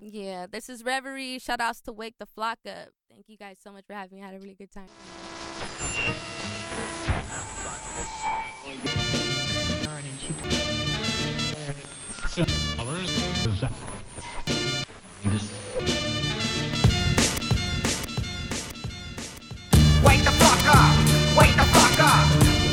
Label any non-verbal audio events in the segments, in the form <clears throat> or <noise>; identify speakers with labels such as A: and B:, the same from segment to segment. A: Yeah, this is Reverie. Shout outs to Wake the Flock Up. Thank you guys so much for having me. I had a really good time.
B: Wake the fuck up! Wake the fuck up!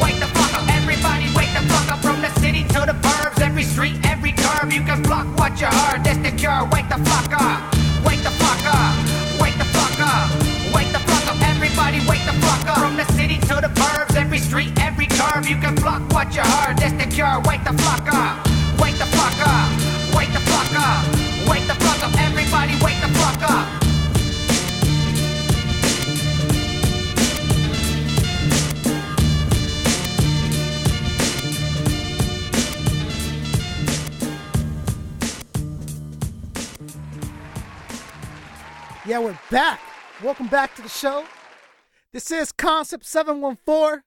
B: Wake the fuck up! Everybody wake the fuck up! From the city to the burbs, every street, every curve, you can block what you heard. That's the cure. Wake the fuck up! Wake the fuck up! Wake the fuck up! Wake the fuck up! Everybody wake the fuck up! From the city to the burbs, every street, every curve, you can block what you heard. That's the cure. Wake the fuck up! Wake the fuck up! Wake the fuck up! Wake the fuck up! Everybody wake the fuck up!
C: Yeah, we're back. Welcome back to the show. This is Concept 714,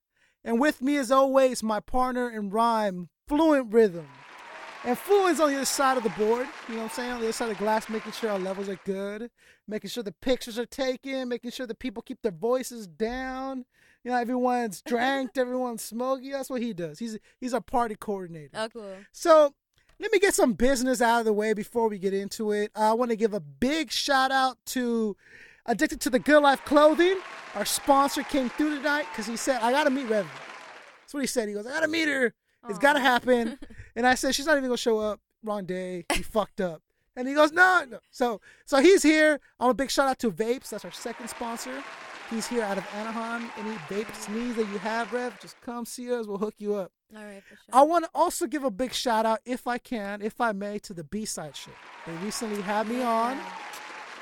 C: and with me, as always, my partner in rhyme, Fluent Rhythm. And Fluent's on the other side of the board, you know what I'm saying? On the other side of the glass, making sure our levels are good, making sure the pictures are taken, making sure the people keep their voices down. You know, everyone's drank, everyone's smoky. That's what he does. He's he's our party coordinator.
A: Oh, cool.
C: So let me get some business out of the way before we get into it. Uh, I want to give a big shout out to Addicted to the Good Life Clothing. Our sponsor came through tonight because he said, I got to meet Rev. That's what he said. He goes, I got to meet her. It's got to happen. and I said, she's not even going to show up. Wrong day. He fucked up. And he goes, no, no. So, so he's here. I want a big shout out to Vapes. That's our second sponsor. He's here out of Anaheim. Any vapes needs that you have, Rev, just come see us. We'll hook you up.
A: All right, for sure.
C: I want to also give a big shout out, if I can, if I may, to the B side shit. They recently had me on.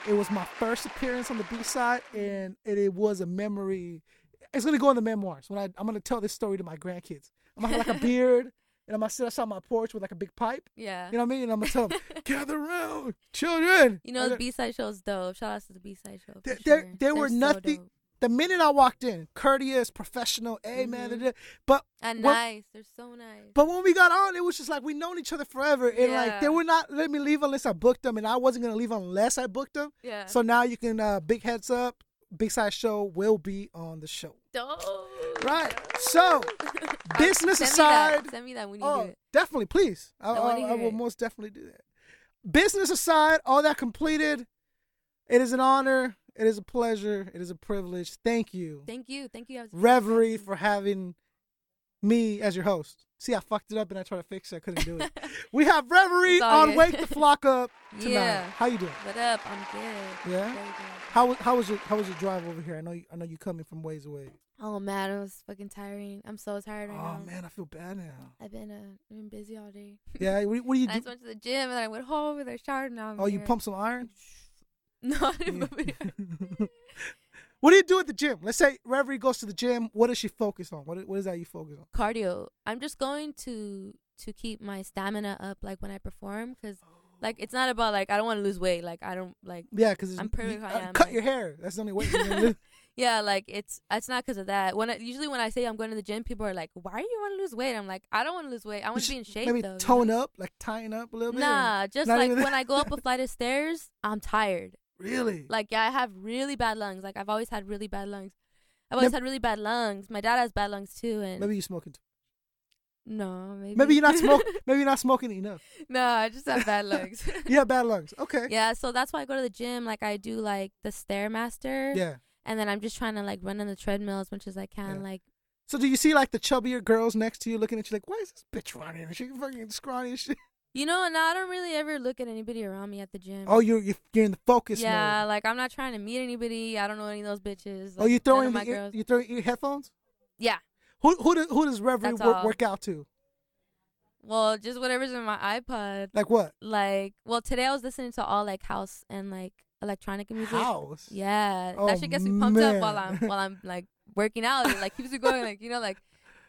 C: It was my first appearance on the B side, and it, it was a memory. It's gonna go in the memoirs when I, I'm gonna tell this story to my grandkids. I'm gonna
A: <laughs>
C: have like a beard, and I'm gonna sit outside my porch with like a big pipe.
A: yeah.
C: You know what I mean? And I'm gonna tell
A: <laughs>
C: them, gather around, children.
A: You know, the B side show's dope. Shout outs to the B side show. for
C: There, there,
A: sure.
C: there
A: They're
C: were
A: so
C: nothing.
A: dope.
C: the minute I walked in, courteous, professional, hey
A: Mm-hmm.
C: man, da- da- but
A: And
C: when-
A: nice. They're so nice.
C: But when we got on, it was just like we known each other forever, and like they
A: Yeah.
C: would not let me leave unless I booked them, and I wasn't gonna leave unless I booked them.
A: yeah.
C: So now you can uh, big heads up, big size show will be on the show.
A: dope. <laughs>
C: Right. So business
A: Send
C: aside,
A: me that. Send me that when you do
C: oh
A: it.
C: definitely, please, I,
A: I wanna
C: I- I
A: hear
C: will
A: it.
C: most definitely do that. Business aside, all that completed, it is an honor, it is a pleasure, it is a privilege. Thank you,
A: Thank you. Thank you. guys.
C: Reverie, for having me as your host. See, I fucked it up and I tried to fix it. I couldn't do
A: <laughs>
C: it. We have Reverie
A: It's all
C: on
A: good.
C: Wake the Flock Up
A: <laughs>
C: tonight.
A: Yeah.
C: How you doing?
A: What up? I'm good.
C: Yeah?
A: Very good.
C: How was how was your how was your drive over here? I know you, I know you coming from ways away.
A: Oh man, it was fucking tiring. I'm so tired right now.
C: Oh man, I feel bad now.
A: I've been uh, been busy all day.
C: Yeah, what, do you- what do you
A: <laughs> I just
C: do?
A: went to the gym and then I went home and I showered and now I'm
C: Oh, you
A: here.
C: pump some iron?
A: <laughs> No, I didn't
C: Yeah.
A: pump
C: <laughs>
A: it.
C: what do you do at the gym? Let's say Reverie goes to the gym. What does she focus on? What is- what is that you focus on?
A: cardio. I'm just going to to keep my stamina up, like when I perform, because like it's not about like I don't want to lose weight. Like I don't like
C: Yeah, because
A: I'm pretty high, I'm
C: uh, Cut
A: like-
C: your hair. That's the only
A: <laughs>
C: way. You're gonna live.
A: yeah, like it's it's not because of that. When I, usually when I say I'm going to the gym, people are like, "Why do you want to lose weight?" I'm like, "I don't want to lose weight. I want to be in shape."
C: Maybe
A: though, you
C: tone
A: know?
C: up, like tying up a little bit. or
A: Nah, just
C: not
A: like
C: even-
A: when I go
C: <laughs>
A: up a flight of stairs, I'm tired.
C: Really?
A: Like yeah, I have really bad lungs. Like I've always had really bad lungs. I've always
C: Mayb-
A: had really bad lungs. My dad has bad lungs too, and
C: Maybe you smoking. Too.
A: no, maybe
C: Maybe you're
A: <laughs>
C: not smoking. maybe you're not smoking enough.
A: no, I just have
C: <laughs>
A: bad lungs. <laughs>
C: You have bad lungs. Okay.
A: yeah so that's why i go to the gym like i do like the stairmaster
C: Yeah.
A: and then i'm just trying to like run on the treadmill as much as i can
C: Yeah.
A: like
C: So do you see like the chubbier girls next to you looking at you like, why is this bitch running? She fucking scrawny as shit.
A: you know and i don't really ever look at anybody around me at the gym
C: Oh, you're you're you're in the focus
A: yeah
C: mode.
A: like i'm not trying to meet anybody i don't know any of those bitches
C: Oh,
A: like,
C: you
A: none
C: throwing
A: of
C: the
A: my
C: ear,
A: girls
C: you throwing ear headphones?
A: yeah
C: Who who does who does Reverie
A: That's
C: work,
A: all.
C: work out to?
A: well just whatever's in my ipod
C: Like what?
A: like well today i was listening to all like house and like electronic music
C: House.
A: yeah
C: Oh,
A: that shit gets me pumped up while i'm
C: man.
A: while i'm like working out it like keeps me going like you know like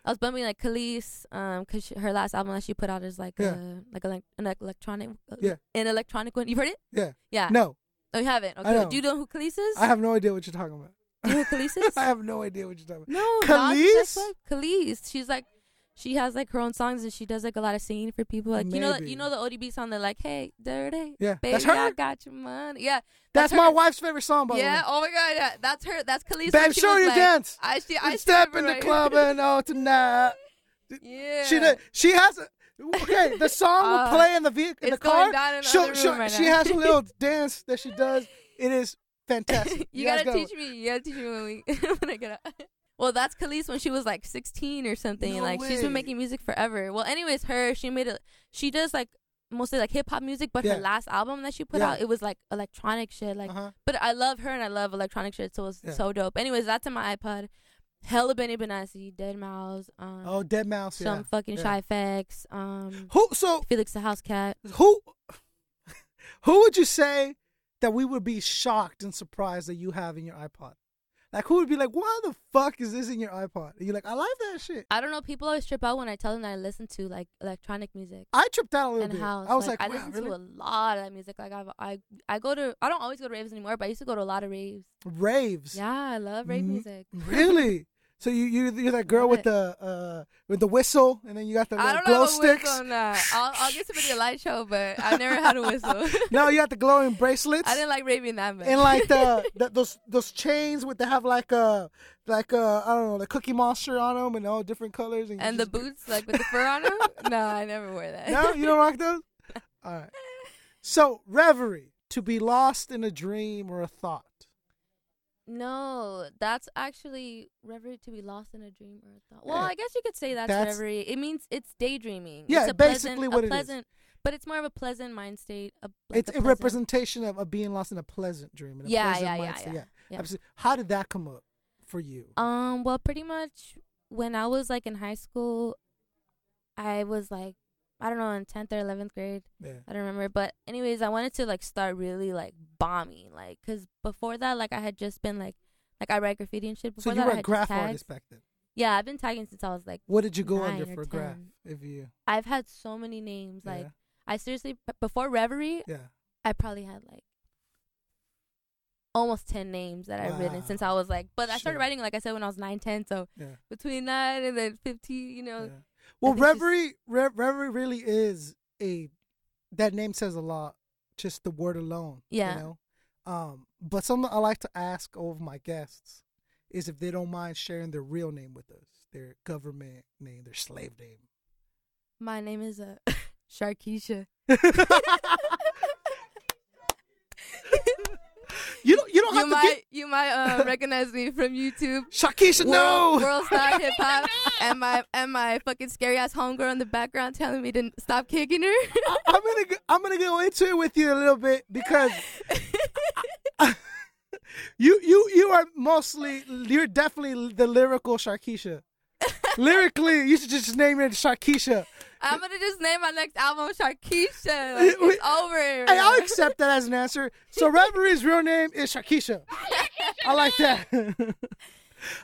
A: I was bumping like Khalees, um, cause she, her last album that she put out is like
C: Yeah.
A: a, like a, like an electronic uh,
C: Yeah.
A: an electronic one. You've heard it?
C: Yeah.
A: Yeah.
C: No,
A: Oh, you haven't.
C: I
A: Okay.
C: know.
A: Do you know who Khalees is?
C: I have no idea what you're
A: <laughs>
C: talking about. <laughs>
A: Do you know who Khalees is?
C: I have no idea what you're talking about.
A: no.
C: Khalees?
A: Khalees. Khalees. She's like she has like her own songs and she does like a lot of singing for people. Like you know,
C: Maybe.
A: you know the ODB song. They're like, "Hey, dirty,
C: Yeah,
A: baby,
C: that's
A: I
C: her?
A: got your money." Yeah,
C: That's
A: her.
C: my wife's favorite song, by
A: yeah. Oh my god, yeah. That's her. That's Khalees.
C: the way.
A: when
C: Babe,
A: she
C: show
A: was
C: your
A: like-
C: dance.
A: I she I
C: I
A: she
C: step in
A: remember
C: the
A: right- <laughs>
C: club and all tonight.
A: yeah.
C: She did, she has a, okay.
A: <laughs>
C: The song
A: Uh,
C: will play in the vehicle in the
A: it's going
C: car.
A: down in the
C: She'll-
A: other room
C: she'll-
A: right
C: she
A: now.
C: has a
A: <laughs>
C: little dance that she does. It is fantastic.
A: you
C: guys
A: gotta teach me. You gotta teach me when we <laughs> when I get out. Well, that's Khalees when she was like 16 or something.
C: No
A: like she's
C: way.
A: been making music forever. Well, anyways, her she made a she does like mostly like hip hop music, but
C: Yeah.
A: her last album that she put
C: Yeah.
A: out it was like electronic shit. Like,
C: Uh-huh.
A: but I love her and I love electronic shit, so it's
C: Yeah.
A: so dope. Anyways, that's in my iPod. Hella Benny Benassi, Dead Mouse, um,
C: Oh, Dead Mouse.
A: some
C: Yeah.
A: fucking
C: yeah.
A: Shy Facts, um,
C: Who? So
A: Felix the House Cat.
C: who? <laughs> Who would you say that we would be shocked and surprised that you have in your iPod? Like who would be like, why the fuck is this in your iPod? And you're like, I like that shit.
A: I don't know. People always trip out when I tell them that I listen to like electronic music.
C: I tripped out a little
A: and
C: bit.
A: house.
C: Mm-hmm. I was like,
A: I
C: wow,
A: listen
C: really?
A: to a lot of that music. Like I've, I I go to I don't always go to raves anymore, but I used to go to a lot of raves.
C: raves.
A: Yeah, I love rave
C: Mm,
A: music.
C: Really? <laughs> So you you you're that girl
A: Love
C: with
A: it.
C: the uh with the whistle and then you got the
A: I
C: little
A: don't
C: glow
A: know if I
C: sticks.
A: whistle on that. I'll, I'll get somebody a light show, but
C: <laughs>
A: I never had a whistle. <laughs>
C: no, you got the glowing bracelets.
A: I didn't like raving that much.
C: and like the, the those those chains with they have like a like a I don't know the Cookie Monster on them and all different colors
A: <laughs>
C: and, you
A: and the
C: just-
A: boots like with the fur on them. no, I never wore that.
C: <laughs>
A: <laughs>
C: No, you don't rock those. all right. So reverie to be lost in a dream or a thought.
A: No, that's actually reverie to be lost in a dream or a thought. Well,
C: Yeah.
A: I guess you could say that's,
C: That's-
A: reverie. It means it's daydreaming.
C: Yeah,
A: it's a
C: basically
A: pleasant,
C: what it
A: a
C: is.
A: pleasant, But it's more of a pleasant mind state. A, like
C: it's
A: a
C: a,
A: pleasant-
C: representation of, of being lost in a pleasant dream. In a
A: Yeah,
C: pleasant
A: yeah, yeah,
C: mindset.
A: yeah, yeah.
C: Absolutely. How did that come up for you?
A: Um, well, pretty much when I was like in high school, I was like, I don't know, in 10th or 11th grade.
C: yeah.
A: I don't remember. But, anyways, I wanted to like start really like bombing. Like, cause before that, like I had just been like, like I write graffiti and shit.
C: So
A: Before
C: you
A: that, I
C: were a
A: had just
C: graph
A: tagged.
C: artist back then.
A: Yeah, I've been tagging since I was like,
C: What did you go
A: Nine
C: under
A: or
C: for graph?
A: 10.
C: If you
A: I've had so many names. Like, I seriously, b- before Reverie,
C: yeah,
A: I probably had like almost 10 names that I've written since I was like, but I
C: Sure.
A: started writing, like I said, when I was 9, 10. So
C: yeah,
A: between 9 and then 15, you know.
C: yeah, yeah. Well,
A: think she's-
C: reverie, re- reverie really is a that name says a lot. Just the word alone.
A: Yeah.
C: You know? Um, but something I like to ask all of my guests is if they don't mind sharing their real name with us, their government name, their slave name.
A: My name is uh, <laughs>
C: <laughs>
A: Sharkeisha.
C: you don't. You don't
A: you
C: have
A: might
C: to get
A: you might
C: <laughs>
A: uh, recognize me from YouTube.
C: Shakisha. <laughs> no.
A: World, world star hip hop and my and my fucking scary ass homegirl in the background telling me to n- stop kicking her.
C: <laughs>
A: <laughs>
C: I'm gonna go- I'm gonna go into it with you a little bit because you you you are mostly you're definitely the
A: <laughs>
C: lyrical Sharkeisha. Lyrically, you should just name it Sharkeisha.
A: I'm gonna just name my next album Sharkeisha.
C: <laughs>
A: Like,
C: Wait,
A: it's over.
C: Hey, I'll accept that as an answer. So Reverie's real name is Sharkeisha. I like
A: <laughs>
C: that.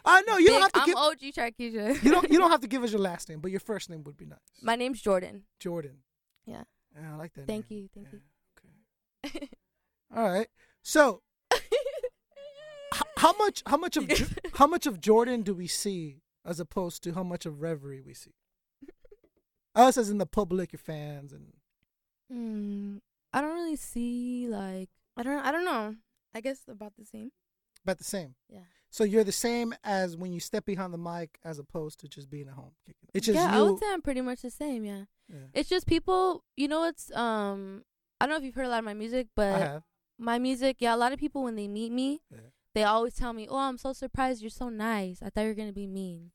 C: I know you
A: Big-
C: don't have to
A: I'm
C: give
A: OG Sharkeisha.
C: you don't you don't have to give us your last name, but your first name would be nice.
A: <laughs> my name's Jordan.
C: Jordan.
A: Yeah.
C: Yeah, I like that.
A: Thank
C: name.
A: you, thank you. <laughs>
C: All right. So h- how much how much of Jo- how much of Jordan do we see as opposed to how much of Reverie we see? Us as in the public, your fans, and
A: <laughs> Hmm, I don't really see like I don't I don't know. I guess about the same.
C: about the same.
A: Yeah.
C: So you're the same as when you step behind the mic, as opposed to just being at home. Kicking. It's just
A: yeah,
C: you.
A: I would say I'm pretty much the same. Yeah,
C: Yeah,
A: it's just people. You know, it's um. I don't know if you've heard a lot of my music,
C: I
A: but
C: have.
A: my music, yeah, a lot of people when they meet me,
C: Yeah.
A: they always tell me, "Oh, I'm so surprised you're so nice. I thought you were gonna be mean."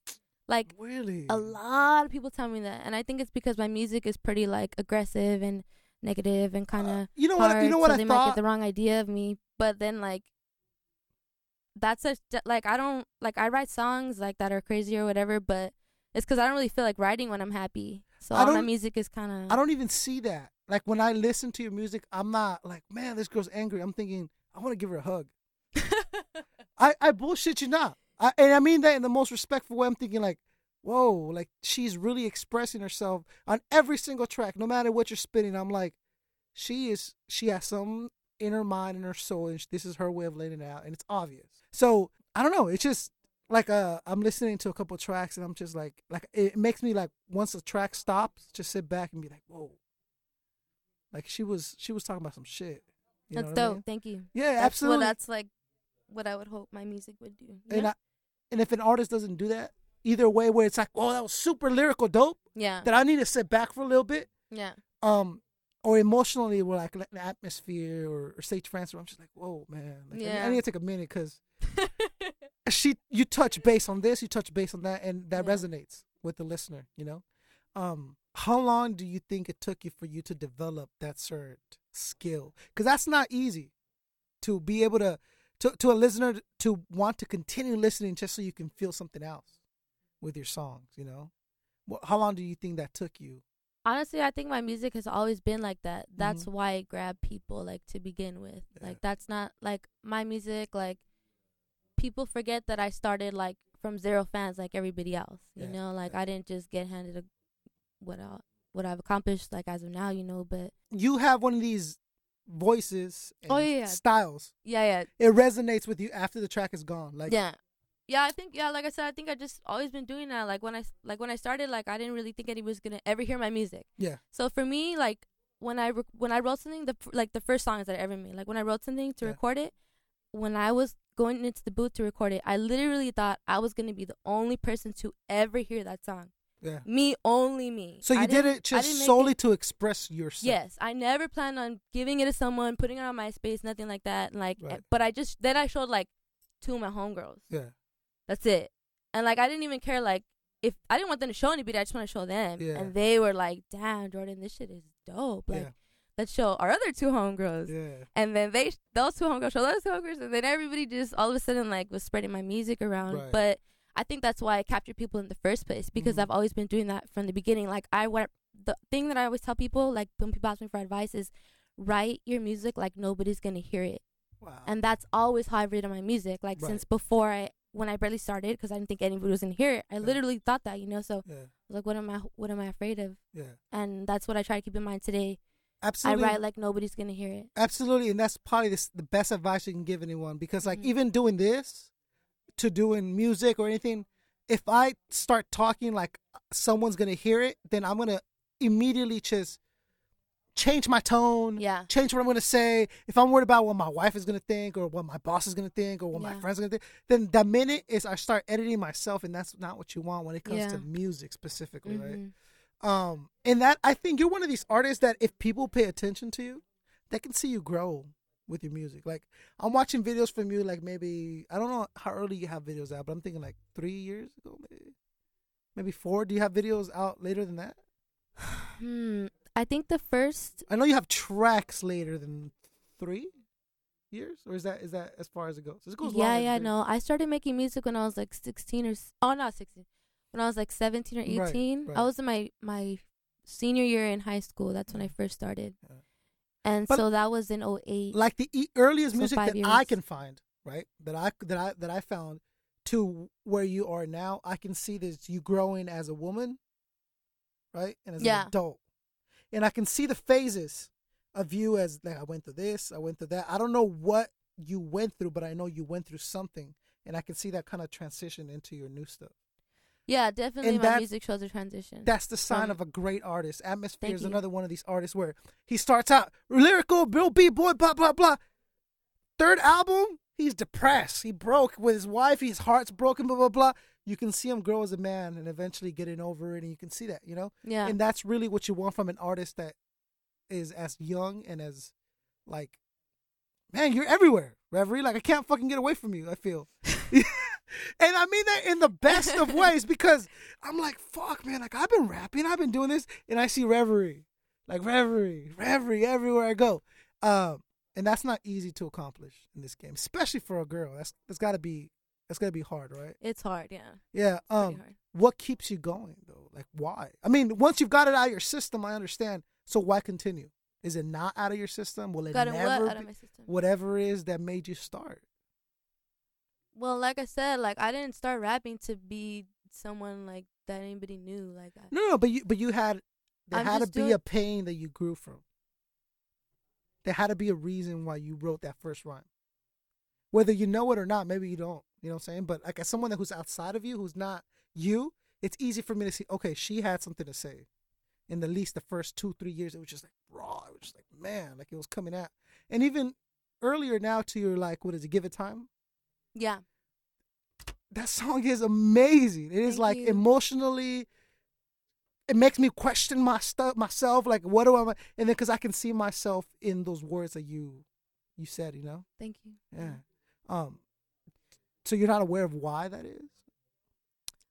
A: Like
C: Really?
A: a lot of people tell me that, and I think it's because my music is pretty like aggressive and negative and kind of
C: Uh, you know
A: hard,
C: what? You know
A: so
C: what
A: they
C: I
A: might
C: thought.
A: get the wrong idea of me. But then like that's such that- like I don't like I write songs like that are crazy or whatever, but it's because I don't really feel like writing when I'm happy. So
C: I
A: all my
C: don't-
A: music is kind
C: I
A: of
C: don't even see that. Like when I listen to your music, I'm not like, man, this girl's angry. I'm thinking, I want to give her a
A: <laughs>
C: hug. I, I bullshit you not. I, and I mean that in the most respectful way. I'm thinking like, whoa, like she's really expressing herself on every single track, no matter what you're spinning. I'm like, she is, she has some in her mind and her soul, and this is her way of letting it out, and it's obvious. So I don't know. It's just like uh I'm listening to a couple tracks and I'm just like like it makes me like once the track stops, just sit back and be like, Whoa. Like she was she was talking about some shit. You know
A: that's
C: what I
A: dope.
C: mean?
A: Thank you.
C: Yeah,
A: that's
C: absolutely.
A: Well, that's like what I would hope my music would do. you
C: and
A: know?
C: I, and if an artist doesn't do that, either way where it's like, Oh, that was super lyrical dope
A: yeah.
C: that I need to sit back for a little bit.
A: yeah.
C: Um or emotionally, we're like like, the atmosphere or, or stage transfer. I'm just like, whoa, man. Like, I need- I,
A: Yeah.
C: need to take a minute because
A: <laughs>
C: she you touch base on this, you touch base on that, and that
A: Yeah.
C: resonates with the listener, you know? Um, how long do you think it took you for you to develop that certain skill? Because that's not easy to be able to, to to a listener to want to continue listening just so you can feel something else with your songs, you know? Wha how long do you think that took you?
A: Honestly, I think my music has always been like that. That's
C: Mhm.
A: why it grabbed people like to begin with.
C: Yeah.
A: Like that's not like my music like people forget that I started like from zero fans like everybody else. You
C: Yeah,
A: know, like
C: yeah.
A: I didn't just get handed a, what I, what I've accomplished like as of now, you know, but
C: You have one of these voices and
A: Oh, yeah, yeah.
C: styles.
A: yeah, yeah.
C: It resonates with you after the track is gone. Like
A: yeah yeah i think yeah like i said i think i just always been doing that like when i s- like when i started like i didn't really think anybody was gonna ever hear my music
C: Yeah.
A: so for me like when i rec- when i wrote something the f- like the first songs that i ever made like when i wrote something to
C: Yeah.
A: record it when i was going into the booth to record it i literally thought i was gonna be the only person to ever hear that song
C: yeah.
A: me only me
C: So you
A: Mm, I
C: did
A: didn't-
C: it
A: I
C: just
A: didn't make
C: solely to express yourself.
A: Yes, I never planned on giving it to someone, putting it on MySpace, nothing like that. Like,
C: Right.
A: but I just then I showed like two of my homegirls.
C: Yeah.
A: That's it. And like I didn't even care like if I didn't want them to show anybody, I just want to show them.
C: Yeah.
A: And they were like, "Damn, Jordan, this shit is dope." Like,
C: yeah.
A: let's show our other two homegirls.
C: Yeah.
A: And then they those two homegirls showed those two homegirls, and then everybody just all of a sudden like was spreading my music around.
C: Right.
A: But I think that's why I captured people in the first place because
C: Mhm.
A: I've always been doing that from the beginning. Like I what the thing that I always tell people like when people ask me for advice is write your music like nobody's gonna hear it
C: Wow.
A: and that's always how I've written my music. Like
C: Right.
A: since before I, when I barely started, because I didn't think anybody was gonna hear it. I literally thought that, you know. So
C: yeah.
A: like, what am I? What am I afraid of?
C: Yeah.
A: And that's what I try to keep in mind today.
C: Absolutely.
A: I write like nobody's gonna hear it.
C: Absolutely, and that's probably the, s- the best advice you can give anyone because, like,
A: Mhm.
C: even doing this to doing music or anything, if I start talking like someone's gonna hear it, then I'm gonna immediately just change my tone,
A: Yeah.
C: change what I'm gonna say. If I'm worried about what my wife is gonna think or what my boss is gonna think or what my
A: Yeah.
C: friends are gonna think, then the minute is I start editing myself, and that's not what you want when it comes to
A: Yeah.
C: music specifically, right?
A: Mhm.
C: Um, and that I think you're one of these artists that if people pay attention to you, they can see you grow with your music. Like I'm watching videos from you, like maybe I don't know how early you have videos out, but I'm thinking like three years ago, maybe, maybe four. Do you have videos out later than that?
A: Hmm. I think the first.
C: I know you have tracks later than three years, or is that is that as far as it goes? This goes
A: Yeah,
C: longer than
A: yeah,
C: three.
A: no. I started making music when I was like 16 or s- oh, not 16. When I was like 17 or
C: Right,
A: 18,
C: right.
A: I was in my my senior year in high school. That's when I first started,
C: Yeah.
A: and
C: But-
A: so that was in 08.
C: like the e- earliest
A: So
C: music
A: five
C: that I
A: years.
C: can find, right? That I that I that I found to where you are now, I can see that you growing as a woman, right, and as
A: Yeah.
C: an adult, and I can see the phases of you as like I went through this, I went through that. I don't know what you went through, but I know you went through something, and I can see that kind of transition into your new stuff.
A: Yeah, definitely.
C: And
A: My
C: that-
A: music shows a transition.
C: That's the sign
A: From-
C: of a great artist. Atmosphere
A: Thank
C: is
A: you.
C: another one of these artists where he starts out lyrical, Bill B boy, blah blah blah. Third album, he's depressed. He broke with his wife. His heart's broken, blah blah blah. You can see him grow as a man and eventually getting over it, and you can see that, you know.
A: yeah.
C: And that's really what you want from an artist that is as young and as like, man, you're everywhere, Reverie. Like I can't fucking get away from you. I feel. And I mean that in the best of ways because I'm like, fuck, man, like I've been rapping, I've been doing this, and I see Reverie, like Reverie, Reverie everywhere I go. Um, and that's not easy to accomplish in this game, especially for a girl. That's that's got to be that's got to be hard, right?
A: It's hard, yeah.
C: Yeah. Um,
A: hard.
C: what keeps you going though? Like, why? I mean, once you've got it out of your system, I understand. So why continue? Is it not out of your system? Will it
A: Got it what
C: never
A: out of
C: be-
A: my system?
C: whatever it is that made you start?
A: Well, like I said, like I didn't start rapping to be someone like that anybody knew. Like, I,
C: No, no, but you but you had there
A: I'm
C: had to
A: just
C: be
A: doing-
C: a pain that you grew from. There had to be a reason why you wrote that first rhyme. Whether you know it or not, maybe you don't. You know what I'm saying? But like as someone who's outside of you, who's not you, it's easy for me to see. Okay, she had something to say. In the least, the first two three years, it was just like raw. It was just like man, like it was coming out. And even earlier now, to your like, what is it? Give it time.
A: Yeah.
C: That song is amazing. It is
A: Thank
C: like
A: you.
C: emotionally. It makes me question my stuff myself. Like, what do I? And then because I can see myself in those words that you, you said. You know.
A: Thank you.
C: Yeah. Um. So you're not aware of why that is?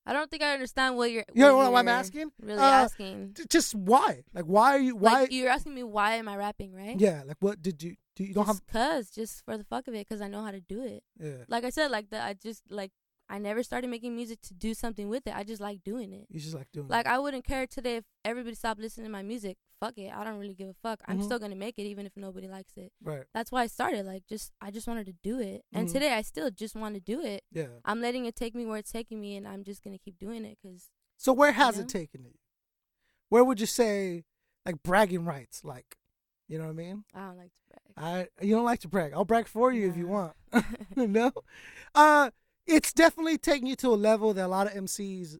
A: I don't think I understand what you're.
C: You know what I'm
A: you're
C: asking?
A: Really
C: Uh,
A: asking.
C: J- Just why? Like why are you? Why?
A: Mm-hmm. Like, you're asking me why am I rapping, right?
C: yeah. Like what did you? Do you don't have?
A: Just cause, just for the fuck of it, cause I know how to do it.
C: Yeah.
A: Like I said, like that, I just like I never started making music to do something with it. I just like doing it.
C: You just like doing.
A: Like
C: it.
A: I wouldn't care today if everybody stopped listening to my music. Fuck it, I don't really give a fuck. I'm
C: Mhm.
A: still gonna make it even if nobody likes it.
C: right.
A: That's why I started. Like just I just wanted to do it, and
C: Mhm.
A: today I still just want to do it.
C: Yeah.
A: I'm letting it take me where it's taking me, and I'm just gonna keep doing it because
C: So where has
A: you
C: it
A: know?
C: taken you? Where would you say like bragging rights? Like, you know what I mean?
A: I don't like to brag.
C: I you don't like to brag. I'll brag for you if you
A: Nah.
C: want.
A: <laughs>
C: <laughs> no. Uh, it's definitely taking you to a level that a lot of MCs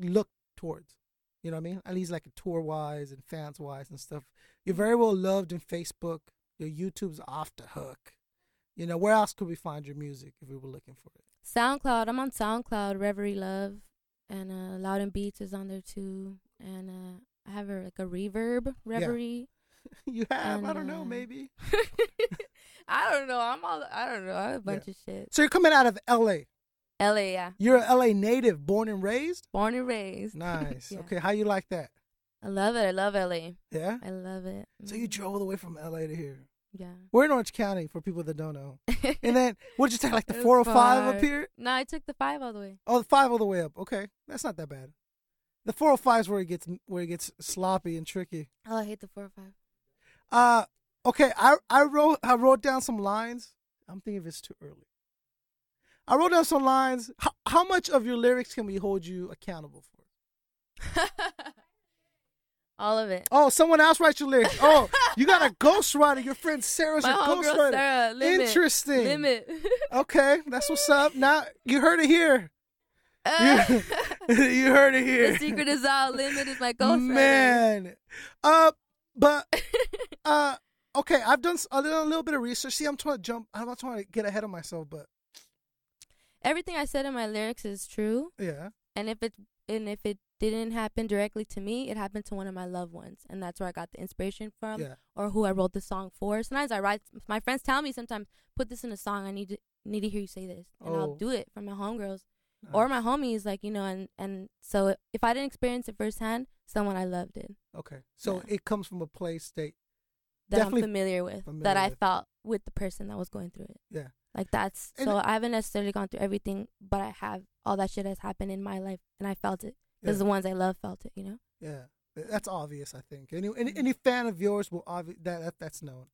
C: look towards. You know what I mean? At least like tour wise and fans wise and stuff. You're very well loved in Facebook. Your YouTube's off the hook. You know, where else could we find your music if we were looking for it? <laughs>
A: SoundCloud. I'm on SoundCloud. Reverie Love, and uh, Loudon Beats is on there too. And uh, I have a, like a reverb Reverie. <laughs>
C: you have, I don't
A: Uh,
C: know, maybe.
A: I don't know. I'm all. I don't know. I have a bunch of shit.
C: So you're coming out of LA.
A: LA. Yeah.
C: You're a LA native, born and raised?
A: Born and raised. <laughs>
C: Nice.
A: Yeah.
C: Okay, how you like that?
A: I love it. I love LA.
C: Yeah?
A: I love it.
C: So you
A: Mm,
C: drove all the way from LA to here.
A: yeah.
C: We're in Orange County for people that
A: <laughs>
C: don't know. And then what'd you take, <laughs> like the
A: It was
C: 405 up
A: far.
C: here?
A: no, I took the five all the way.
C: Oh, the five all the way up. Okay, that's not that bad. The four hundred five is where it gets where it gets sloppy and tricky.
A: Oh, I hate the four or five.
C: Uh, okay. I I wrote I wrote down some lines. I'm thinking if it's too early. I wrote down some lines. How, how much of your lyrics can we hold you accountable for?
A: <laughs> all of it.
C: Oh, someone else writes your lyrics. Oh,
A: <laughs>
C: you got a ghostwriter. Your friend Sarah's
A: My
C: a
A: homegirl
C: ghostwriter.
A: Sarah. Limit.
C: Interesting.
A: Limit.
C: Okay, that's what's up. Now you heard it here.
A: Uh,
C: <laughs>
A: <laughs>
C: You, <laughs> you heard it here. <laughs>
A: the secret is out. Limit is my ghost.
C: Man, uh, but uh, okay, I've done s- I've done a little bit of research. See, I'm trying to jump. I'm not trying to get ahead of myself, but
A: <laughs> Everything I said in my lyrics is true,
C: yeah,
A: and if it and if it didn't happen directly to me, it happened to one of my loved ones, and that's where I got the inspiration from,
C: Yeah.
A: or who I wrote the song for. Sometimes I write. My friends tell me sometimes put this in a song. I need to need to hear you say this, and I'll
C: Oh.
A: do it for my homegirls or my homies, like you know, and and so if I didn't experience it firsthand, someone I loved did.
C: Uh, okay. So
A: Yeah.
C: it comes from a place that
A: that
C: Definitely
A: I'm familiar with, that
C: familiar
A: I
C: with.
A: felt with the person that was going through it.
C: yeah.
A: Like that's
C: And-
A: so I haven't necessarily gone through everything, but I have all that shit has happened in my life, and I felt it because
C: Yeah.
A: the ones I love felt it. You know,
C: Yeah, that's obvious. I think any any,
A: Mm-hmm.
C: any fan of yours will obvi- that, that that's known.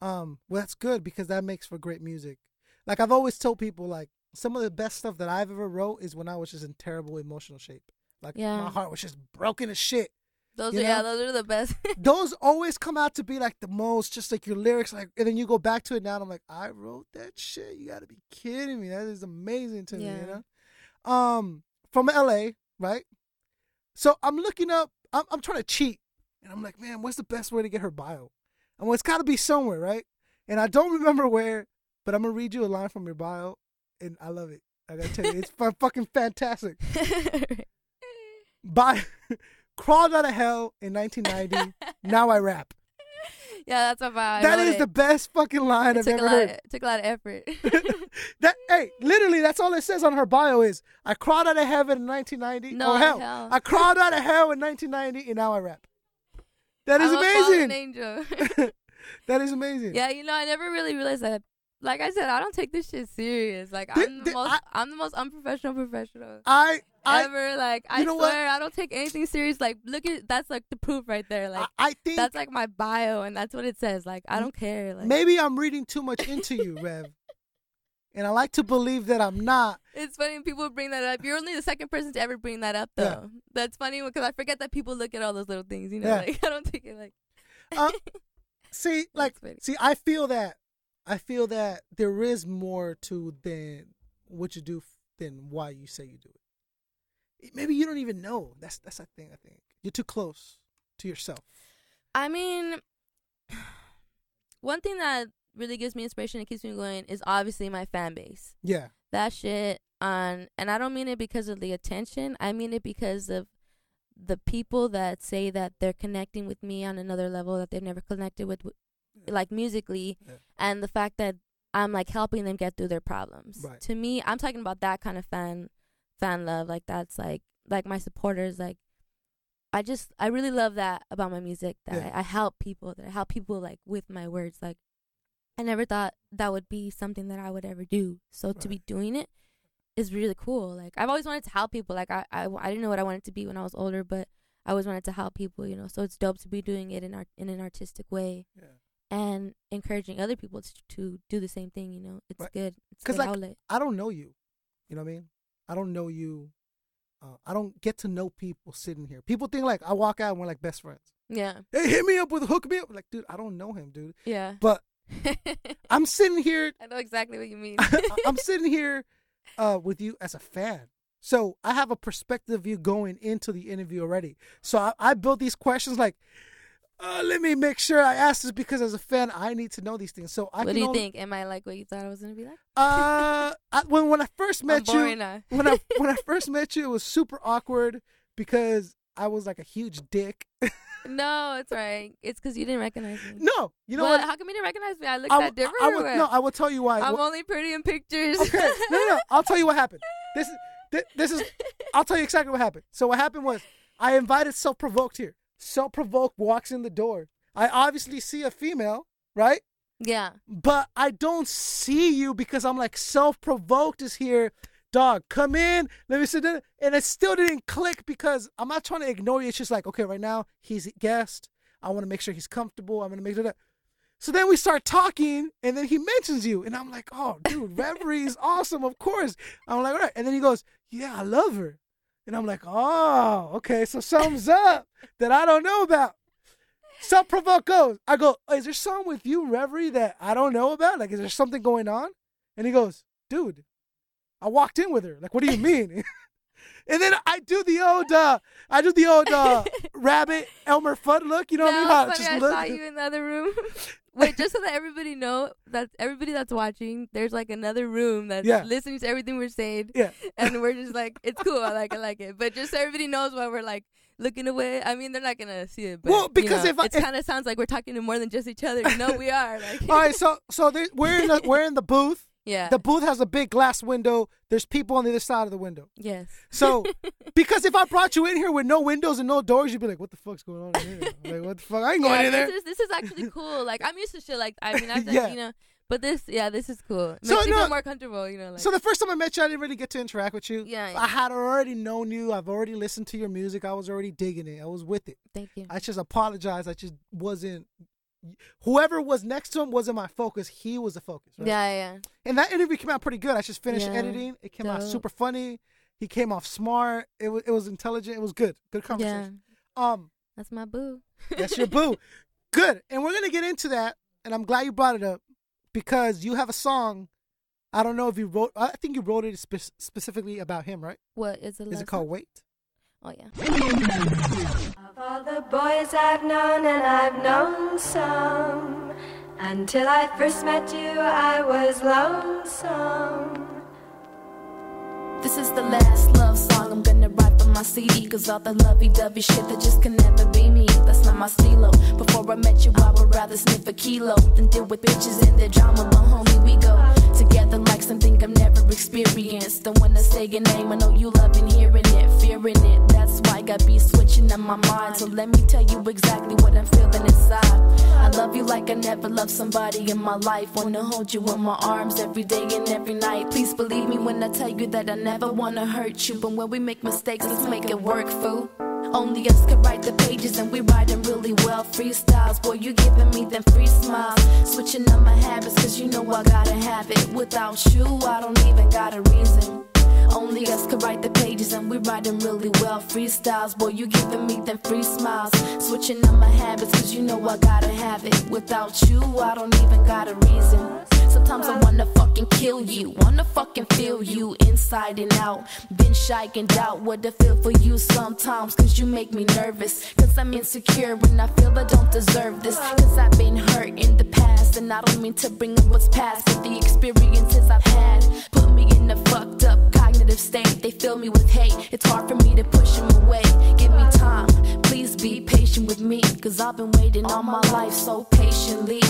C: Um, well, that's good because that makes for great music. Like I've always told people, like some of the best stuff that I've ever wrote is when I was just in terrible emotional shape. Like
A: Yeah.
C: my heart was just broken as shit.
A: those
C: You
A: are yeah,
C: know?
A: those are the <laughs> best.
C: Those always come out to be like the most, just like your lyrics, like, and then you go back to it now. And I'm like, I wrote that shit. You got to be kidding me. That is amazing to me. You
A: Yeah.
C: know, um, from LA, right? So I'm looking up. I'm, I'm trying to cheat, and I'm like, man, what's the best way to get her bio? And well, it's got to be somewhere, right? And I don't <laughs> remember where, but I'm gonna read you a line from your bio, and I love it. I gotta tell you, it's fu- fucking fantastic. <laughs> By crawled out of hell in 1990. now I rap.
A: yeah, that's my vibe.
C: That is the best fucking line
A: It
C: I've
A: took a
C: ever
A: lot.
C: heard.
A: Of, took a lot of
C: <laughs>
A: effort. <laughs>
C: that hey, literally, that's all it says on her bio is I crawled out of heaven in 1990.
A: No,
C: or Oh, hell,
A: hell.
C: I crawled out of hell in 1990, and now I rap. That is
A: I'm a fallen
C: amazing.
A: angel.
C: <laughs>
A: <laughs>
C: that is amazing.
A: yeah, you know, I never really realized that. Like I said, I don't take this shit serious. Like
C: Th-
A: I'm the
C: th-
A: most,
C: I-
A: I'm the most unprofessional professional.
C: I I
A: ever. Like I
C: you know what?
A: swear, I don't take anything serious. Like look at that's like the proof right there. Like
C: I, I think
A: that's like my bio, and that's what it says. Like I don't care. Like
C: maybe I'm reading too much into you, Rev. And I like to believe that I'm not.
A: <laughs> it's funny when people bring that up. You're only the second person to ever bring that up, though.
C: Yeah.
A: That's funny because I forget that people look at all those little things. You know,
C: Yeah.
A: like <laughs> I don't take it like <laughs>
C: Uh, see, like,
A: That's funny.
C: see, I feel that, I feel that there is more to than what you do than why you say you do it. Maybe you don't even know. That's that's a thing. I think you're too close to yourself.
A: I mean, <sighs> one thing that really gives me inspiration and keeps me going is obviously my fan base.
C: Yeah.
A: That shit on, and I don't mean it because of the attention. I mean it because of the people that say that they're connecting with me on another level that they've never connected with, w- like musically,
C: Yeah.
A: and the fact that I'm like helping them get through their problems.
C: Right.
A: To me, I'm talking about that kind of fan fan love. Like that's like like my supporters. Like I just I really love that about my music that
C: Yeah.
A: I, I help people that I help people like with my words. Like I never thought that would be something that I would ever do. So to be
C: Right.
A: doing it is really cool. Like I've always wanted to help people. Like I, I I didn't know what I wanted to be when I was older, but I always wanted to help people. You know, so it's dope to be doing it in art in an artistic way
C: Yeah.
A: and encouraging other people to, to do the same thing. You know, it's
C: Right.
A: good. It's
C: 'Cause,
A: good
C: like,
A: outlet.
C: I don't know you. You know what I mean? I don't know you. Uh, I don't get to know people sitting here. People think like I walk out and we're like best friends.
A: Yeah,
C: Hey, hit me up with hook me up. Like, dude, I don't know him, dude.
A: yeah. <laughs>
C: But
A: I
C: I'm sitting here.
A: know exactly what you <laughs>
C: <laughs>
A: mean.
C: I'm sitting here uh, with you as a fan. So I have a perspective of you going into the interview already. So I, I built these questions like, uh, let me make sure I ask this because as a fan, I need to know these things. So I
A: what
C: can
A: do you
C: only-
A: think? Am I like what you thought I was gonna be like?
C: <laughs> Uh, I, when when I first
A: I'm
C: met you,
A: boring now.
C: when
A: <laughs>
C: I when I first met you, it was super awkward because I was like a huge dick. <laughs>
A: No, it's right. It's because you didn't recognize me.
C: No, you know
A: Well,
C: what?
A: How come you didn't recognize me? I look
C: I,
A: that
C: will-
A: different.
C: I,
A: or
C: will,
A: what?
C: no, I will tell you why.
A: I'm
C: Wha-
A: only pretty in pictures.
C: okay, no,
A: <laughs>
C: no, no, I'll tell you what happened. This is thi- this is. I'll tell you exactly what happened. So what happened was I invited self provoked here. Self provoked walks in the door. I obviously see a female, right?
A: yeah.
C: but I don't see you because I'm like self provoked is here. Dog, come in. Let me sit down. And it still didn't click because I'm not trying to ignore you. It's just like, okay, right now he's a guest. I want to make sure he's comfortable. I'm gonna make sure that. So then we start talking, and then he mentions you, and I'm like, oh, dude, Reverie is awesome, of course. I'm like, all right. And then he goes, yeah, I love her. And I'm like, oh, okay. So something's up that I don't know about. Self provoke goes. I go, is there something with you, Reverie, that I don't know about? Like, is there something going on? And he goes, dude, I walked in with her. Like, what do you mean? <laughs> and then I do the old, uh, I do the old
A: <laughs>
C: uh, rabbit Elmer Fudd look. You know what I mean?
A: That
C: How it
A: was funny. I
C: look-
A: saw you in the other
C: <laughs>
A: room. <laughs> Wait, just so that everybody know that everybody that's watching, there's like another room that's
C: Yeah.
A: listening to everything we're saying,
C: Yeah.
A: <laughs> and we're just like, it's cool. I like, I like it. But just so everybody knows why we're like looking away. I mean, they're not gonna see it. But,
C: Well,
A: you
C: because
A: know,
C: if I-
A: it kind of sounds like we're talking to more than just each other. No, we are. Like,
C: <laughs> All right, so so there, we're in the, we're in the booth.
A: <laughs> yeah,
C: The booth has a big glass window. There's people on the other side of the window. <laughs>
A: yes, <laughs>
C: So, because if I brought you in here with no windows and no doors, you'd be like, "What the fuck's going on in here? Like, what the fuck? I ain't <laughs> going
A: Yeah,
C: in there."
A: This is, this is actually cool. Like, I'm used to shit. Like, I
C: <laughs>
A: mean, I've done,
C: Yeah.
A: you know, but this, yeah, this is cool. It
C: So,
A: makes me
C: no-
A: feel more comfortable. You know, like,
C: So the first time I met you, I didn't really get to interact with you.
A: Yeah, yeah.
C: I had already known you. I've already listened to your music. I was already digging it. I was with it.
A: thank you.
C: I just apologize. I just wasn't. Whoever was next to him wasn't my focus. He was the focus. Right?
A: Yeah, yeah.
C: And that interview came out pretty good. I just finished
A: Yeah,
C: editing. It came out
A: dope.
C: super funny. He came off smart. It was it was intelligent. It was good. Good
A: Yeah,
C: conversation. Um,
A: that's my boo.
C: that's
A: <laughs>
C: your boo. Good. And we're gonna get into that. And I'm glad you brought it up because you have a song. I don't know if you wrote. I think you wrote it spe- specifically about him, right?
A: What is the
C: Is
A: last
C: it called
A: one?
C: Wait?
A: Oh yeah.
D: Of all the boys I've known, and I've known some, until I first met you, I was lonesome.
E: This is the last love song I'm gonna write for my CD. Cause all the lovey dovey shit that just can never be me. That's not my stilo. Before I met you, I would rather sniff a kilo than deal with bitches and their drama. But homie, we go together like something I've never experienced. And when I say your name, I know you loving hearing it, fearing it. That's why I be switching up my mind. So let me tell you exactly what I'm feeling inside. I love you like I never loved somebody in my life. Wanna hold you in my arms every day and every night. Please believe me when I tell you that I never wanna hurt you. But when we make mistakes, let's make it work, fool. Only us can write the pages and we write them really well. Freestyles, boy, you giving me them free smiles. Switching up my habits, cause you know I gotta have it. Without you, I don't even got a reason. Only us could write the pages and we write them really well. Freestyles, boy, you giving me them free smiles. Switching up my habits, cause you know I gotta have it. Without you, I don't even got a reason. Sometimes Sometimes I wanna fucking kill you, wanna fucking feel you inside and out. Been shy and doubt what I feel for you sometimes, cause you make me nervous. Cause I'm insecure and I feel I don't deserve this. Cause I've been hurt in the past, and I don't mean to bring up what's past, but the experiences I've had put me in a fucked up cognitive state. They fill me with hate, it's hard for me to push them away. Give me time, please be patient with me, cause I've been waiting all my life so patiently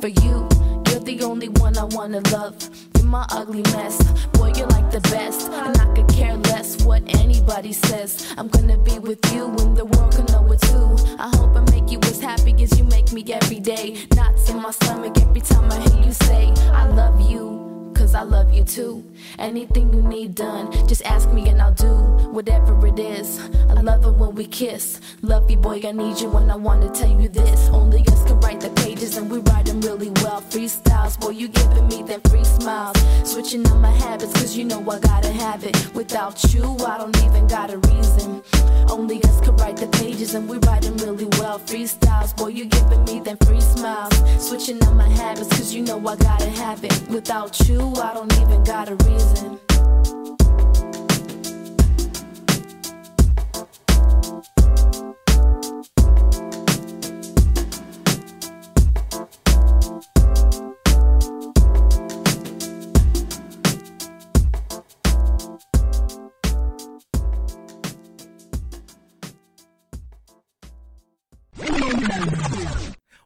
E: for you. You're the only one I wanna love. You're my ugly mess. Boy, you're like the best. And I could care less what anybody says. I'm gonna be with you when the world can know it too. I hope I make you as happy as you make me every day. Knots in my stomach every time I hear you say, I love you cause I love you too. Anything you need done, just ask me and I'll do whatever it is. I love it when we kiss. Love you, boy, I need you and I wanna tell you this. Only us can write the pages and we write them really well. Freestyles, boy, you giving me them free smiles. Switching up my habits, cause you know I gotta have it. Without you, I don't even got a reason. Only us can write the pages and we write them really well. Freestyles, boy, you giving me them free smiles. Switching up my habits, cause you know I gotta have it. Without you, I don't even got a reason.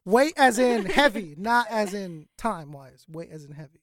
C: Weight as
A: <laughs>
C: in heavy, not as in time wise. Weight as in heavy.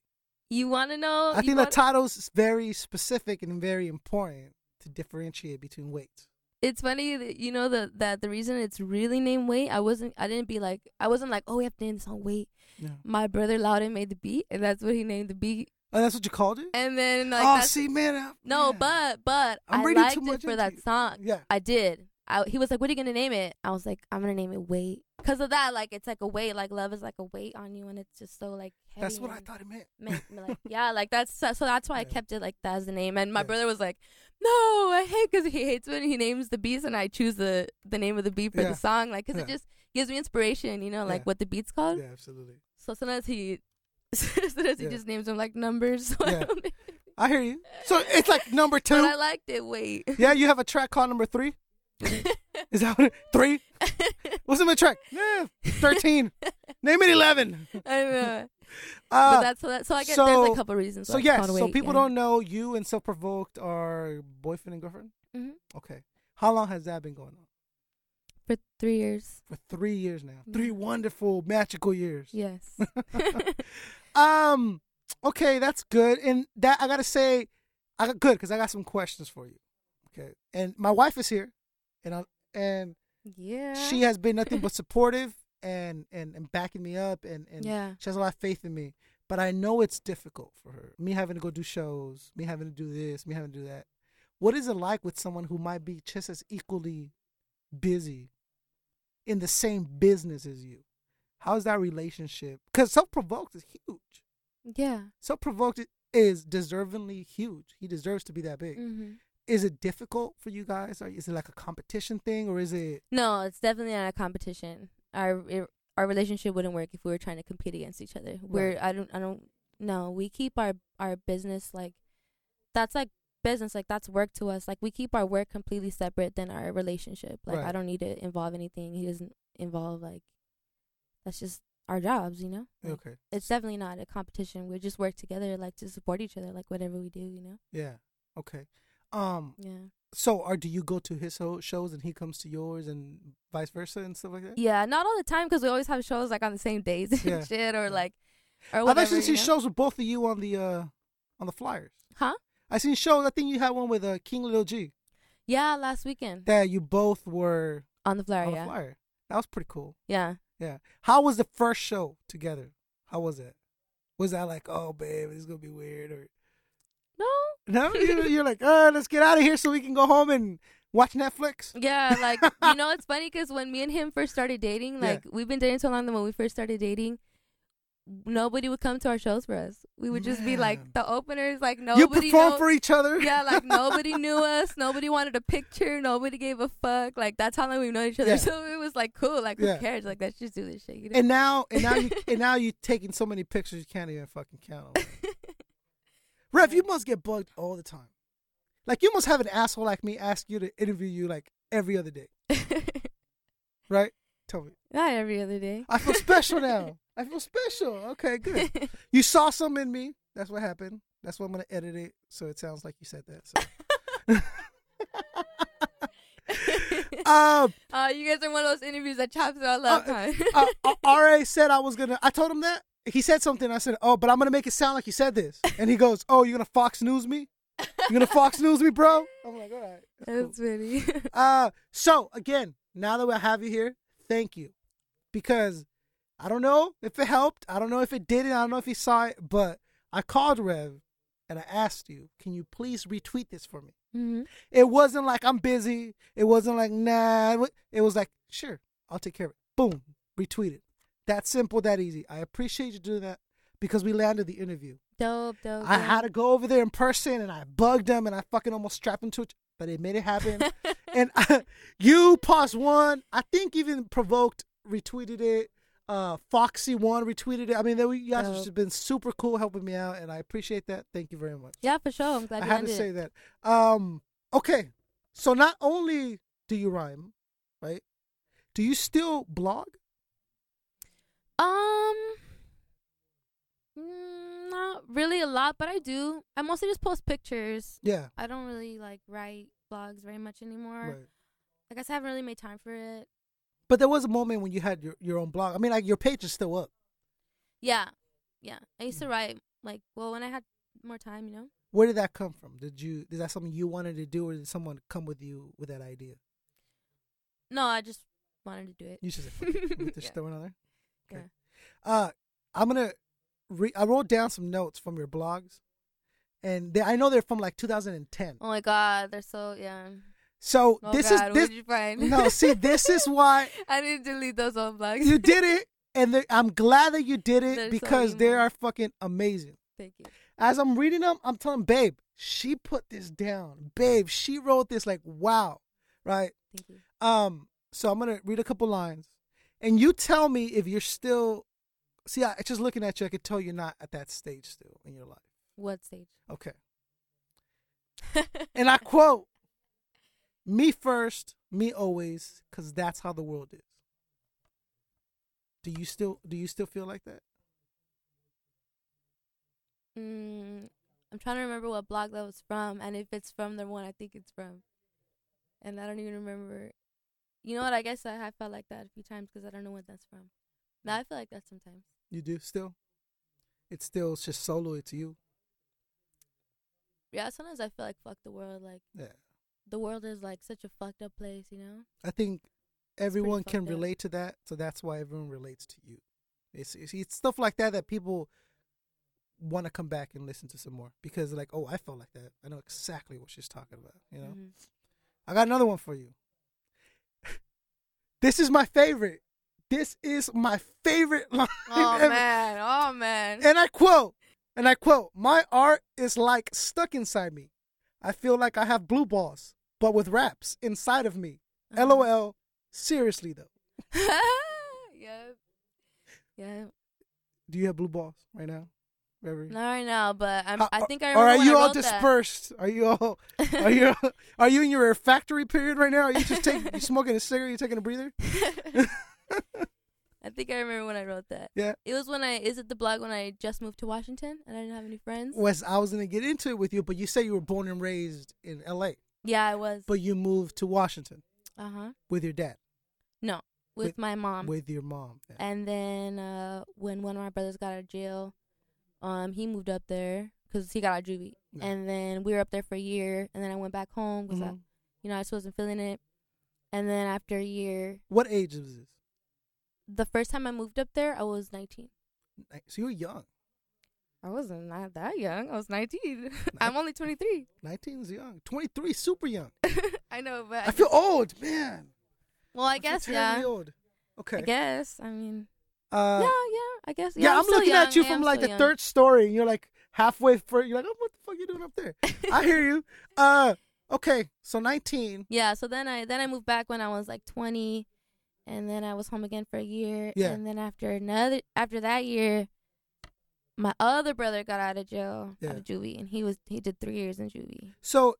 A: You want to know?
C: I
A: you
C: think the
A: wanna-
C: title's is very specific and very important to differentiate between weights.
A: it's funny that you know the, that the reason it's really named Wait. I wasn't. I didn't be like. I wasn't like. Oh, we have to name the song Wait.
C: Yeah.
A: My brother Loudon made the beat, and that's what he named the beat.
C: Oh, that's what you called it?
A: And then like.
C: oh,
A: that's-
C: see, man. I-
A: No,
C: yeah.
A: but but
C: I'm
A: i
C: reading too
A: liked
C: much
A: it for
C: into
A: that
C: you.
A: song.
C: Yeah.
A: I did. I, he was like, "What are you gonna name it?" I was like, "I'm gonna name it Wait." Cause of that, like it's like a weight, like love is like a weight on you, and it's just so like heavy.
C: That's what I
A: and
C: thought it meant.
A: meant- <laughs> me,
C: <laughs>
A: like, yeah, like that's so, so that's why I
C: Yeah.
A: kept it like that as the name. And my
C: Yeah.
A: brother was like, "No, I hate because he hates when he names the beats, and I choose the the name of the beat for
C: Yeah.
A: the song, like because it
C: Yeah.
A: just gives me inspiration, you know, like
C: Yeah.
A: what the beat's called."
C: yeah, absolutely.
A: So sometimes he, <laughs> sometimes he
C: Yeah.
A: just names them like numbers. <laughs> So
C: Yeah.
A: I don't,
C: I hear you.
A: <laughs>
C: So it's like number two.
A: but I liked it. Wait.
C: yeah, you have a track called number three. Is that what it,
A: <laughs>
C: three? What's in my track? Yeah, thirteen. Name
A: <laughs>
C: it eleven.
A: I know.
C: Uh,
A: but that's so, that, so I guess there's
C: so-
A: a couple reasons.
C: so yes, so people don't know you and Self Provoked are boyfriend and girlfriend.
A: hmm
C: Okay, how long has that been going on?
A: For three years,
C: For three years now.
A: Yeah.
C: Three wonderful, magical years. <laughs>
A: yes. <laughs>
C: Um. Okay, that's good. And that I gotta say, I got good because I got some questions for you. Okay, and my wife is here, and I and
A: yeah.
C: she has been nothing but supportive and and and backing me up, and and
A: Yeah.
C: she has a lot of faith in me. But I know it's difficult for her. Me having to go do shows, me having to do this, me having to do that. What is it like with someone who might be just as equally busy in the same business as you? How's that relationship? Because self provoked is huge.
A: yeah.
C: So provoked is deservingly huge. He deserves to be that big.
A: hmm
C: Is it difficult for you guys? Or is it like a competition thing, or is it?
A: No, it's definitely not a competition. Our it, our relationship wouldn't work if we were trying to compete against each other. We're I don't I don't no. We keep our our business like that's like business like that's work to us. Like we keep our work completely separate than our relationship. Like
C: Right.
A: I don't need to involve anything. He doesn't involve like that's just our jobs. You know. Like,
C: Okay,
A: It's definitely not a competition. We just work together, like to support each other, like whatever we do, you know.
C: yeah, okay. Um,
A: Yeah,
C: so or do you go to his ho- shows and he comes to yours, and vice versa and stuff like that?
A: yeah. Not all the time because we always have shows like on the same days and
C: Yeah.
A: shit, or
C: Yeah.
A: like, or
C: I've
A: whatever.
C: actually
A: you
C: seen
A: know?
C: shows with both of you on the uh on the flyers.
A: Huh?
C: I seen shows. I think you had one with uh, King Lil G
A: Yeah, last weekend
C: that you both were
A: on the flyer.
C: on
A: yeah,
C: the flyer. That was pretty cool.
A: yeah.
C: Yeah. How was the first show together? How was that? Was that like, oh, babe, this is gonna be weird, or <laughs>
A: No.
C: no? You're, you're like, uh, let's get out of here so we can go home and watch Netflix.
A: Yeah, like you know, it's funny because when me and him first started dating,
C: Yeah.
A: like we've been dating so long that when we first started dating, nobody would come to our shows for us. We would just be
C: Man.
A: like the openers, like
C: you
A: nobody.
C: perform
A: know-
C: for e-, each other.
A: yeah,
C: <laughs>
A: like nobody knew us. Nobody wanted a picture. Nobody gave a fuck. Like that's how long we've known each other.
C: Yeah.
A: So it was like cool. Like
C: Yeah.
A: who cares? Like let's just do this shit. You know?
C: And now, and now, you, and now you're taking so many pictures you can't even fucking count them. Rev, you must get bugged all the time. Like you must have an asshole like me ask you to interview you like every other day, right? Tell me.
A: <laughs> Not every other day.
C: I feel special
A: <laughs>
C: now. I feel special. Okay, good. You saw something in me. That's what happened. That's why I'm gonna edit it so it sounds like you said that. So. <laughs> um,
A: Uh, you guys are one of those interviews that chops it all up.
C: uh,
A: huh?
C: uh, uh, Ra said I was gonna. I told him that he said something. I said, "Oh, but I'm gonna make it sound like you said this." And he goes, "Oh, you're gonna Fox News me? You're gonna Fox News me, bro?" I'm like, "All right." that's cool."
A: <laughs> That's funny. <laughs>
C: Uh, so again, now that we have you here, thank you, because I don't know if it helped. I don't know if it didn't. I don't know if you saw it, but I called Rev and I asked you, can you please retweet this for me?
A: hmm
C: It wasn't like I'm busy. It wasn't like nah. It wa- It was like sure, I'll take care of it. Boom, retweet it. That simple, that easy. I appreciate you doing that because we landed the interview.
A: Dope, dope.
C: I had to go over there in person and I bugged them and I fucking almost strapped them to it, but it made it happen.
A: <laughs>
C: and you paused one, I think even provoked retweeted it. Uh, Foxy one retweeted it. I mean, they, you guys have
A: Dope.
C: just been super cool helping me out, and I appreciate that. Thank you very much.
A: Yeah, for sure. I'm glad
C: I
A: you
C: had to
A: ended
C: say
A: it.
C: that. Um, okay, so not only do you rhyme, right? Do you still blog?
A: Um, mm, not really a lot, but I do. I mostly just post pictures.
C: Yeah.
A: I don't really like write blogs very much anymore.
C: Right.
A: I guess I haven't really made time for it.
C: But there was a moment when you had your, your own blog. I mean, like your page is still up.
A: Yeah, yeah. I
C: Mm.
A: used to write like well when I had more time, you know.
C: Where did that come from? Did you is that something you wanted to do, or did someone come with you with that idea?
A: No, I just wanted to do it.
C: You should say, "Fuck
A: <laughs>
C: it, I'm just
A: Yeah.
C: throwing on there.
A: Yeah.
C: Okay. Uh, I'm gonna. Re- I wrote down some notes from your blogs, and they, I know they're from like 2010.
A: Oh my god, they're so yeah.
C: So
A: Oh
C: this
A: god,
C: is
A: what did you find?
C: this. no, see,
A: <laughs>
C: this is why
A: I didn't delete those old blogs.
C: you did it, and they- I'm glad that you did it
A: They're so
C: because they
A: emo.
C: are fucking amazing.
A: Thank you.
C: As I'm reading them, I'm telling babe, she put this down. Babe, she wrote this. Like wow, right?
A: Thank you.
C: Um, so I'm gonna read a couple lines, and you tell me if you're still. See, I just looking at you, I could tell you're not at that stage still in your life.
A: What stage? <laughs>
C: Okay. And I quote, "Me first, me always, because that's how the world is." Do you still do you still feel like that?
A: Mm, I'm trying to remember what blog that was from, and if it's from the one I think it's from, and I don't even remember. You know what? I guess I have felt like that a few times because I don't know what that's from. Now I feel like that sometimes.
C: You do still. It's still it's just solo. It's you.
A: Yeah, sometimes I feel like fuck the world. Like
C: Yeah.
A: the world is like such a fucked up place, you
C: <laughs>
A: know?
C: I think everyone
A: fucked
C: can
A: up.
C: relate to that, so that's why everyone relates to you. It's it's, it's stuff like that that people want to come back and listen to some more because they're like, oh, I felt like that. I know exactly what she's talking about. You know,
A: Mhm.
C: I got another one for you. <laughs> this is my favorite. This is my favorite <laughs> line.
A: Oh
C: ever.
A: man! Oh man! <laughs>
C: And I quote, and I quote, my art is like stuck inside me. I feel like I have blue balls, but with raps inside of me.
A: Uh-huh.
C: LOL. Seriously though,
A: yeah. Yeah.
C: do you have blue balls right now? Reverie?
A: Not right now, but I'm,
C: How-
A: I think I
C: Or
A: remember.
C: are
A: when
C: you
A: I
C: Uh, all
A: wrote that.
C: dispersed? Are you
A: <laughs>
C: all? Are you? Are you in your refractory period right now? Are you
A: <laughs>
C: just taking? You smoking a cigarette? You taking a breather? <laughs>
A: I think I remember when I wrote that.
C: Yeah.
A: It was when I is it the blog when I just moved to Washington and I didn't have any friends.
C: Wes, I was gonna get into it with you, but you say you were born and raised in L.A.,
A: Yeah, I was.
C: but you moved to Washington
A: Uh huh.
C: with your dad,
A: No, with,
C: With-
A: my mom.
C: with your mom. Yeah.
A: Um, and then uh, when one of my brothers got out of jail, um, he moved up there because he got out of juvie.
C: Yeah.
A: And then we were up there for a year, and then I went back home because
C: Mhm.
A: you know I just wasn't feeling it. And then after a year,
C: What age was this?
A: the first time I moved up there, I was 19.
C: Like, So you were young.
A: I wasn't not that young. I was 19.
C: I'm
A: <laughs> I'm only 23.
C: Nineteen's young. Twenty-three, super young.
A: <laughs> I know, but
C: I feel old, man.
A: well, I
C: feel
A: guess
C: terribly
A: yeah.
C: Old. Okay.
A: I guess. I mean,
C: Uh,
A: yeah, yeah. I guess.
C: Yeah, I'm,
A: still
C: looking
A: young.
C: at you
A: Yeah,
C: from
A: I'm
C: like the
A: still young.
C: third story, and you're like halfway. For you're like, oh, what the fuck you doing up
A: <laughs>
C: there? I hear you. Uh, okay, so 19.
A: Yeah, so then I then I moved back when I was like 20, and then I was home again for a year.
C: Yeah.
A: And then after another after that year, my other brother got out of jail,
C: Yeah.
A: out of juvie, and he was he did three years in juvie,
C: So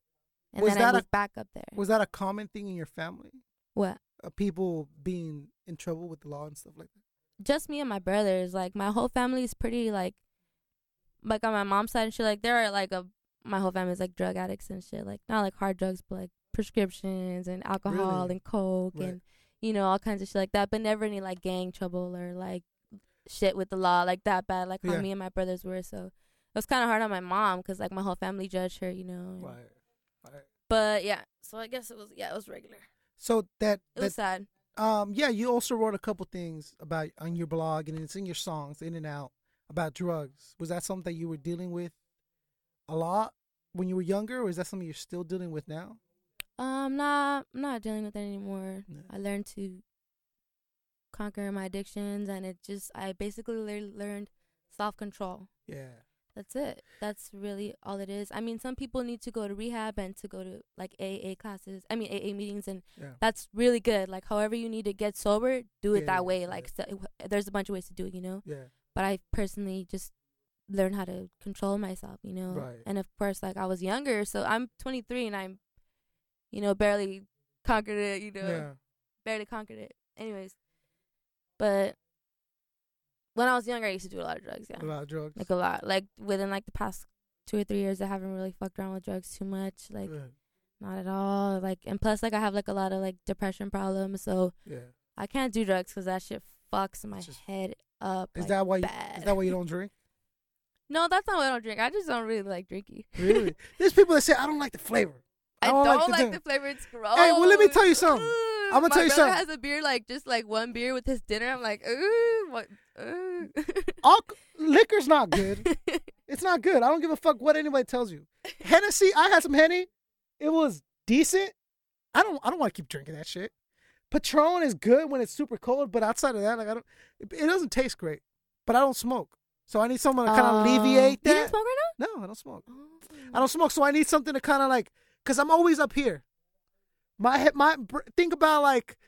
A: and
C: Was
A: then
C: that
A: I
C: a-
A: moved back up there.
C: was that a common thing in your family?
A: what?
C: Uh, people being in trouble with the law and stuff like that.
A: Just me and my brothers. Like my whole family is pretty like, like on my mom's side and shit. Like there are like a my whole family's like drug addicts and shit. Like not like hard drugs, but like prescriptions and alcohol
C: Really?
A: and coke
C: Right.
A: and you know all kinds of shit like that. But never any like gang trouble or like shit with the law like that bad. Like how
C: Yeah.
A: me and my brothers were. So it was kind of hard on my mom because like my whole family judged her. You know. and- But yeah, so I guess it was yeah it was regular.
C: So that,
A: It was
C: that
A: sad.
C: um yeah, you also wrote a couple things about on your blog and it's in your songs, in and out, about drugs. Was that something that you were dealing with a lot when you were younger, or is that something you're still dealing with now?
A: Um, nah, I'm not dealing with it anymore.
C: No.
A: I learned to conquer my addictions, and it just I basically lear- learned self control.
C: Yeah.
A: That's it. That's really all it is. I mean, some people need to go to rehab and to go to like AA classes. I mean, AA meetings, and
C: Yeah.
A: that's really good. Like, however you need to get sober, do it
C: Yeah, yeah,
A: that way.
C: yeah.
A: Like, so, there's a bunch of ways to do it, you know.
C: Yeah.
A: But I personally just learned how to control myself, you know.
C: Right.
A: And of course, like I was younger, so I'm 23 and I'm, you know, barely conquered it. You know,
C: Yeah.
A: barely conquered it. Anyways, but when I was younger, I used to do a lot of drugs. Yeah,
C: A lot of drugs.
A: like a lot. Like within like the past two or three years, I haven't really fucked around with drugs too much. Like
C: yeah.
A: not at all. Like and plus, like I have like a lot of like depression problems, so
C: yeah.
A: I can't do drugs because that shit fucks my
C: Just-
A: head up.
C: Is
A: like,
C: that why you,
A: bad.
C: is that why you
A: <laughs>
C: don't drink?
A: No, that's not what I don't drink. I just don't really like drinking.
C: Really? There's people that say I don't like the flavor.
A: <laughs> I
C: don't
A: don't, like,
C: like the
A: the,
C: drink."
A: flavor. It's gross.
C: Hey, well, let me tell you something.
A: Ooh,
C: I'ma
A: my
C: tell you
A: brother has
C: something.
A: a beer like just like one beer with his dinner. I'm like, ooh, what? Ooh.
C: Alc- liquor's not good. It's not good. I don't give a fuck what anybody tells you. Hennessy, I had some Henny. It was decent. I don't I don't want to keep drinking that shit. Patron is good when it's super cold, but outside of that, like I don't it it doesn't taste great. But I don't smoke. So I need someone to kind of
A: Um,
C: alleviate
A: You didn't
C: that.
A: smoke Oh. right
C: No, I don't smoke.
A: now.
C: I don't smoke, so I need something to kind of like, cause I'm always up here. My head, my br- think about like,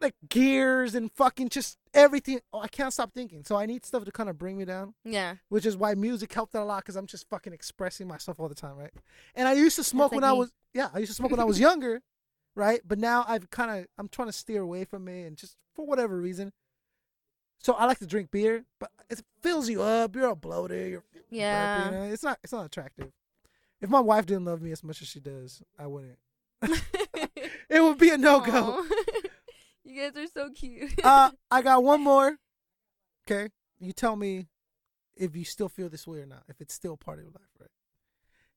C: like gears and fucking just everything. Oh, I can't stop thinking, so I need stuff to kind of bring me down,
A: Yeah.
C: which is why music helped out a lot, cause I'm just fucking expressing myself all the time, right? And I used to smoke
A: like
C: when I
A: me.
C: was yeah, I used to smoke when I was younger, right? But now I've kind of I'm trying to steer away from it, and just for whatever reason. So I like to drink beer, but it fills you up. You're all bloated. You're
A: Yeah.
C: burping, uh, It's not it's not attractive. If my wife didn't love me as much as she does, I wouldn't. <laughs> It would be a no go.
A: Aw. <laughs> you guys are so cute.
C: Uh, I got one more. Okay, you tell me if you still feel this way or not. If it's still part of your life, right?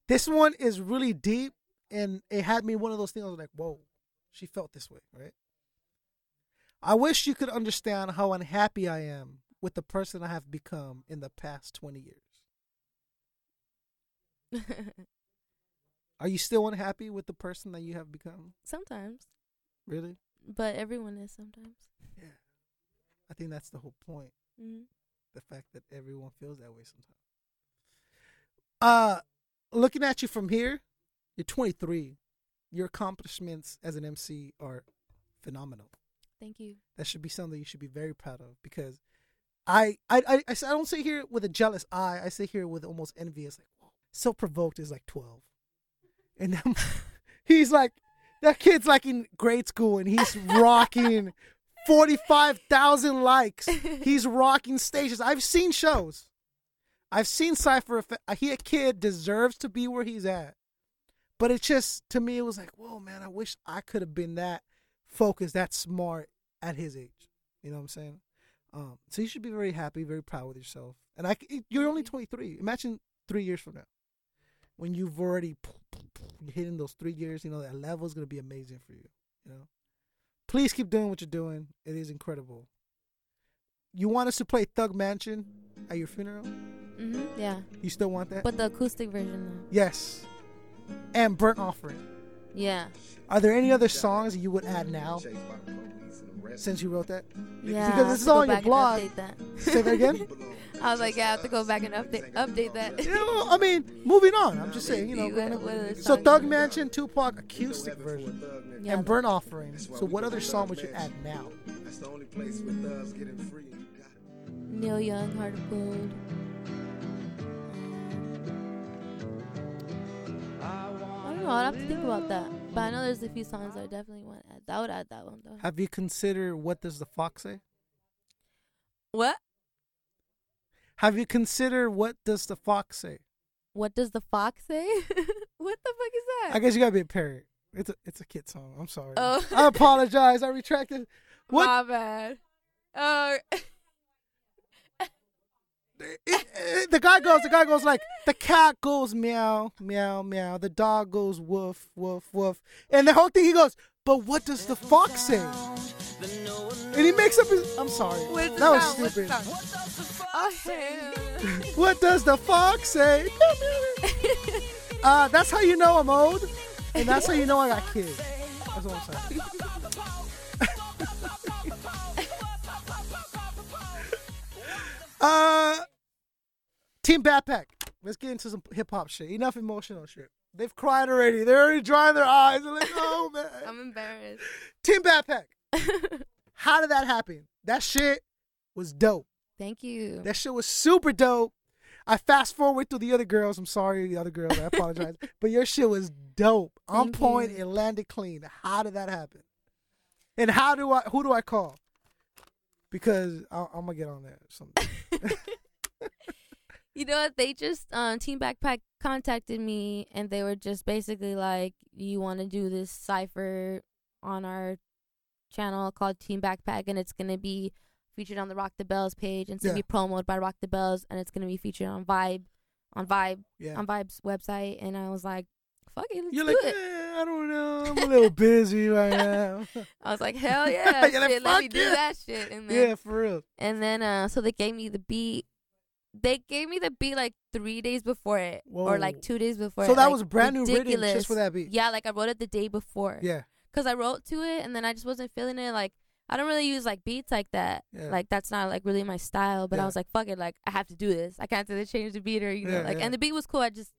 C: This one is really deep, and it had me one of those things. I was like, "Whoa, she felt this way, right?" I wish you could understand how unhappy I am with the person I have become in the past twenty years. Are you still unhappy with the person that you have become?
A: <laughs> sometimes,
C: Really?
A: but everyone is sometimes.
C: Yeah. I think that's the whole point.
A: hmm
C: The fact that everyone feels that way sometimes. Uh looking at you from here, you're 23. Your accomplishments as an MC are phenomenal.
A: Thank you.
C: That should be something you should be very proud of because I I I, I s- I don't sit here with a jealous eye. I sit here with almost envy. It's like whoa. so provoked is like 12. And I'm, <laughs> he's like that kid's like in grade school and he's rocking 45,000 likes. He's rocking stages. I've seen shows. I've seen Cypher. Effect. He, a kid, deserves to be where he's at. But it's just, to me, it was like, whoa, man, I wish I could have been that focused, that smart at his age. You know what I'm saying? Um, so you should be very happy, very proud with yourself. And I, c- you're only 23. Imagine three years from now when you've already hitting those three years, you know, that level is going to be amazing for you. You know, please keep doing what you're doing. It is incredible. You want us to play Thug Mansion at your funeral?
A: hmm Yeah,
C: You still want that?
A: but the acoustic version.
C: yes. And Burnt Offering.
A: Though. Yeah.
C: Are there any other songs you would add now? since you wrote that?
A: Yeah.
C: Because
A: I
C: this
A: have
C: is
A: to go
C: all on your
A: back and
C: blog.
A: update that.
C: Say that again.
A: <laughs> I was like, yeah, I have to go back and update update that.
C: you know, I mean, moving on. I'm just saying, you
A: <laughs>
C: know.
A: See
C: going
A: what- what other
C: up- So
A: songs
C: Thug
A: you-
C: Mansion, Tupac, acoustic version,
A: Yeah.
C: and Burnt Offering. So what other song would you add now?
F: That's the only place with thugs getting free.
A: Neil Young, Heart of Gold. I don't know. I'd have to think about that. But I know there's a few songs that I definitely want to add. I would add that one though.
C: Have you considered what does the fox say?
A: What?
C: Have you considered what does the fox say?
A: What does the fox say? <laughs> what the fuck is that?
C: I guess you gotta be a parrot. It's a it's a kid song. I'm sorry.
A: Oh.
C: I apologize. I retracted. What
A: My bad. Oh, <laughs>
C: it- it- the guy goes, the guy goes like, the cat goes meow, meow, meow. The dog goes woof, woof, woof. And the whole thing, he goes, but what does the fox say? And he makes up his. I'm sorry.
A: what's the
C: that was
A: song? What's the
C: stupid.
A: song? Oh, hell.
C: <laughs> What does the fox say? uh, that's how you know I'm old, and that's how you know I got kids. That's what I'm saying. <laughs> uh, Team Backpack. Let's get into some hip hop shit. Enough emotional shit. They've cried already. They're already drying their eyes. They're like, oh man.
A: I'm embarrassed. <laughs>
C: Team Backpack. How did that happen? That shit was dope.
A: Thank you.
C: That shit was super dope. I fast forward through the other girls. I'm sorry, the other girls. I
A: <laughs>
C: apologize. but your shit was dope. On
A: Thank
C: point.
A: you.
C: It landed clean. How did that happen? And how do I? Who do I call? Because I, I'm gonna get on there.
A: <laughs>
C: Someday.
A: You know what? They just um, Team Backpack contacted me, and they were just basically like, "You want to do this cipher on our channel called Team Backpack, and it's gonna be featured on the Rock the Bells page, and it's gonna
C: Yeah.
A: be promoted by Rock the Bells, and it's gonna be featured on Vibe, on Vibe,
C: Yeah.
A: on Vibe's website." And I was like, "Fuck it, let's
C: You're
A: do
C: like,
A: it."
C: eh, I don't know. I'm a little
A: <laughs>
C: busy right now.
A: I was
C: <laughs>
A: like, "Hell yeah,
C: You're like,
A: shit, let me
C: "Fuck
A: do
C: yeah."
A: that shit." And then,
C: yeah, for real.
A: and then, uh, so they gave me the beat. They gave me the beat like three days before it, or
C: Whoa.
A: like two days before.
C: So
A: it.
C: that
A: like,
C: was brand new written just
A: ridiculous.
C: for that beat.
A: Yeah, like I wrote it the day before.
C: Yeah.
A: because I wrote to it and then I just wasn't feeling it. Like I don't really use like beats like that.
C: Yeah.
A: Like that's not like really my style. But
C: Yeah.
A: I was like, fuck it, like I have to do this. I can't really change the beat or you know,
C: Yeah,
A: like
C: yeah.
A: and the beat was cool. I just,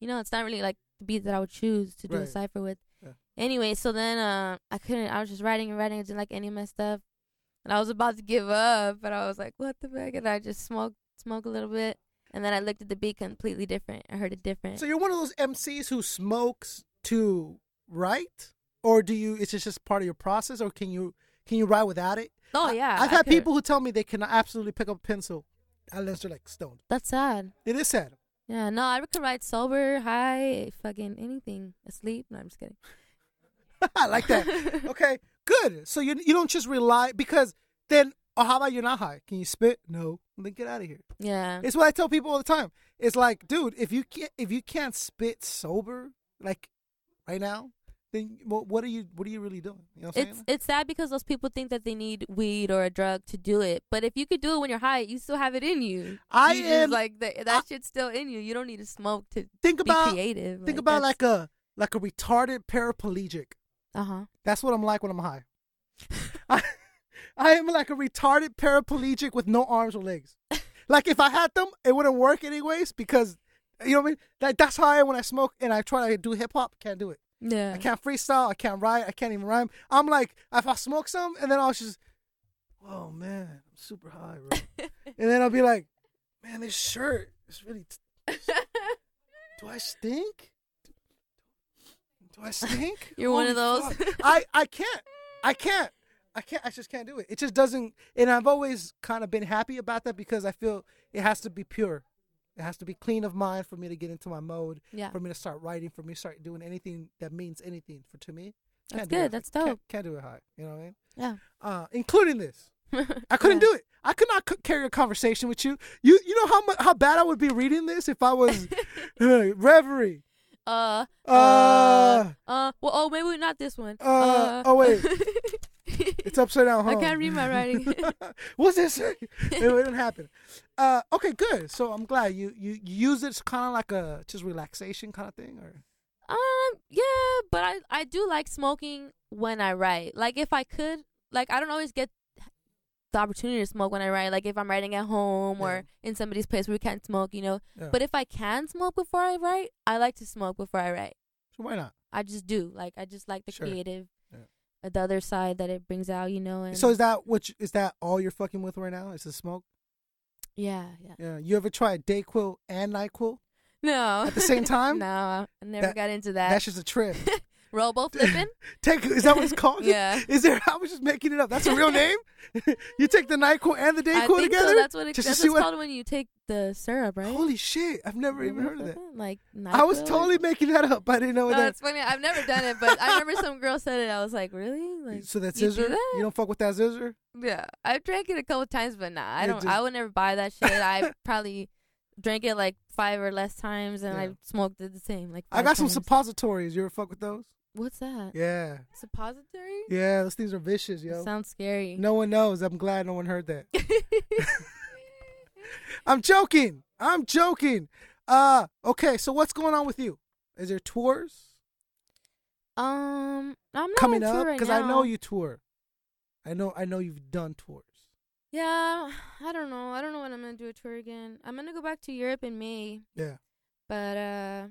A: you know, it's not really like the beat that I would choose to do a
C: Right.
A: cipher with.
C: Yeah.
A: Anyway, so then uh, I couldn't. I was just writing and writing. I didn't like any of my stuff, and I was about to give up. But I was like, what the fuck? And I just smoked, smoked a little bit, and then I looked at the beat completely different. I heard it different.
C: So you're one of those MCs who smokes to write, or do you? It's just just part of your process, or can you can you write without it?
A: oh
C: I-
A: yeah,
C: I've
A: I
C: had
A: could.
C: people who tell me they can absolutely pick up a pencil unless they're like stoned.
A: That's sad.
C: It is sad. <laughs>
A: Yeah, no, I could ride sober, high, fucking anything, asleep. No, I'm just kidding.
C: I
A: <laughs>
C: like that. Okay, good. So you you don't just rely because then oh, how about you're not high? Can you spit? No. Well, then get out of here.
A: Yeah,
C: It's what I tell people all the time. It's like, dude, if you can't if you can't spit sober, like right now, then what what are you what are you really doing? You know what I'm
A: it's
C: saying?
A: it's sad because those people think that they need weed or a drug to do it. But if you could do it when you're high, you still have it in you.
C: I
A: You just,
C: am-
A: like that. That shit's still in you. You don't need to smoke to
C: Think about
A: be creative.
C: think about like a like a retarded paraplegic.
A: uh huh.
C: That's what I'm like when
A: <laughs>
C: I'm high. I, I am like a retarded paraplegic with no arms or legs. Like if I had them, it wouldn't work anyways because you know what I mean. Like that's how I am when I smoke and I try to do hip hop, can't do it.
A: Yeah. <laughs>
C: I can't freestyle. I can't write. I can't even rhyme. I'm like if I smoke some and then I'll just, oh man, I'm super high,
A: <laughs>
C: bro. and then I'll be like, man, this shirt is really. do I stink?
A: <laughs>
C: Do I stink?
A: You're one of
C: Holy
A: those.
C: fuck. I I can't. I can't. I can't. I just can't do it. It just doesn't. And I've always kind of been happy about that because I feel it has to be pure. It has to be clean of mind for me to get into my mode.
A: Yeah.
C: For me to start writing. For me to start doing anything that means anything for to me.
A: That's
C: do it
A: good.
C: high.
A: That's
C: Can't-
A: dope.
C: Can't, do it high. You know what I mean?
A: Yeah.
C: Uh,
A: <laughs>
C: including this. I couldn't do it. I could not c- carry a conversation with you. You you know how mu- how bad I would be reading this if
A: <laughs>
C: I was <laughs> uh, Reverie.
A: Uh.
C: Uh,
A: Uh. Well. Oh, maybe not this one.
C: Uh, oh, wait.
A: <laughs> it's
C: It's upside down.
A: I
C: huh?
A: can't read my writing.
C: <laughs> What's this? <laughs> it, it didn't happen. Uh, okay, good. So I'm glad you you, you use it kind of like a just relaxation kind of thing, or
A: Um, yeah, but I I do like smoking when I write. Like if I could, like I don't always get the opportunity to smoke when I write. Like if I'm writing at home or in somebody's place where we can't smoke, you know.
C: Yeah.
A: But if I can smoke before I write, I like to smoke before I write.
C: So why not?
A: I just do. Like I just like the
C: Sure.
A: creative,
C: Yeah.
A: uh the other side that it brings out, you know. And
C: So is that what you, is that all you're fucking with right now? Is the smoke?
A: yeah, yeah.
C: Yeah. You ever tried Dayquil and Nyquil?
A: No.
C: At the same
A: <laughs>
C: time?
A: no, I never
C: That-
A: got into that.
C: That's just a trip. <laughs>
A: Robo flipping.
C: Take is that what it's
A: <laughs>
C: called? <laughs>
A: Yeah.
C: Is there? I was just making it up. That's a real name. <laughs> you take the Nyquil and the
A: I
C: Dayquil
A: think
C: together.
A: so. That's what it,
C: just
A: that's
C: to see
A: what's
C: what.
A: called when you take the syrup, right?
C: Holy shit! I've never even
A: Robo
C: heard of that.
A: flipping? Like
C: I was
A: NyQuil or
C: totally making that up. I didn't know
A: No,
C: that.
A: Oh, it's funny. I've never done it, but I remember some girl said it. I was like, really? Like,
C: So that
A: you
C: scissor,
A: Do that?
C: you don't fuck with that scissor.
A: Yeah, I've drank it a couple times, but nah, I
C: Yeah,
A: don't.
C: just-
A: I would never buy that shit. I probably drank it like five or less times, and
C: Yeah.
A: I smoked it the same. Like
C: I
A: five
C: got some
A: times.
C: suppositories. You ever fuck with those?
A: What's that?
C: Yeah,
A: Suppository?
C: yeah. Those things are vicious,
A: It
C: yo.
A: sounds scary.
C: No one knows. I'm glad no one heard that. I'm joking. I'm joking. Uh, okay. So what's going on with you? Is there tours
A: <laughs> um, I'm not
C: coming
A: on tour
C: up?
A: right
C: I know
A: now.
C: you tour. I know. I know you've done tours.
A: Yeah, I don't know. I don't know when I'm gonna do a tour again. I'm gonna go back to Europe in May,
C: Yeah.
A: but uh,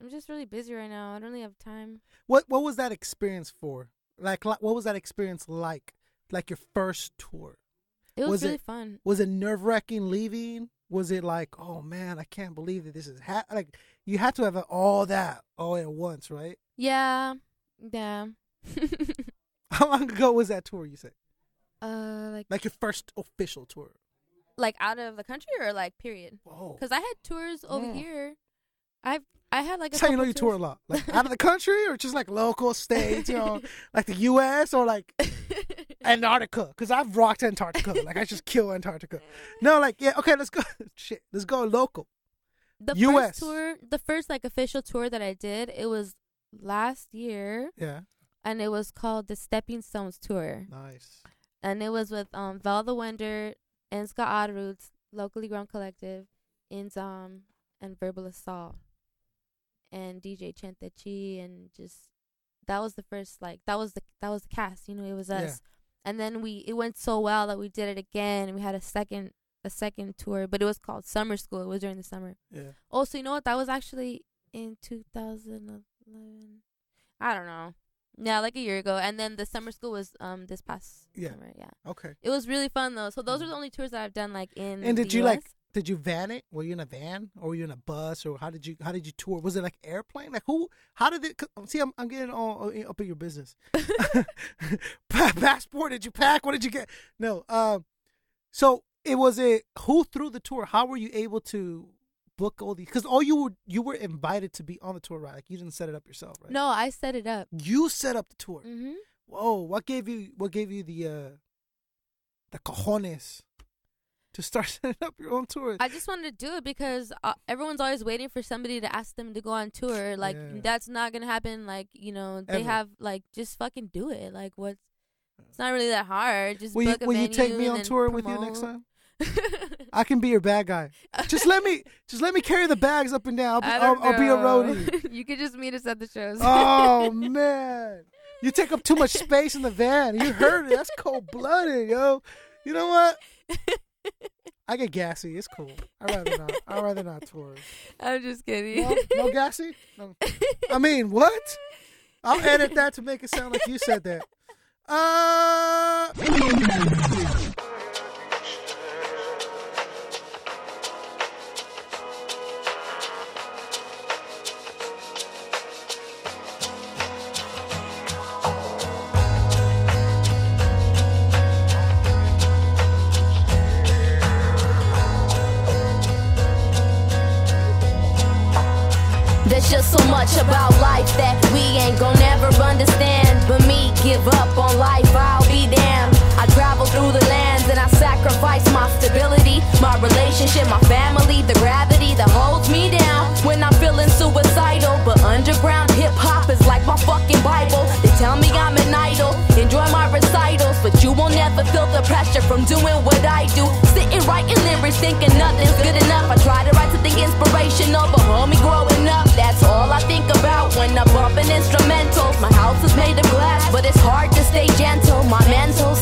A: I'm just really busy right now. I don't really have time.
C: What What was that experience for? Like, like what was that experience like? Like your first tour?
A: It was,
C: Was
A: really
C: it-
A: fun.
C: Was it nerve wracking leaving? Was it like, oh man, I can't believe that this is ha-? like you had to have all that all at once, right? <laughs>
A: Yeah, yeah. <laughs>
C: How long ago was that tour? You said
A: uh, like
C: like your first official tour.
A: like out of the country or like period?
C: Whoa.
A: Because I had tours over
C: Yeah.
A: here. I've I had like a
C: That's how you know
A: couple
C: you
A: tours.
C: tour a lot,
A: <laughs>
C: like out of the country or just like local states, you know, like the U.S. or like Antarctica. Because I've rocked Antarctica, like I just
A: <laughs>
C: kill Antarctica. No, like yeah, okay, let's go. <laughs> Shit, let's go local.
A: The
C: US.
A: first tour, the first like official tour that I did, it was last year,
C: Yeah,
A: and it was called the Stepping Stones tour,
C: nice.
A: and it was with um Val the Wonder and Scott Odd Roots, locally grown collective, Inzom, and Verbal Assault, and DJ Chentachi, and just that was the first like that was the that was the cast. You know, it was us.
C: Yeah.
A: and then we it went so well that we did it again and we had a second a second tour but it was called summer school it was during the summer
C: Yeah.
A: also you know what that was actually in 2011 i don't know yeah like a year ago and then the summer school was um this past
C: Yeah.
A: summer yeah
C: Okay.
A: it was really fun though so those are the only tours that i've done like in
C: Mm. And did
A: the
C: you
A: US.
C: like? Did you van it? Were you in a van or were you in a bus or how did you how did you tour? Was it like airplane? Like who? How did it? 'cause- um, See, I'm I'm getting all uh, up in your
A: <laughs>
C: business. <laughs> Pa- Passport? Did you pack? What did you get? No. Um. So it was a who threw the tour? How were you able to book all these? Because all you were you were invited to be on the tour, right? Like you didn't set it up yourself, right?
A: no i set it up
C: You set up the tour.
A: hmm
C: Whoa! What gave you what gave you the uh the cojones to start <laughs> setting up your own tour?
A: I just wanted to do it because uh, everyone's always waiting for somebody to ask them to go on tour. Like
C: Yeah.
A: that's not gonna happen. Like you know they
C: Ever. Uh.
A: have like just fucking do it. Like what's it's not really that hard. Just
C: Will you,
A: book a
C: will you take
A: venue
C: me
A: and
C: on
A: then
C: tour with you next
A: promote.
C: time?
A: <laughs>
C: I can be your bag guy. Just let me, just let me carry the bags up and down. I'll be,
A: I
C: I'll,
A: don't
C: I'll be a
A: know. <laughs>
C: roadie.
A: you could just meet us at the shows. <laughs>
C: oh man, you take up too much space in the van. You heard it. That's cold blooded, yo. You know what? I get gassy. It's cool. I'd rather not. I'd rather not tour.
A: I'm just kidding.
C: No,
A: <laughs>
C: no gassy. No. I mean, what? I'll edit that to make it sound like you said that. Uh.
E: There's just so much about life that we ain't gon' never understand. But me, give up on life, I'll be damned. I travel through the lands and I sacrifice my stability, my relationship, my family, the gravity that holds me down. When I'm feeling suicidal, but underground hip hop is like my fucking Bible. They tell me I'm an idol, enjoy my recitals, but you won't never feel the pressure from doing what I do. Sitting writing lyrics, thinking nothing's good enough. I try to write something inspirational, but homie, growing up, that's all I think about when I'm bumping instrumentals. My house is made of glass, but it's hard to stay gentle. My mental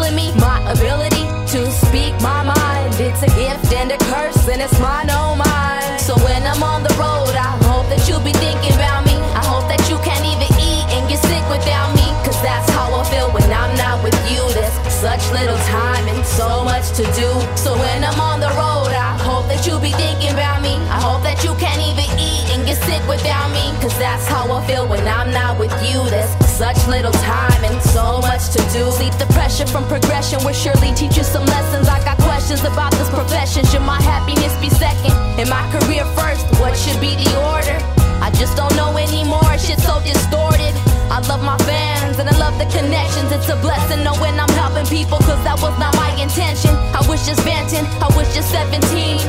E: ability to speak my mind. It's a gift and a curse, and it's mine, oh mine. So when I'm on the road, I hope that you be thinking about me. I hope that you can't even eat and get sick without me. Cause that's how I feel when I'm not with you. There's such little time and so much to do. So when I'm on the road, I hope that you be thinking about me. I hope that you can't even eat and get sick without me. Cause that's how I feel when I'm not with you. There's such little time and so much to do. Sleep the pressure from progression will surely teach you some lessons. I got questions about this profession. Should my happiness be second? And my career first? What should be the order? I just don't know anymore. Shit's so distorted. I love my fans and I love the connections. It's a blessing knowing I'm helping people, cause that was not my intention. I was just venting, I was just 17.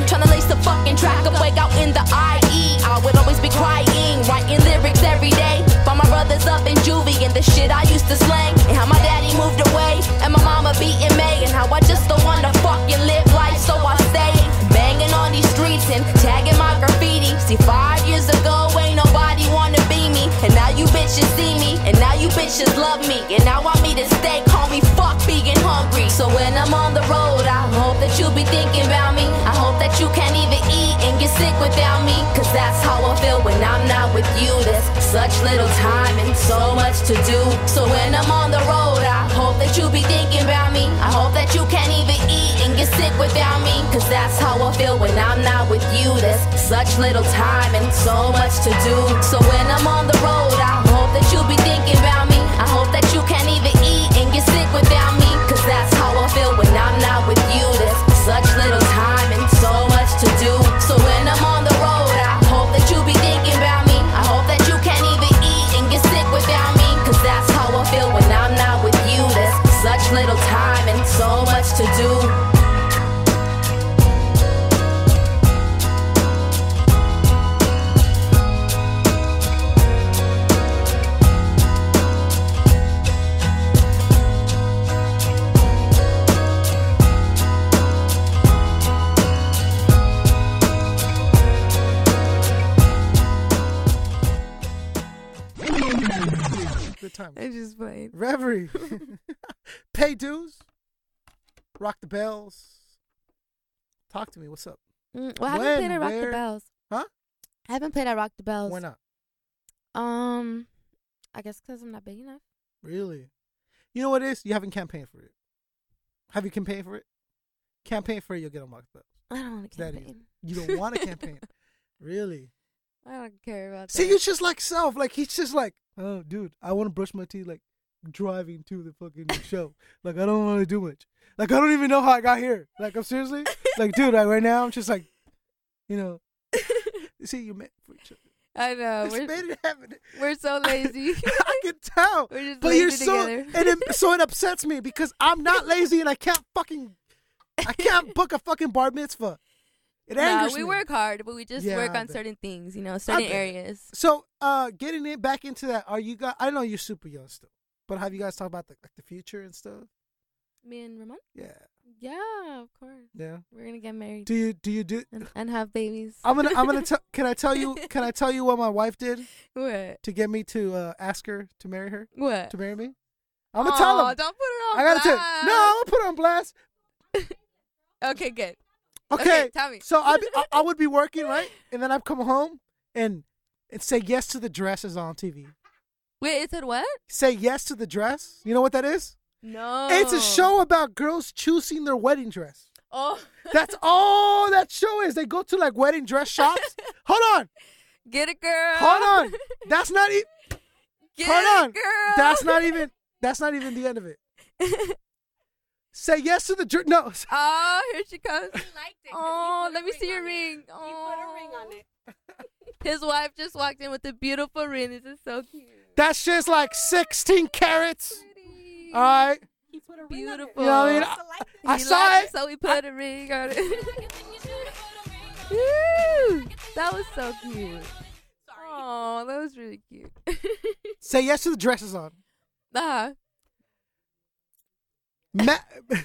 E: Trying to lace the fucking track up, wake out in the IE. I would always be crying, writing lyrics every day. By my brothers up in juvie and the shit I used to slang. And how my daddy moved away, and my mama beating May. And how I just don't wanna fucking live life, so I stay banging on these streets and tagging my graffiti. See, five years ago, ain't nobody wanna be me. And now you bitches see me, and now you bitches love me. And now I meet a steak, call me fuck being hungry. So when I'm on the road, I hope that you be thinking about me. I hope that you can't even eat and get sick without me. Cause that's how I feel when I'm not with you. There's such little time and so much to do. So when I'm on the road, I hope that you be thinking about me. I hope that you can't even eat and get sick without me. Cause that's how I feel when I'm not with you. There's such little time and so much to do. So when I'm on the road, I hope that you be thinking about me. I hope that you can't even eat and get sick without me. Cause that's how I feel when I'm not with you. There's such little time and so much to do. So when I'm on the road, I hope that you be thinking about me. I hope that you can't even eat and get sick without me. Cause that's how I feel when I'm not with you. There's such little time and so much to do.
C: Good time.
A: I just played.
C: <laughs> Reverie. <laughs> Pay dues. Rock the bells. Talk to me. What's up?
A: Mm, well, I haven't played
C: When,
A: at Rock
C: where?
A: the Bells.
C: Huh?
A: I haven't played at Rock the Bells.
C: Why not?
A: Um, I guess because I'm not big enough.
C: Really? You know what it is? You haven't campaigned for it. Have you campaigned for it? Campaign for it, you'll get on Rock the bells.
A: I don't want to
C: That is-
A: campaign.
C: You don't want to campaign. Really?
A: I don't care about
C: See,
A: that.
C: you're just like self. Like he's just like, oh, dude, I want to brush my teeth like driving to the fucking show. Like I don't want to do much. Like I don't even know how I got here. Like I'm seriously, like dude, like right now I'm just like,
A: <laughs>
C: you know, see, you meant for each other.
A: I know
C: It's
A: Oh, we're,
C: made it happen.
A: we're
C: <laughs>
A: so lazy. <laughs>
C: I can tell.
A: We're just
C: but
A: lazy
C: you're so,
A: together.
C: and it, so it upsets me because I'm not lazy and I can't fucking, I
A: <laughs>
C: can't book a fucking bar mitzvah. It
A: nah,
C: angers
A: we
C: me.
A: work hard, but we just
C: Yeah,
A: work
C: I
A: on
C: bet.
A: certain things, you know, certain
C: bet.
A: areas.
C: So, uh, getting it back into that, are you guys? I know you're super young still, but have you guys talked about the, like the future and stuff?
A: Me and Ramon.
C: Yeah,
A: Yeah, of course.
C: yeah.
A: We're gonna get married
C: Do you do
A: <laughs>
C: you do?
A: and, and have babies.
C: I'm gonna I'm gonna tell. Can I tell you? Can I tell you what my wife did
A: <laughs> what?
C: to get me to uh, ask her to marry her
A: What?
C: to marry me? I'm gonna tell
A: Uh, Aw,
C: him.
A: Don't put it on.
C: I gotta tell.
A: blast.
C: No, I'm gonna put her on blast.
A: Okay, good.
C: Okay,
A: Okay, tell me.
C: So I, be, I I would be working right, and then I'd come home and and say yes to the dresses on TV.
A: Wait, it said what?
C: Say yes to the dress. You know what that is?
A: No.
C: It's a show about girls choosing their wedding dress.
A: Oh,
C: That's all that show is. They go to like wedding dress shops. Hold on,
A: <laughs> get it, girl.
C: hold on. That's not even.
A: <laughs> Get
C: Hold
A: it,
C: on.
A: girl.
C: That's not even. That's not even the end of it. Say yes to the dress. No.
A: <laughs> Oh, here she comes. Oh, let me see your ring. Oh. He put a ring on it. <laughs> His wife just walked in with a beautiful ring. This is so cute.
C: That shit's like 16 carats. All right.
A: Beautiful.
C: Uh, You know what I mean? I, I
A: He
C: saw
A: liked
C: it.
A: so we <laughs> put a ring on it. Woo! that was so cute. Oh, that was really cute. <laughs>
C: Say yes to the dresses on.
A: nah.
C: Ma- <laughs>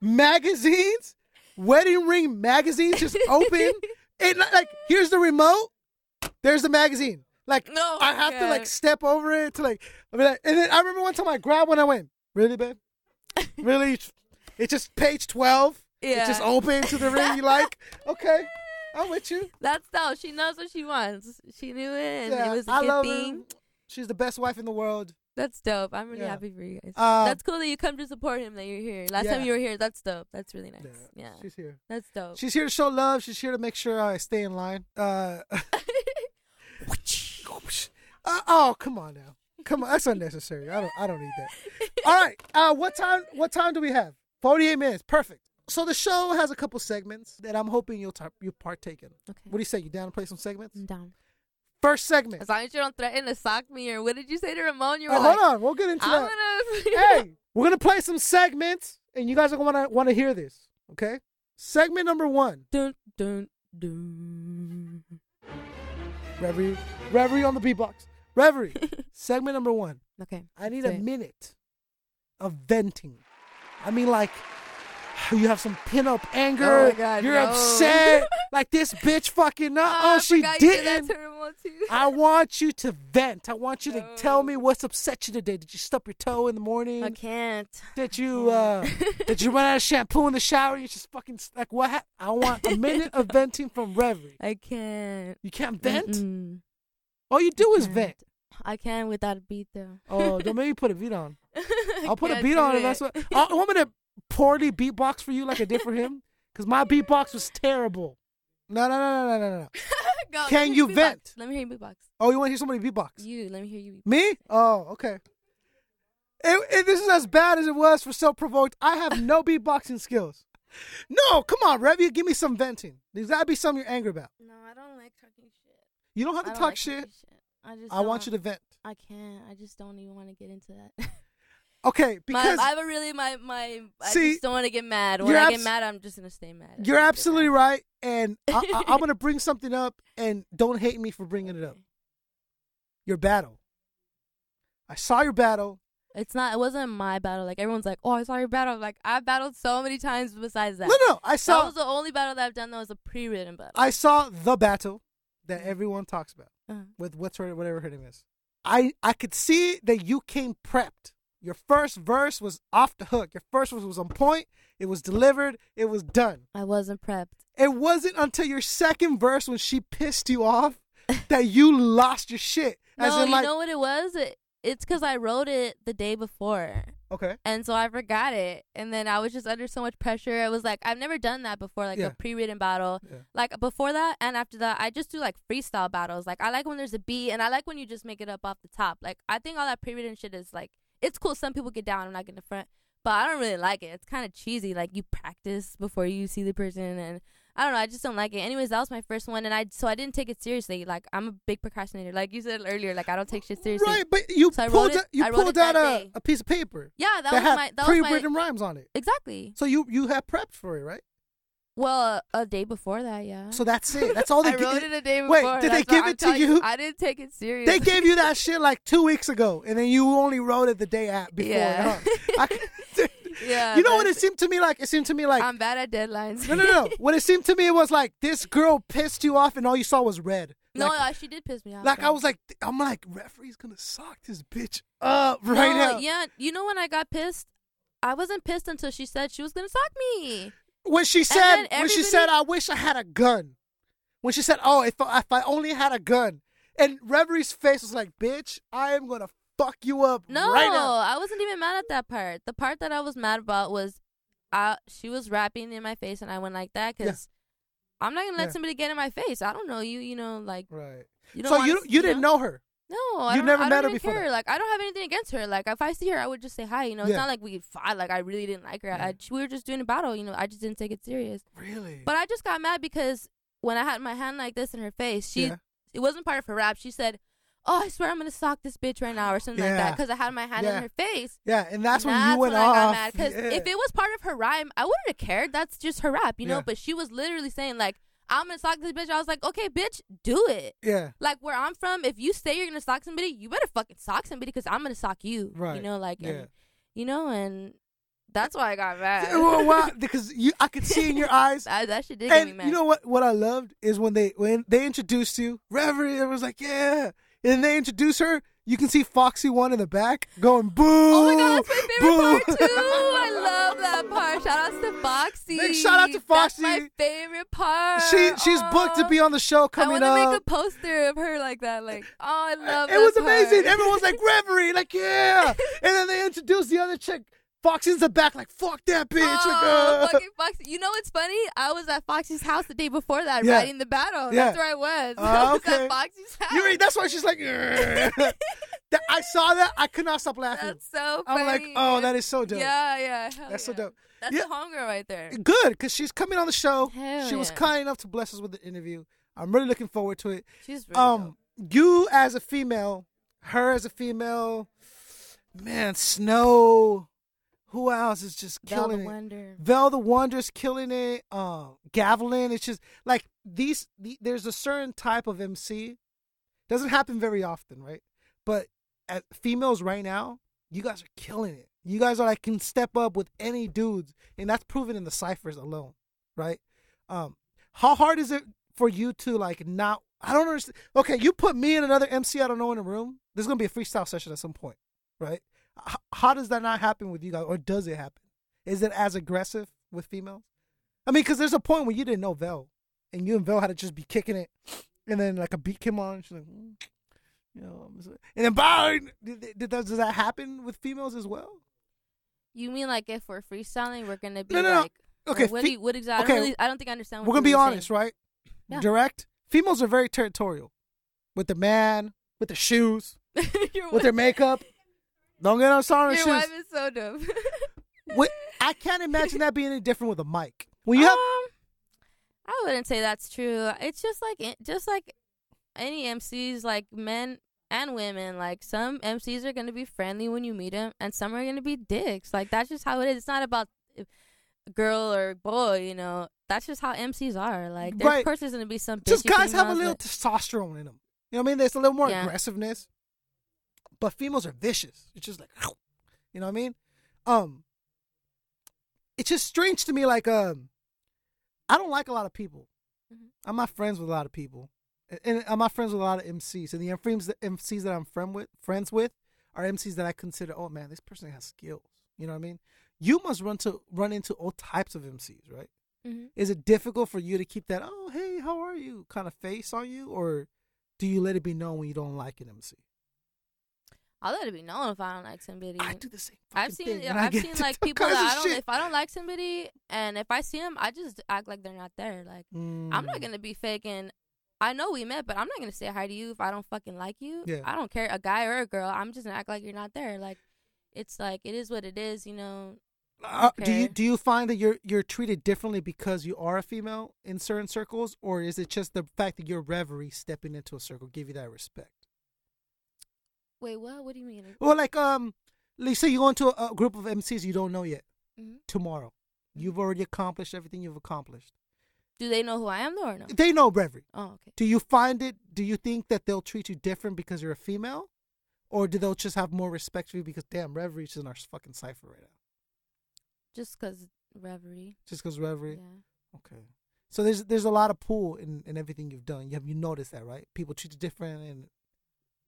C: magazines, wedding ring magazines just
A: <laughs>
C: open. it not- like here's the remote. There's the magazine. Like
A: No,
C: I have to
A: God.
C: like step over
A: <laughs>
C: it to like, I mean, like- and then I remember one time I grabbed one. I went, really, babe, really. It's just page 12.
A: Yeah.
C: It's just open to the ring
A: <laughs>
C: you like. Okay. I'm with you.
A: That's how she knows what she wants. She knew it, and
C: yeah.
A: it was a
C: I
A: good
C: love
A: thing.
C: her. She's the best wife in the world.
A: That's dope. I'm really
C: Yeah.
A: happy for you guys.
C: Uh,
A: that's cool that you come to support him. That you're here. Last
C: Yeah.
A: time you were here, that's dope. That's really nice. Yeah,
C: She's here.
A: that's dope. <laughs>
C: She's here to show love. She's here to make sure I stay in line. Uh, <laughs> uh, oh, come on now. Come on, that's unnecessary. I don't. I don't need that. All right. Uh, what time? What time do we have? Forty-eight minutes. Perfect. So the show has a couple segments that I'm hoping you'll tar- you partake in.
A: Okay.
C: What do you say? You down to play some segments?
A: I'm down.
C: First segment.
A: As long as you don't threaten to sock me or what did you say to Ramon? You
C: Oh,
A: were
C: hold
A: like,
C: on. We'll get into
A: I'm
C: <laughs> that.
A: gonna. <laughs>
C: hey, we're gonna play some segments, and you guys are gonna want to hear this. Okay. Segment number one.
A: Dun dun dun.
C: Reverie. Reverie on the beatbox.
A: <laughs>
C: Reverie. Segment number one.
A: Okay.
C: I need
A: do
C: a
A: it.
C: minute of venting. I mean, like, you have some pin up anger.
A: Oh my God,
C: you're
A: no. <laughs>
C: upset. like, this bitch fucking, uh oh,
A: I
C: she
A: forgot you did
C: didn't.
A: that to Ramon too.
C: I want you to vent. I want you to tell me
A: No.
C: what's upset you today. Did you stub your toe in the morning?
A: I can't.
C: Did
A: <laughs>
C: you uh did you run out of shampoo in the shower? You just fucking like what? hap I want a minute of venting from Reverie.
A: I can't.
C: You can't vent.
A: Mm-mm.
C: All you do is
A: can't.
C: vent.
A: I can without a beat though.
C: Oh,
A: <laughs>
C: don't make me put a beat on.
A: I <laughs>
C: I'll put a
A: can't
C: beat
A: do
C: on,
A: it.
C: and
A: <laughs>
C: that's what. I want me to poorly beatbox for you like I did for him, because my beatbox was terrible. No, no, no, no, no, no, no.
A: Go, let
C: Can
A: me
C: you
A: beatbox.
C: vent?
A: Let me hear you beatbox.
C: Oh, you want to hear somebody beatbox?
A: You. Let me hear you. beatbox.
C: Me? Oh, okay. It, it- this is as bad as it was for self provoked. I
A: <laughs>
C: have no beatboxing skills. No, come on, Rev, you give me some venting. There's gotta be something you're angry about.
A: No, I don't like talking shit.
C: You don't have
A: I
C: to
A: don't
C: talk
A: like
C: shit.
A: talking I just.
C: I want you
A: don't-
C: to vent.
A: I can't. I just don't even want to get into that. <laughs>
C: Okay, because
A: my, I have a really my my. I
C: See,
A: just don't want to get mad. When
C: you're
A: I
C: abs-
A: get mad, I'm just gonna stay mad. I
C: you're
A: don't get
C: absolutely
A: mad.
C: right,
A: <laughs>
C: and I, I, I'm gonna bring something up, and don't hate me for bringing it up. Your battle. I saw your battle.
A: It's not. It wasn't my battle. Like everyone's like, "Oh, I saw your battle." I'm like I battled so many times. Besides that,
C: No, no, I
A: that
C: saw.
A: was the only battle that I've done that was a Mm-hmm. pre-written battle.
C: I saw the battle that everyone talks about.
A: Uh-huh.
C: with what's her whatever her name is. I I could see that you came prepped. Your first verse was off the hook. Your first verse was on point. It was delivered. It was done.
A: I wasn't prepped.
C: It wasn't until your second verse when she pissed you
A: <laughs>
C: off that you lost your shit. As
A: no,
C: in like
A: you know what it was. It, it's because I wrote it the day before.
C: okay.
A: And so I forgot it. And then I was just under so much pressure. It was like, I've never done that before, like
C: Yeah.
A: a pre written battle.
C: Yeah.
A: Like before that and after that, I just do like freestyle battles. Like I like when there's a beat and I like when you just make it up off the top. Like I think all that pre written shit is like, it's cool. Some people get down, I'm not getting the front, but I don't really like it. It's kind of cheesy. Like you practice before you see the person and. I don't know. I just don't like it. Anyways, that was my first one, and I so I didn't take it seriously. Like I'm a big procrastinator. Like you said earlier, like I don't take shit seriously.
C: Right, but you
A: So I wrote
C: pulled
A: it-
C: out, you
A: I wrote
C: pulled
A: it that
C: out a,
A: day.
C: a piece of paper
A: Yeah, that,
C: that,
A: was
C: had
A: my that was my
C: pre-written rhymes on it.
A: exactly.
C: So you you had prepped for it, right?
A: Well, a day before that, yeah.
C: So that's it. That's all they
A: <laughs> I
C: gi-
A: wrote it a day
C: Wait,
A: before.
C: did they
A: that's why
C: give
A: I'm
C: it to
A: telling
C: you?
A: I didn't take it serious.
C: They gave you that shit like two weeks ago, and then you only wrote it the day at before.
A: Yeah.
C: huh? <laughs> I-
A: <laughs> Yeah,
C: You know what it
A: that's- Um,
C: seemed to me like? It seemed to me like
A: I'm bad at deadlines.
C: no, no, no. What it seemed to me was like this girl pissed you off, and all you saw was red.
A: <laughs> no,
C: like,
A: uh, she did piss me off.
C: like I
A: though.
C: was like, I'm like, referee's gonna sock this bitch up right
A: No,
C: now.
A: Yeah, you know when I got pissed, I wasn't pissed until she said she was gonna sock me.
C: When she
A: then
C: said, when she said, I
A: everybody-
C: wish I had a gun. When she said, oh, if if I only had a gun, and referee's face was like, bitch, I am gonna fuck you up
A: No,
C: right now.
A: I wasn't even mad at that part. The part that I was mad about was, I she was rapping in my face and I went like that
C: Yeah.
A: because I'm not gonna let
C: Yeah.
A: somebody get in my face. I don't know you. You know, like
C: Right.
A: you don't.
C: So
A: wanna
C: you
A: s-
C: you didn't know her.
A: No, I
C: You
A: don't,
C: never
A: I
C: met
A: don't
C: her
A: even
C: before
A: care.
C: that.
A: Like I don't have anything against her. Like if I see her, I would just say hi. You know,
C: Yeah.
A: it's not like we fought. Like I really didn't like her. I, we were just doing a battle. You know, I just didn't take it serious.
C: Really?
A: But I just got mad because when I had my hand like this in her face, she
C: Yeah.
A: it wasn't part of her rap. She said, "Oh, I swear I'm gonna sock this bitch right now" or something like
C: Yeah.
A: that because I had my hand
C: Yeah.
A: in her face.
C: yeah, and that's when you went
A: when
C: off.
A: I got mad because
C: Yeah.
A: if it was part of her rhyme, I wouldn't have cared. That's just her rap, you know.
C: Yeah.
A: But she was literally saying like, "I'm gonna sock this bitch." I was like, "Okay, bitch, do it." <laughs>
C: yeah,
A: like where I'm from, if you say you're gonna sock somebody, you better fucking sock somebody because I'm gonna sock you.
C: Right.
A: You know, like,
C: Yeah.
A: and, you know, and that's why I got mad. <laughs>
C: Yeah, well, well, because you, I could see in your eyes.
A: that, that shit did get me
C: And
A: mad.
C: you know what? What I loved is when they when they introduced you, Reverie. Everyone's like, yeah. And then they introduce her. You can see Foxy One in the back going boo.
A: oh my Oh god, that's my favorite
C: boo.
A: part too. I love love that part. Shout out to Foxy.
C: Big shout out to
A: That's
C: Foxy.
A: my favorite part.
C: <laughs> She she's booked to
A: Aw.
C: be on the show
A: I
C: coming
A: wanna
C: up.
A: make a poster of her like that. Like, oh, I love
C: it was
A: that part.
C: amazing. Everyone
A: <laughs>
C: was like Reverie, like yeah. and then they introduced the other chick. Foxy's in the back, like fuck that bitch. like,
A: Oh,
C: uh.
A: fucking Foxy. You know what's funny? I was at Foxy's house the day before that,
C: Yeah.
A: riding the battle.
C: Yeah.
A: That's where I was. <laughs>
C: Ah,
A: I was
C: okay.
A: at Foxy's house.
C: You mean that's why she's like.
A: <laughs>
C: "Yeah." that, I saw that. I could not stop laughing.
A: That's so funny.
C: I'm like, oh, that is so dope.
A: Yeah, yeah. hell
C: That's so
A: yeah.
C: dope.
A: That's
C: Yeah.
A: a homegirl right there.
C: Good, because she's coming on the show.
A: Hell
C: she was
A: yeah.
C: kind enough to bless us with an interview. I'm really looking forward to it.
A: She's really
C: Um, you as a female, her as a female, man, Snow. Who else is just
A: dope. Val the
C: killing it?
A: Wonder.
C: Vel the Wonder's killing it. Um, Gavelin, it's just like these. The, there's a certain type of MC. Doesn't happen very often, right? But as females right now, you guys are killing it. You guys are like can step up with any dudes, and that's proven in the ciphers alone, right? Um, how hard is it for you to like not? I don't understand. Okay, you put me and another MC I don't know in a room. There's gonna be a freestyle session at some point, right? H- how does that not happen with you guys, or does it happen? Is it as aggressive with females? I mean, because there's a point where you didn't know Vel, and you and Vel had to just be kicking it, and then like a beat came on, and she's like, mm, you know, I'm sorry." and then bye. Did, did that, does that happen with females as well?
A: You mean like if we're freestyling, we're gonna be
C: No, no, no.
A: like, or
C: Okay,
A: what,
C: fe-
A: do you, what exactly?
C: okay.
A: I, don't really, I don't think I understand. What
C: We're gonna be honest, right?
A: Yeah.
C: Direct. Females are very territorial, with the man, with the shoes,
A: right? <laughs>
C: with their makeup. Don't get on sorry
A: Your
C: shoes.
A: wife is so dope. <laughs>
C: What- I can't imagine that being any different with a mic. When you have
A: Um, I wouldn't say that's true. It's just like it- just like any MCs, like men and women. Like some MCs are gonna be friendly when you meet them, and some are gonna be dicks. Like that's just how it is. It's not about if- girl or boy. You know, that's just how MCs are. Like, there,
C: Right.
A: of course, there's gonna be some.
C: just
A: bitchy
C: guys have a
A: females
C: little
A: that-
C: testosterone in them. You know what I mean? There's a little more
A: Yeah.
C: aggressiveness. But females are vicious. It's just like, <sniffs> you know what I mean? Um, it's just strange to me. Like, um, I don't like a lot of people.
A: Mm-hmm.
C: I'm not friends with a lot of people, And- and I'm not friends with a lot of MCs. And the MCs, that- MCs that I'm friend with, friends with, are MCs that I consider. Oh man, this person has skills. You know what I mean? You must run to run into all types of MCs, right?
A: Mhm.
C: Is it difficult for you to keep that "oh hey how are you" kind of face on you, or do you let it be known when you don't like an MC?
A: I'll let it be known if I don't like somebody.
C: I do the same.
A: I've
C: fucking
A: seen
C: thing,
A: yeah,
C: and I
A: I've
C: get
A: seen
C: <laughs> into
A: like
C: all
A: people
C: kinds
A: that
C: of
A: I don't
C: shit.
A: if I don't like somebody and if I see them I just act like they're not there like I'm
C: Mm.
A: not gonna be faking I know we met but I'm not gonna say hi to you if I don't fucking like you
C: Yeah.
A: I don't care a guy or a girl I'm just gonna act like you're not there like it's like it is what it is you know
C: Uh, do you
A: Okay.
C: do you find that you're you're treated differently because you are a female in certain circles, or is it just the fact that your reverie stepping into a circle give you that respect?
A: wait what what do you mean
C: Well, like um, let's say you go into a, a group of MCs you don't know yet.
A: Mhm.
C: Tomorrow, you've already accomplished everything you've accomplished.
A: do they know who I am though or no
C: They know reverie.
A: oh okay
C: Do you find it? Do you think that they'll treat you different because you're a female, or do they just have more respect for you because damn, reverie's in our fucking cipher right now?
A: just cause reverie
C: Just because reverie.
A: yeah
C: Okay. So there's there's a lot of pull in, in everything you've done. You have you noticed that, right? People treat you different, and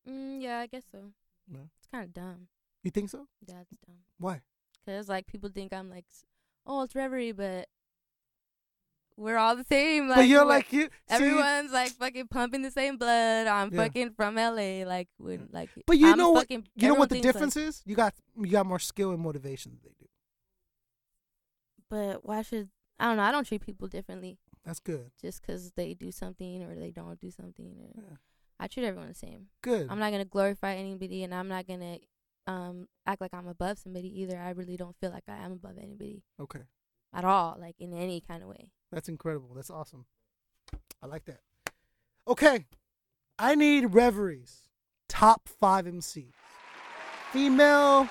A: mm, yeah I guess so
C: Yeah.
A: it's kind of dumb
C: you think so?
A: yeah it's dumb.
C: Why?
A: Cause like people think I'm like, s- oh, it's reverie, but we're all the same. Like,
C: but you're
A: we're-
C: like you. see,
A: everyone's like fucking pumping the same blood. I'm
C: Yeah.
A: fucking from LA. Like, we're, like.
C: But you
A: I'm
C: know what?
A: fucking-
C: you know what the
A: everyone thinks,
C: difference is. You got you got more skill and motivation than they do.
A: Like, but why should I don't know? I don't treat people differently
C: That's good.
A: just cause they do something or they don't do something. Or,
C: Yeah.
A: I treat everyone the same.
C: Good.
A: I'm not gonna glorify anybody, and I'm not gonna um act like I'm above somebody either. I really don't feel like I am above anybody
C: okay.
A: at all, like in any kind of way.
C: That's incredible. That's awesome. I like that. Okay. I need Reverie's top five MCs. Female,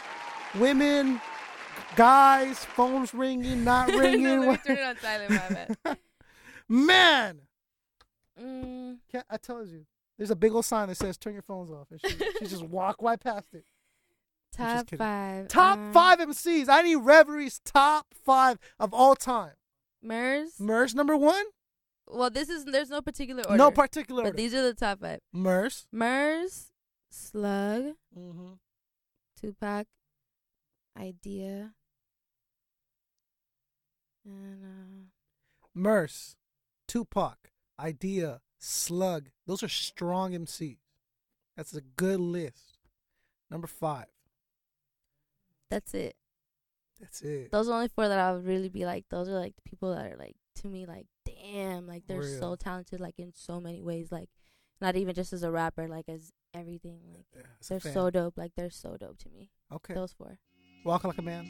C: women, guys, phones ringing, <laughs> not
A: <laughs>
C: ringing. <laughs>
A: Let me turn it on silent, my bad.
C: Man,
A: Mm.
C: Can't, I told you. There's a big old sign that says "Turn your phones off," and she, she
A: <laughs>
C: just walked right past it. I'm just
A: Top
C: kidding.
A: five.
C: Top
A: um,
C: five MCs. I need Reverie's top five of all time.
A: Mers.
C: Merce number one.
A: well, this is there's no particular order.
C: No particular.
A: But
C: order.
A: these are the top five.
C: Merce.
A: Mers, Slug,
C: Mm-hmm.
A: Tupac, Idea, And uh,
C: Merce, Tupac, Idea, Slug. Those are strong MCs. That's a good list. Number five.
A: that's it.
C: That's it.
A: Those are only four that I would really be like. Those are like the people that are like to me like, damn, like they're so
C: Real.
A: talented, like in so many ways, like not even just as a rapper, like as everything. Like
C: As a
A: they're
C: fan.
A: so dope. Like they're so dope to me.
C: okay.
A: Those four.
C: Walk like a man.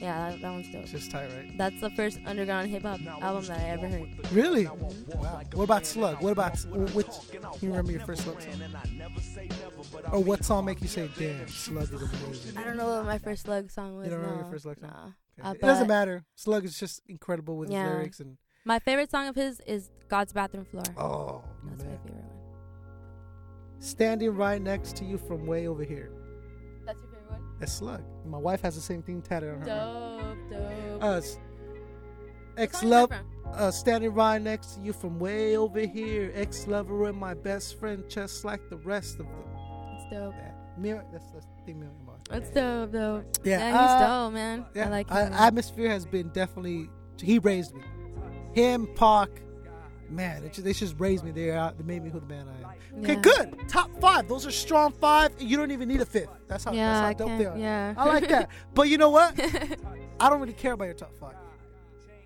A: Yeah, that, that one's dope.
C: It's just tight, right?
A: That's the first underground hip hop album that I ever heard.
C: Really? Wow. What about Slug? What about which? Can you remember your first Slug song? Or what song make you say, "Damn, Slug is amazing"?
A: I don't know what Oh, my first slug song was.
C: don't remember your
A: no.
C: first Slug song?
A: Nah.
C: Okay.
A: Uh,
C: it doesn't
A: but
C: matter. Slug is just incredible with his
A: Yeah.
C: lyrics and
A: My favorite song of his is God's Bathroom Floor.
C: oh
A: That's my
C: man,
A: favorite one.
C: standing right next to you from way over here.
A: That's your favorite one?
C: That's Slug. My wife has the same thing tatted on her. arm.
A: Dope, dope.
C: Us. Ex
A: song is
C: Uh-huh. Uh, love,
A: that
C: uh, standing right next to you from way over here. Ex lover and my best friend, just like the rest of them.
A: it's dope.
C: That mirror, that's that's the thing. Mirror Image.
A: It's dope, dope.
C: Yeah,
A: Yeah, he's
C: uh,
A: dope, man.
C: Yeah,
A: I like him.
C: I, <laughs> Atmosphere has been definitely. He raised me. Him, Park. Man, it ju- they just raised me. They are, they made me who the man I am. Okay,
A: Yeah.
C: good. Top five. Those are strong five. You don't even need a fifth. That's how,
A: Yeah, I
C: that's how dope they
A: can't-
C: are.
A: yeah.
C: I like that. But you
A: <laughs>
C: know what? I don't really care about your top five.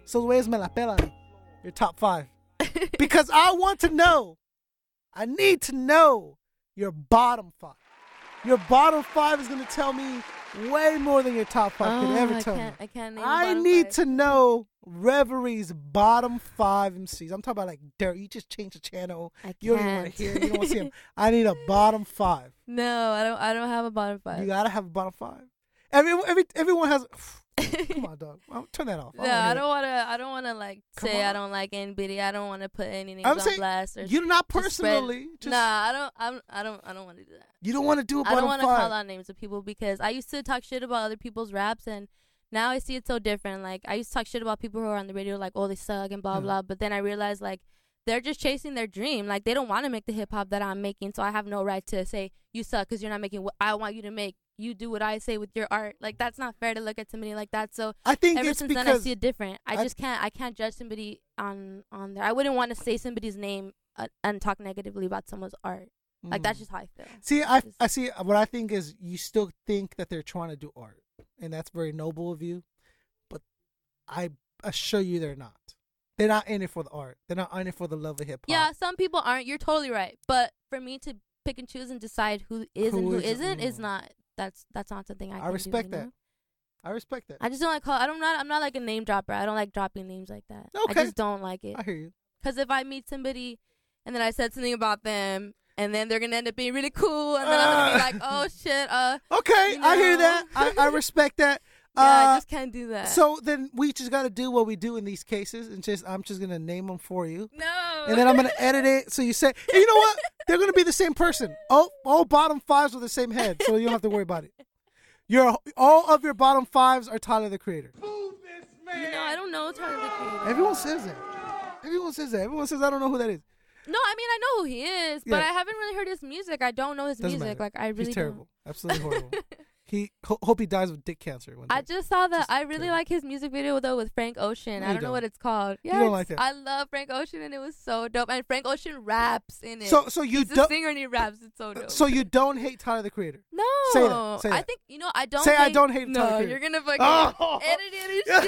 C: So where's me la pela? Your
A: <laughs>
C: top five. because I want to know. I need to know your bottom five. Your bottom five is going to tell me way more than your top five could
A: Oh,
C: ever
A: I
C: tell
A: can't-
C: me.
A: I can't name
C: I
A: bottom
C: need
A: five.
C: to know Reverie's bottom five MCs. I'm talking about like Derek. You just change the channel.
A: I
C: You don't even want
A: can't.
C: to hear. it. You don't want to
A: <laughs>
C: see him. I need a bottom five.
A: no, I don't. I don't have a bottom five.
C: You gotta have a bottom five. Every, every, everyone has. <sighs> Come on, dog. Well, turn that
A: <laughs>
C: off.
A: no,
C: wanna hear
A: I
C: it.
A: don't want to. I don't want to like
C: Come
A: say
C: on.
A: I don't like anybody. I don't want to put any names
C: I'm
A: on
C: saying
A: blast or
C: you not
A: to spread-
C: personally. Just,
A: nah, I don't. I'm, I don't. I don't want to do that.
C: You don't want to do a
A: I
C: bottom
A: don't want to
C: five.
A: call out names of people because I used to talk shit about other people's raps and now I see it so different. Like I used to talk shit about people who are on the radio like, oh, they suck and blah
C: Yeah.
A: blah. But then I realized like they're just chasing their dream. Like they don't want to make the hip hop that I'm making, so I have no right to say you suck because you're not making what I want you to make. You do what I say with your art. Like that's not fair to look at somebody like that. So
C: I think
A: ever
C: it's
A: since
C: because
A: then I see it different. I,
C: I-
A: just can't I can't judge somebody on on there. I wouldn't want to say somebody's name uh, and talk negatively about someone's art. Like that's just how I feel.
C: Mm. See, I,
A: Just-
C: I see what I think is you still think that they're trying to do art, and that's very noble of you. But I assure you, they're not. They're not in it for the art. They're not in it for the love of hip hop.
A: Yeah, some people aren't. You're totally right. But for me to pick and choose and decide who is and
C: Who
A: who
C: is-
A: isn't is
C: mm.
A: not. That's that's not something I.
C: I
A: can do,
C: respect
A: you know?
C: that. I respect that.
A: I just don't like call. I don't not. I'm not like a name dropper. I don't like dropping names like that.
C: Okay.
A: I just don't like it.
C: I hear you.
A: Because if I meet somebody, and then I said something about them, and then they're gonna end up being really cool, and then I'm gonna be
C: Ah.
A: like, oh shit, uh,
C: Okay, I hear
A: No.
C: that. I,
A: <laughs>
C: I respect that.
A: yeah, I
C: uh,
A: just can't do that.
C: so then we just got to do what we do in these cases, and just I'm just gonna name them for you.
A: no.
C: and then
A: <laughs>
C: I'm gonna edit it. So you say, and you know what? They're gonna be the same person. All all bottom fives are the same head, so you don't have to worry about it. Your all of your bottom fives are Tyler the Creator.
A: you know, I don't know Tyler the Creator.
C: Everyone says that. Everyone says that. Everyone says I don't know who that is.
A: No, I mean I know who he is, but
C: Yeah.
A: I haven't really heard his music. I don't know his
C: Doesn't
A: music.
C: matter.
A: Like I really don't.
C: he's terrible,
A: <laughs>
C: absolutely horrible. he ho- hope he dies with dick cancer one day.
A: I just saw that.
C: Just
A: I really
C: terrible.
A: like his music video though with Frank Ocean.
C: No,
A: I
C: you
A: don't know what
C: don't.
A: it's called.
C: You
A: Yeah,
C: don't like that.
A: I love Frank Ocean and it was so dope. And Frank Ocean raps in it.
C: so so you
A: he's a
C: don't
A: singer and he raps. It's so dope.
C: so you don't hate Tyler
A: <laughs>
C: the Creator.
A: no,
C: Say that, say
A: I
C: that.
A: think you know. I don't
C: Say I
A: hate,
C: don't hate
A: No,
C: Tyler Perry.
A: you're gonna fucking
C: Oh.
A: edit it
C: <laughs>
A: and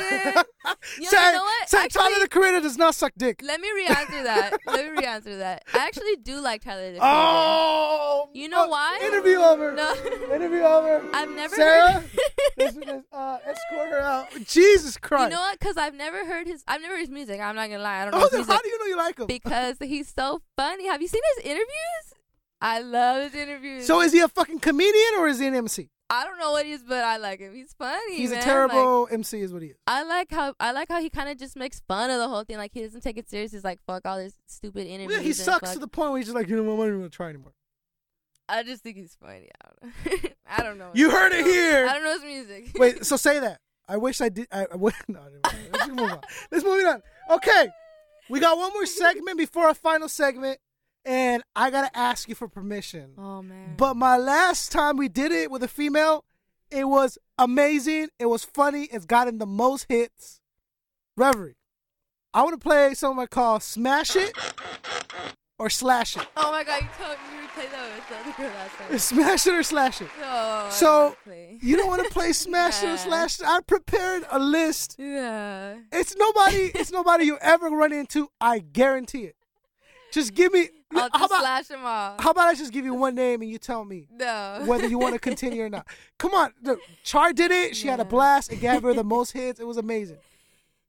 A: shit. You
C: say
A: know what?
C: say Tyler
A: Actually-
C: the Creator does not suck dick.
A: Let me re-answer that. Let me re-answer that. I actually do like Tyler. The Creator.
C: Oh,
A: You know
C: oh,
A: why?
C: Interview over.
A: No.
C: <laughs>
A: <laughs>
C: Interview over.
A: I've never
C: Sarah,
A: heard- <laughs>
C: let's- let's, uh, escort her out. Jesus Christ.
A: You know what? Because I've never heard his. I've never heard his music. I'm not gonna lie. I don't know
C: Oh,
A: his
C: then
A: music
C: how do you know you like him?
A: because he's so funny. Have you seen his interviews? I love his interviews.
C: so is he a fucking comedian or is he an MC?
A: I don't know what he is, but I like him. He's funny.
C: He's
A: man.
C: a
A: Like,
C: terrible MC, is what he is.
A: I like how I like how he kind of just makes fun of the whole thing. Like he doesn't take it serious. He's like, fuck all this stupid interviews.
C: Yeah, he
A: and
C: sucks
A: fuck-
C: to the point where he's just like, you know what, I'm not even gonna try anymore. <laughs>
A: I just think he's funny. I don't know. <laughs> I don't know.
C: You heard it here.
A: I don't know his music.
C: Wait, so say that. I wish I did. I, I wish. <laughs> No, never mind. Let's
A: <laughs>
C: just move on. Let's move it on. Okay, we got one more segment before our final segment, and I gotta ask you for permission.
A: <laughs> Oh man.
C: But my last time we did it with a female, it was amazing. It was funny. It's gotten the most hits. Reverie. I want to play something I call Smash It or Slash It. <laughs>
A: Oh my god, you told you replayed that with the other girl last time.
C: Smash It or Slash It.
A: No, I don't
C: So
A: Oh, play.
C: you don't want to play Smash
A: <laughs>
C: It
A: Yeah.
C: or Slash It? I prepared a list.
A: yeah.
C: It's nobody. It's nobody you ever run into. I guarantee it. Just give me.
A: I'll
C: how,
A: just
C: about,
A: slash them all.
C: how about I just give you one name and you tell me
A: no.
C: whether you want to continue or not? Come on, look, Char did it. She had a blast. It
A: <laughs>
C: gave her the most hits. It was amazing.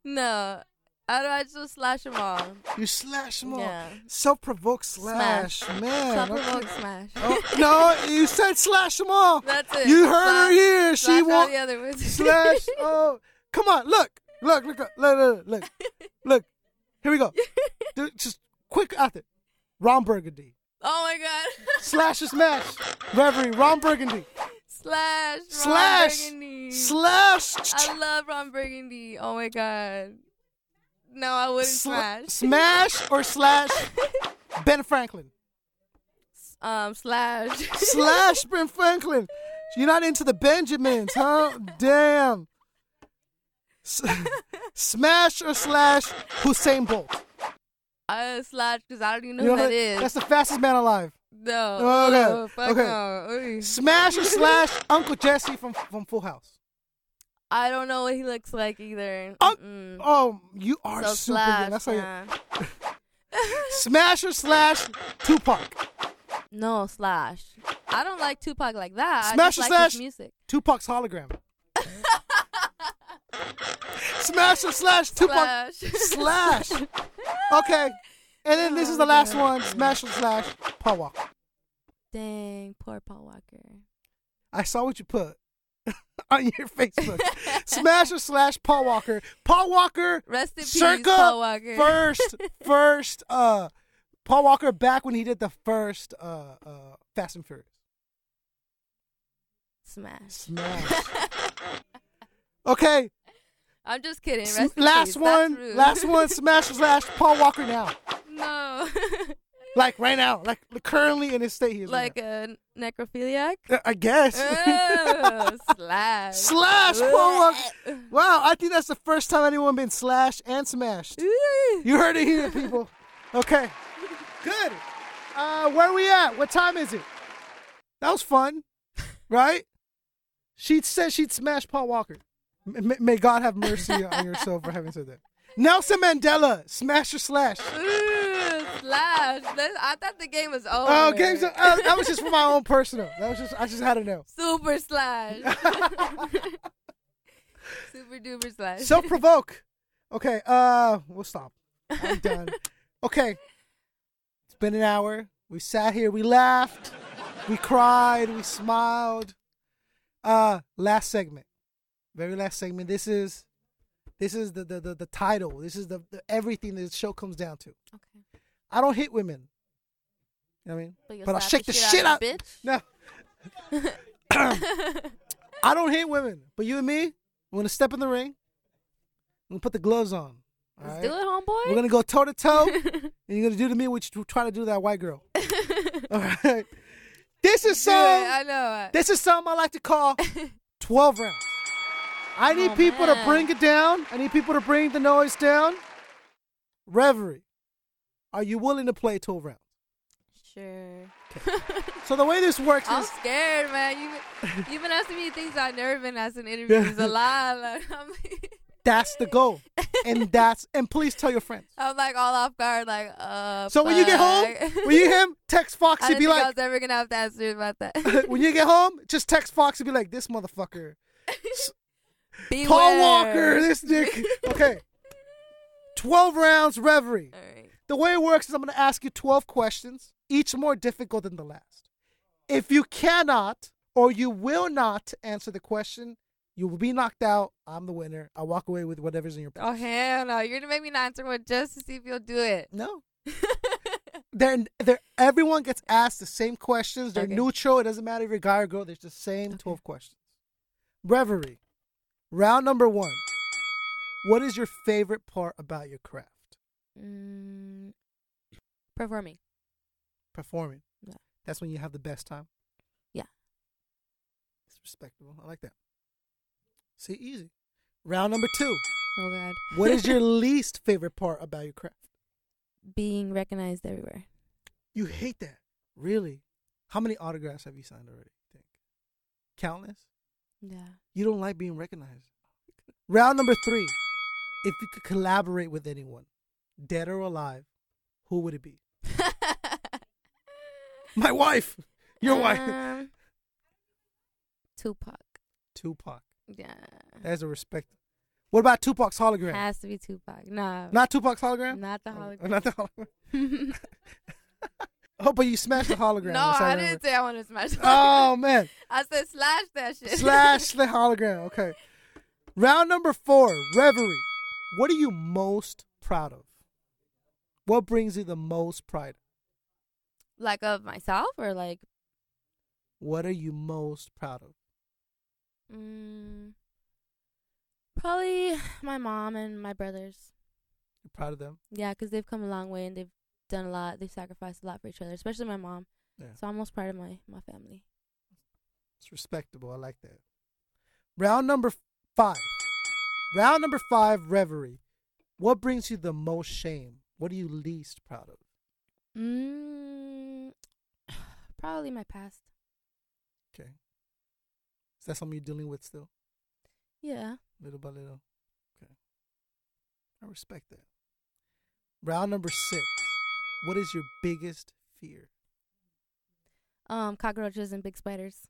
A: No. How do I just slash them all?
C: You slash more.
A: Yeah.
C: Self-provoked slash, man.
A: Stop
C: okay.
A: provoke smash.
C: no, you said slash them
A: <laughs>
C: all.
A: That's it.
C: You heard
A: Slash-
C: her here. She
A: slash all
C: won't
A: the
C: <laughs>
A: other <laughs> ones.
C: slash. Oh, come on! Look, look, look, look,
A: <laughs>
C: look, look, look. look. Here we go. Dude, just quick out there. Ron Burgundy
A: Oh my god. <laughs>
C: slash or smash. Reverie Ron Burgundy
A: slash. Ron
C: slash
A: Burgundy.
C: slash
A: I love Ron Burgundy. Oh my god. No, I wouldn't
C: sla-
A: smash.
C: smash or slash
A: <laughs>
C: Ben Franklin.
A: um, slash.
C: slash Ben Franklin. You're not into the Benjamins, huh? Damn. S- smash or slash Hussein Bolt.
A: uh, slash, because <laughs> I don't even know
C: You
A: who
C: know
A: that
C: who-
A: is.
C: That's the fastest man alive.
A: no.
C: Okay,
A: Oh, fuck
C: okay.
A: no. Ooh.
C: Smash or slash Uncle Jesse from from Full House.
A: I don't know what he looks like either.
C: Um,
A: Mm-mm.
C: Oh, you are
A: so
C: super
A: slash.
C: young. That's how you.
A: nah.
C: Smash or slash Tupac.
A: No slash. I don't like Tupac like that. I just
C: Smash or
A: like
C: slash?
A: his music.
C: Tupac's hologram. Smash or slash <laughs> Tupac
A: Slash.
C: slash.
A: <laughs>
C: Okay, and then this is the last one. Smash or slash Paul Walker.
A: Dang, poor Paul Walker.
C: I saw what you put <laughs> on
A: <laughs>
C: your Facebook. Smasher slash Paul Walker. Paul Walker.
A: Rest in peace,
C: circa
A: Paul Walker. <laughs>
C: First, first, uh, Paul Walker back when he did the first uh, uh, Fast and Furious.
A: Smash. <laughs>
C: Smash. okay.
A: I'm just kidding.
C: s-
A: Rest in peace.
C: last
A: That's
C: one.
A: rude. <laughs>
C: Last one. Smasher slash Paul Walker now. <laughs>
A: no.
C: Like right now. Like currently in his state he is.
A: like
C: right
A: a
C: <laughs>
A: necrophiliac. <laughs>
C: now. Uh, I guess.
A: oh, slash.
C: <laughs> slash Paul Walker. Wow, I think that's the first time anyone been slashed and smashed.
A: Ooh.
C: You heard it here, people. Okay. Good. Uh, where we at? What time is it? That was <laughs> fun, right? She said she'd smash Paul Walker. M- m- may God have <laughs> mercy on your soul for having said that. Nelson Mandela, smash or slash.
A: Ooh, slash. That- I thought the game was over.
C: Oh, games. Are, uh, that was just for my own personal. That was just. I just had to know. <laughs>
A: Super slash. Super duper slash.
C: Self
A: <laughs>
C: provoke. Okay. Uh, we'll stop. I'm done. Okay. It's been an hour. We sat here. We laughed. We cried. We smiled. Uh, last segment. Very last segment. This is, this is the the the, the title. This is the, the everything this show comes down to.
A: okay.
C: I don't hit women. You know what I mean?
A: But you'll
C: But I'll
A: slap
C: shake the shit
A: out,
C: out.
A: of the bitch.
C: <laughs> No. <clears throat> I don't hate women, but you and me, we're gonna step in the ring. We're gonna put the gloves on. all
A: Let's
C: right?
A: do it, homeboy.
C: We're gonna go toe to toe,
A: <laughs>
C: and you're gonna do to me what you try to do to that white girl. all right. This is
A: do it. I
C: some.
A: know.
C: This is something I like to call twelve rounds. I need
A: Oh,
C: people to
A: man.
C: bring it down. I need people to bring the noise down. Reverie, are you willing to play twelve rounds?
A: <laughs> Sure.
C: So the way this works
A: <laughs> I'm
C: is
A: scared, man. You've
C: <laughs>
A: been, you've been asking me things I've never been asked in interviews a lot. Like, <laughs> I'm, like,
C: that's the goal,
A: <laughs>
C: and that's and please tell your friends.
A: I'm like all off guard, like, uh.
C: So when you get home,
A: fuck.
C: when you him, text
A: <laughs> I
C: Foxy,
A: didn't
C: be
A: think I
C: like,
A: was ever gonna have to answer about
C: <laughs>
A: that. <laughs>
C: when you get home, just text Foxy, be like, this motherfucker, Paul
A: Beware. <laughs>
C: Walker, this dick. Okay, twelve rounds reverie.
A: All right.
C: The way it works is I'm gonna ask you twelve questions, each more difficult than the last. If you cannot or you will not answer the question, you will be knocked out. I'm the winner. I walk away with whatever's in your
A: Oh hell no! You're gonna make me not answer one just to see if you'll do it.
C: No. they're, they're, everyone gets asked the same questions. They're
A: Okay.
C: neutral. It doesn't matter if you're a guy or girl. There's the same 12 questions. Reverie. Round number one. What is your favorite part about your craft?
A: <laughs> Mm, performing.
C: Performing.
A: Yeah.
C: That's when you have the best time.
A: Yeah.
C: It's respectable. I like that. See, easy. Round number two.
A: Oh God.
C: What is
A: <laughs>
C: your least favorite part about your craft?
A: being recognized everywhere?
C: You hate that, really? How many autographs have you signed already? you Think countless.
A: Yeah.
C: You don't like being recognized. Round number three. If you could collaborate with anyone, dead or alive, who would it be? My wife.
A: <laughs>
C: Your wife.
A: Um, Tupac.
C: Tupac.
A: Yeah.
C: That's a respect. What about Tupac's hologram?
A: Has to be Tupac. Nah.
C: Not Tupac's hologram.
A: Not the
C: Oh,
A: hologram.
C: Not the hologram.
A: <laughs> no,
C: Oh, but you smashed the hologram. yes,
A: I
C: remember.
A: didn't say I want to smash. the
C: <laughs> Oh man.
A: <laughs> I said slash that shit.
C: slash the hologram. Okay. Round number four, reverie. What are you most proud of? What brings you the most pride?
A: <laughs> like of myself or like
C: What are you most proud of?
A: mm, probably my mom and my brothers.
C: You're proud of them?
A: Yeah, 'cause they've come a long way and they've done a lot. They've sacrificed a lot for each other, especially my mom.
C: Yeah.
A: So I'm most proud of my my family.
C: It's respectable. I like that. Round number five. Round number five, reverie. What brings you the most shame? What are you least proud of?
A: Mm, <sighs> probably my past.
C: Okay. Is that something you're dealing with still?
A: Yeah.
C: little by little. Okay. I respect that. Round number six. What is your biggest fear? <laughs>
A: Um, cockroaches and big spiders.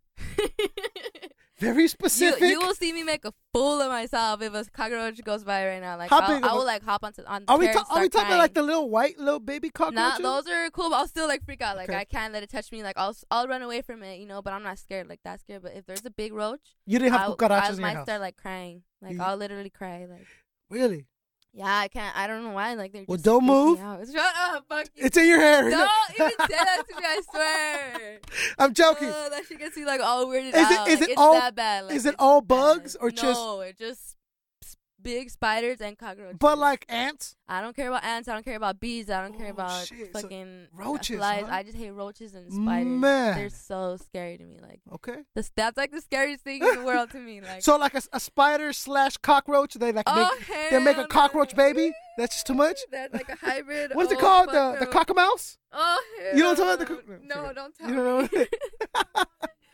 A: <laughs>
C: Very
A: You,
C: specific.
A: you will see me make a fool of myself if a cockroach goes by right now. Like
C: How
A: I'll-
C: big of
A: I
C: a-
A: will like hop onto on. The
C: are we
A: chair
C: ta-
A: and
C: are we
A: start
C: talking
A: crying.
C: like the little white little baby
A: Nah,
C: cockroaches?
A: those are cool, but I'll still like freak out. Like
C: Okay.
A: I can let it touch me. Like I'll s- I'll run away from it, you know. But I'm not scared like that scared. But if there's a big roach,
C: you didn't have
A: I, I
C: cucarachas in your
A: might
C: house.
A: start like crying. Like
C: You-
A: I'll literally cry. Like
C: really?
A: yeah, I can't. I don't know why. Like they're
C: Well,
A: just
C: don't
A: freak me
C: move.
A: out. Shut up, fuck you.
C: It's in your hair. <laughs>
A: Don't even say that to me. I swear.
C: I'm joking.
A: Ugh, that shit gets me like all weirded
C: Is it-
A: out.
C: is
A: Like,
C: it
A: it's
C: all-
A: that bad? Like,
C: is it
A: it's
C: all
A: bad.
C: bugs or just-
A: no? It just s- big spiders and cockroaches.
C: but like ants.
A: I don't care about ants. I don't care about bees. I don't care
C: Oh,
A: about
C: shit. So
A: fucking
C: roaches,
A: Flies.
C: huh?
A: I just hate roaches and spiders.
C: Man.
A: They're so scary to me. Like
C: Okay.
A: this, that's like the scariest thing in the world to me. Like
C: So like a, a spider slash cockroach, they like
A: Oh,
C: make they make a
A: hell
C: cockroach
A: no.
C: baby. That's just too much.
A: that's like a hybrid.
C: <laughs> What is it
A: Oh,
C: called?
A: fuck
C: The the
A: no.
C: cockamouse?
A: Oh, hell
C: You don't tell me the cock-
A: no,
C: forget it.
A: don't tell
C: You don't
A: me.
C: know.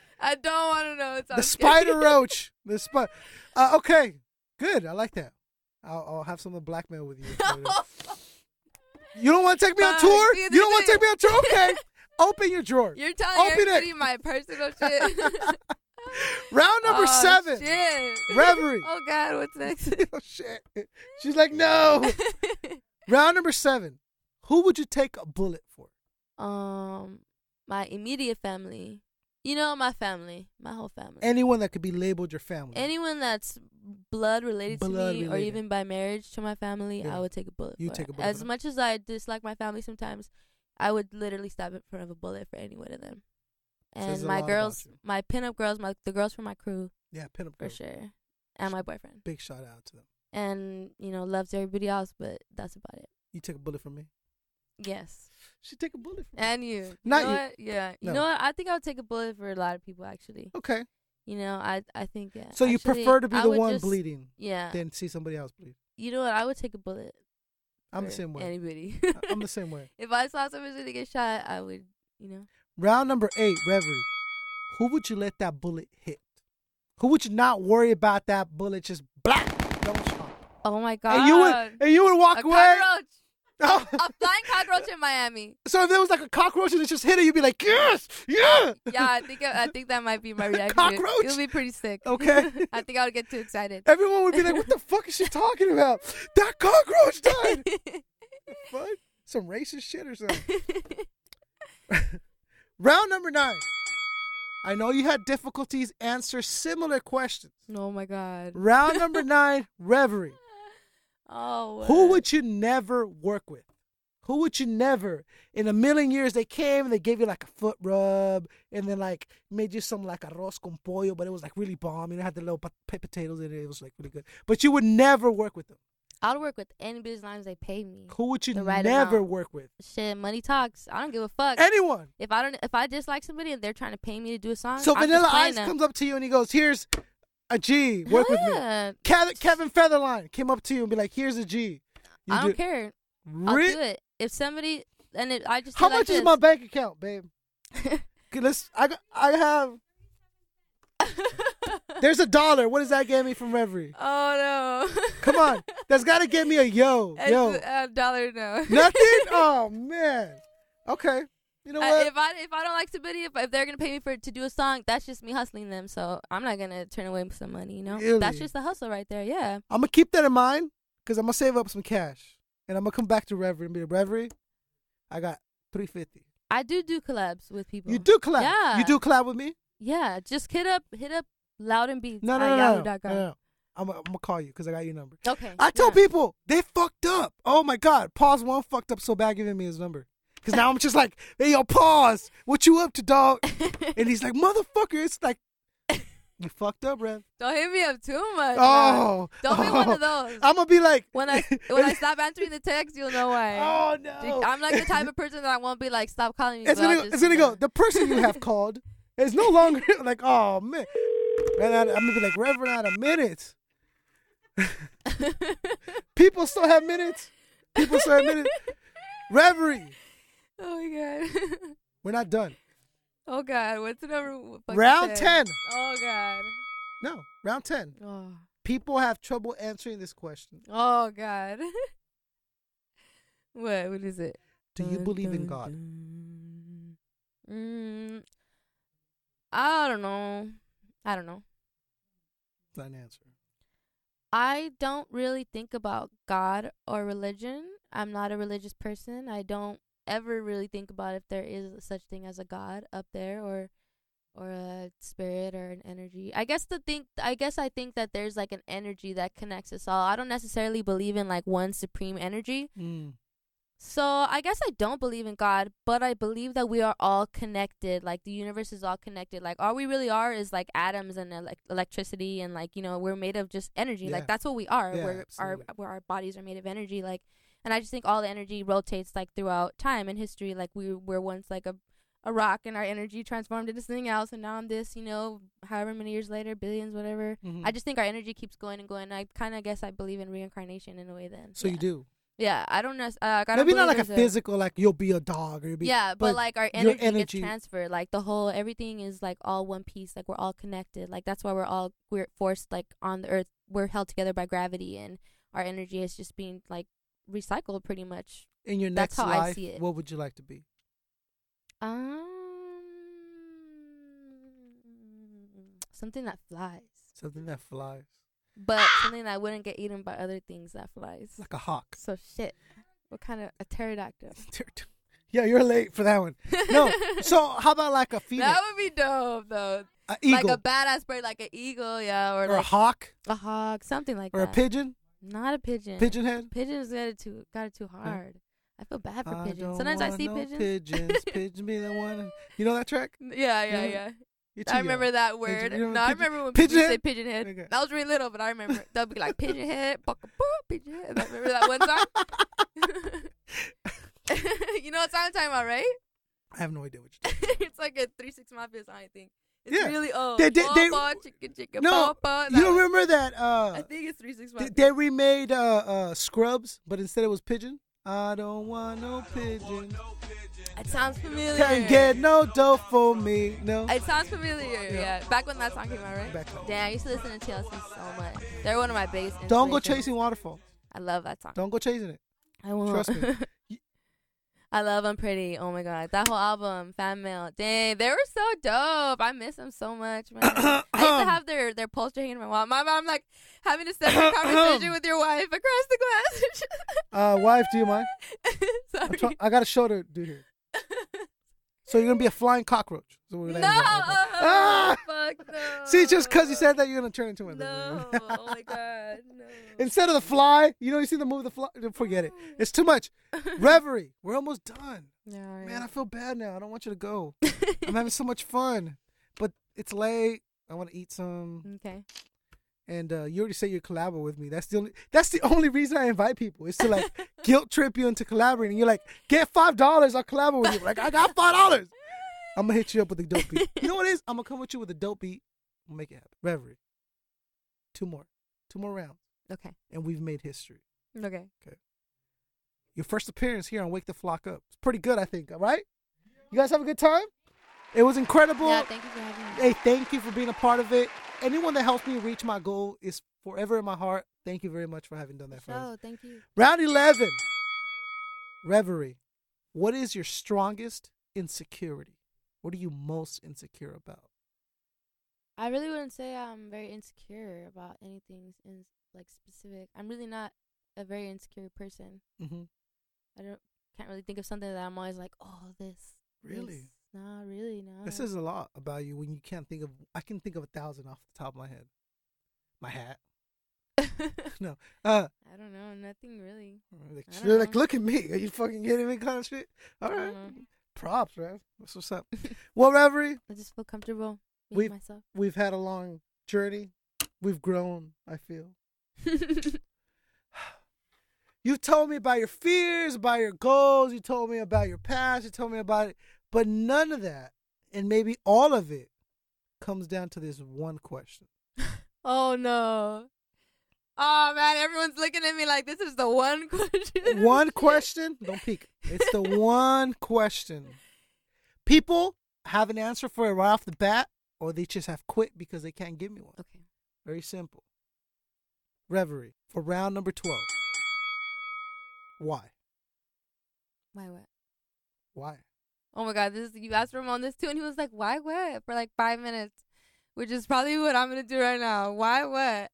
A: <laughs> I don't want to know. It's <laughs>
C: the spider roach. The spider. Uh, okay, good. I like that. I'll, I'll have some of the blackmail with you.
A: <laughs>
C: later. you don't want to take me on
A: Fuck,
C: tour.
A: see,
C: You
A: this
C: don't want to
A: is-
C: take me
A: <laughs>
C: on tour. Okay, open your drawer.
A: You're telling
C: Open it.
A: everybody my
C: <laughs>
A: personal shit.
C: Round number
A: Oh,
C: seven.
A: shit.
C: Reverie.
A: <laughs> oh God, what's
C: <laughs>
A: next? <laughs>
C: oh shit. She's like, no. Round number seven. Who would you take a bullet for?
A: um, my immediate family. You know, my family, my whole family.
C: Anyone that could be labeled your family.
A: Anyone that's blood related
C: Blood
A: to me, or
C: related.
A: even by marriage to my family,
C: Yeah.
A: I would take a bullet.
C: You
A: for
C: take
A: it.
C: a bullet for
A: As
C: them.
A: much as I dislike my family sometimes, I would literally stab in front of a bullet for any one of them.
C: Says
A: And
C: a lot
A: my
C: about
A: girls,
C: you.
A: my pinup girls, my the girls from my crew
C: yeah, pin up
A: for
C: girls.
A: sure, and my boyfriend,
C: Big shout out to them.
A: and you know loves everybody else, but that's about it.
C: You take a bullet for me.
A: Yes,
C: She take a bullet for me.
A: and you,
C: Not
A: know
C: you.
A: what? Yeah, you
C: No.
A: know what? I think I would take a bullet for a lot of people. Actually,
C: Okay.
A: you know, I I think. Yeah,
C: So you
A: Actually,
C: prefer to be
A: I
C: the
A: would
C: one
A: just-
C: bleeding
A: Yeah,
C: than see somebody else bleed.
A: you know what? I would take a bullet.
C: I'm the
A: for
C: same way.
A: Anybody.
C: I- I'm the same way.
A: <laughs> If I saw somebody get shot, I would, you know.
C: Round number eight, Reverie. Who would you let that bullet hit? Who would you not worry about that bullet just black? Don't stop.
A: Oh my god.
C: And you would and you would walk
A: a
C: away.
A: cockroach.
C: Oh. <laughs>
A: A flying cockroach in Miami.
C: so if there was like a cockroach and it just hit it, you'd be like, yes, yeah.
A: Yeah, I think I, think that might be
C: <laughs>
A: my reaction.
C: Cockroach?
A: It would be pretty sick.
C: Okay.
A: <laughs> I think I would get too excited.
C: Everyone would be like, what the fuck is she talking about? That cockroach
A: <laughs>
C: died. Fuck. Some racist shit or something. Round number nine. I know you had difficulties answer similar questions.
A: oh my god. <laughs>
C: Round number nine, Reverie.
A: Oh.
C: Who
A: uh,
C: would you never work with? Who would you never? In a million years, they came and they gave you like a foot rub, and then like made you some like arroz con pollo, but it was like really bomb. You know, it had the little pot- pot- potatoes in it. It was like really good. But you would never work with them.
A: I'd work with any business lines they pay me.
C: Who would you
A: The right
C: never
A: amount.
C: work with?
A: Shit, money talks. I don't give a fuck.
C: Anyone.
A: if I don't, if I dislike somebody and they're trying to pay me to do a song,
C: So
A: I'm just
C: Vanilla
A: playing
C: Ice
A: them.
C: comes up to you and he goes, "Here's a G, work with me.
A: Yeah.
C: Kev- Kevin Featherline came up to you and be like, "Here's a G." You
A: I don't
C: do-
A: care.
C: Re-
A: I'll do it. If somebody and it, I just do
C: How
A: like
C: much
A: this.
C: is my bank account, babe? Okay, Let's. I got- I have.
A: <laughs>
C: There's a dollar. What does that get me from Reverie?
A: oh no!
C: Come on, that's got to get me a yo,
A: <laughs> It's,
C: yo.
A: uh, dollar no. <laughs>
C: Nothing. Oh man. Okay. You know
A: I,
C: what?
A: if I if I don't like somebody, if, if they're gonna pay me for to do a song, that's just me hustling them. So I'm not gonna turn away some money. You know,
C: Really?
A: that's just the hustle right there. Yeah.
C: I'm gonna keep that in mind because I'm gonna save up some cash and I'm gonna come back to Reverie and be like, Reverie, I got three fifty.
A: I do do collabs with people.
C: You do collab.
A: Yeah.
C: You do collab with me?
A: Yeah. Just hit up hit up loud and beats.
C: No,
A: at
C: no, no, no, no,
A: yahoo.com.
C: no, no. I'm, I'm gonna call you because I got your number.
A: Okay.
C: I tell
A: yeah.
C: people they fucked up. Oh my god, pause one fucked up so bad giving me his number. Cause now I'm just like, hey yo, pause. What you up to, dog? and he's like, motherfucker. It's like, you fucked
A: <laughs>
C: up, Rev.
A: <laughs> Don't hit me up too much.
C: Oh,
A: man. Don't be one of
C: <laughs> oh.
A: those.
C: I'm gonna be like,
A: When
C: <laughs>
A: I when I stop answering the text, you'll know why.
C: Oh no!
A: I'm like the
C: <laughs>
A: type of person that I won't be like, stop calling me.
C: It's
A: but I'll
C: gonna, go,
A: just,
C: it's gonna
A: you
C: go.
A: know.
C: The person you have called is no longer <laughs> like, oh man. Ran out, I'm gonna be like, Reverend, out of <laughs> minutes.
A: <laughs>
C: People still have minutes. People still have minutes. Reverie,
A: <laughs> Oh my god. <laughs>
C: we're not done.
A: oh god. What's the number? w- fucking
C: Round 10.
A: Oh god.
C: No, round ten.
A: Oh.
C: People have trouble answering this question.
A: Oh god. <laughs> what? What is it?
C: Do you
A: Dun,
C: believe in
A: dun,
C: God?
A: dun. Mm, I don't know. I don't know.
C: It's not an answer.
A: I don't really think about God or religion. I'm not a religious person. I don't ever really think about if there is such thing as a God up there or or a spirit or an energy. I guess the thing I guess I think that there's like an energy that connects us all. I don't necessarily believe in like one supreme energy.
C: Mm.
A: So I guess I don't believe in God, but I believe that we are all connected. Like the universe is all connected. Like all we really are is like atoms and elec electricity, and like you know we're made of just energy.
C: Yeah.
A: Like that's what we are.
C: Yeah,
A: we're our
C: absolutely.
A: where our bodies are made of energy. Like, and I just think all the energy rotates like throughout time and history. Like we were once like a a rock, and our energy transformed into something else, and now I'm this. You know, however many years later, billions, whatever.
C: Mhm.
A: I just think our energy keeps going and going. I kind of guess I believe in reincarnation in a way. Then
C: So
A: yeah.
C: you do.
A: Yeah, I don't know. Uh, I don't
C: Maybe not
A: believe
C: like a
A: there's
C: physical, like you'll be a dog or you'll be.
A: yeah, but, like our
C: your
A: energy,
C: energy-
A: gets transferred. Like the whole everything is like all one piece. Like we're all connected. Like that's why we're all we're forced like on the earth. We're held together by gravity, and our energy is just being like recycled pretty much.
C: in your next
A: that's how I
C: life,
A: see it.
C: what would you like to be?
A: Um, something that flies,
C: Something that flies,
A: but something that wouldn't get eaten by other things that flies.
C: Ah! like a hawk. <laughs>
A: So shit. What kind of a pterodactyl?
C: yeah, you're late for that one.
A: <laughs>
C: No, so how about like a phoenix,
A: That would be dope though.
C: an eagle,
A: Like a badass bird, like an eagle, yeah, or,
C: or, a
A: like
C: hawk,
A: a hawk, something like
C: or a
A: that.
C: pigeon,
A: Not a pigeon.
C: pigeon head?
A: Pigeons got it too got it too hard. I feel bad for
C: I
A: pigeons.
C: don't
A: Sometimes I
C: want
A: see
C: no
A: pigeons. <laughs>
C: Pigeons, pigeon be the one. You know that track?
A: Yeah, yeah,
C: You know,
A: yeah.
C: You're too
A: I remember
C: young.
A: that word.
C: you know,
A: no, I
C: pigeon-
A: remember when
C: pigeon
A: people
C: head?
A: say pigeon head.
C: Okay.
A: I was really little, but I remember they'll be like pigeon head, buckaboo, pigeon head. And I remember that one song. <laughs> you know what song I'm talking about, right?
C: <laughs>
A: <laughs>
C: I have no idea what you're
A: it's like a three six mafia song, I think. It's
C: Yeah.
A: really oh, old.
C: They- they-
A: Bow,
C: they-
A: bow, chicka, chicka,
C: No,
A: bow, bow.
C: You
A: That-
C: don't remember that?
A: I
C: Uh,
A: think it's three six
C: they,
A: mafia.
C: they remade uh, uh, Scrubs, but instead it was pigeon. I don't want no pigeon.
A: It sounds familiar.
C: Can't get no dough for me. No.
A: It sounds familiar, yeah. Back when that song came out, right?
C: Back then.
A: <laughs> Damn, I used to listen to TLC so much. They're one of my biggest.
C: Don't go
A: inspirations.
C: chasing waterfall.
A: I love that song.
C: Don't go chasing it.
A: I won't.
C: trust me.
A: <laughs>
C: You-
A: I love I'm Pretty. Oh my god, that whole album, Fan Mail. Dang, they were so dope. I miss them so much, man.
C: <coughs>
A: I used to
C: Um,
A: have their their poster hanging in my wall. My mom like having a
C: <coughs>
A: separate conversation with your wife across the glass.
C: Uh, wife, do you mind? <clears throat> I'm
A: <laughs> Sorry.
C: try- I got a show to do here.
A: <laughs>
C: So you're gonna be a flying cockroach. So we're
A: no.
C: gonna end that. Ah!
A: <laughs> Fuck no.
C: See, just because you said that, you're gonna turn into one. <laughs>
A: No. oh my god. No.
C: Instead of the fly, you know, you see the movie The Fly. Forget it. It's too much. Reverie. We're almost done.
A: Yeah, all right.
C: Man, I feel bad now. I don't want you to go. I'm having so much fun, but it's late. I want to eat some.
A: Mm, okay.
C: And uh, you already say you're collaborating with me. That's the only. That's the only reason I invite people. Is to like guilt trip you into collaborating. You're like, get five dollars. I'll collaborate with you. Like, I got five dollars. I'm gonna hit you up with a dope beat. You know what it is? I'm gonna come with you with a dope beat. We'll make it happen. Reverie. Two more. Two more rounds.
A: Okay.
C: And we've made history.
A: Okay.
C: Your first appearance here on Wake the Flock Up. It's pretty good, I think. All right? You guys have a good time? It was incredible.
G: Yeah, thank you for having me.
C: hey, thank you for being a part of it. Anyone that helps me reach my goal is forever in my heart. Thank you very much for having
A: Oh,
C: done that for us.
G: So, thank you.
C: Round 11 Reverie. What is your strongest insecurity? What are you most insecure about?
A: I really wouldn't say I'm very insecure about anything in like specific. I'm really not a very insecure person.
C: Mm-hmm.
A: I don't can't really think of something that I'm always like, oh, this.
C: Really?
A: No, nah, really, no.
C: This is a lot about you when you can't think of. I can think of a thousand off the top of my head. My hat.
A: <laughs>
C: <laughs>
A: I
C: No. Uh,
A: don't know. Nothing really.
C: like,
A: I don't
C: you're like,
A: know.
C: look at me. Are you fucking kidding me? Kind of shit. All
A: I
C: right.
A: don't know.
C: Props, man. That's what's up. well, Reverie,
A: I just feel comfortable being
C: We've-
A: myself. <laughs>
C: we've had a long journey. We've grown, I feel. You've told me about your fears, about your goals. You told me about your past. You told me about it. But none of that, and maybe all of it, comes down to this one question.
A: oh no. Oh man, everyone's looking at me like this is the one <laughs> question.
C: one question. Don't peek. It's the one question. People have an answer for it right off the bat, or they just have quit because they can't give me one.
A: Okay.
C: Very simple. Reverie for round number 12. Why?
A: Why what?
C: Why?
A: Oh my god, this is you asked Ramon this too, and he was like, "Why what?" for like five minutes, which is probably what I'm gonna do right now. Why what?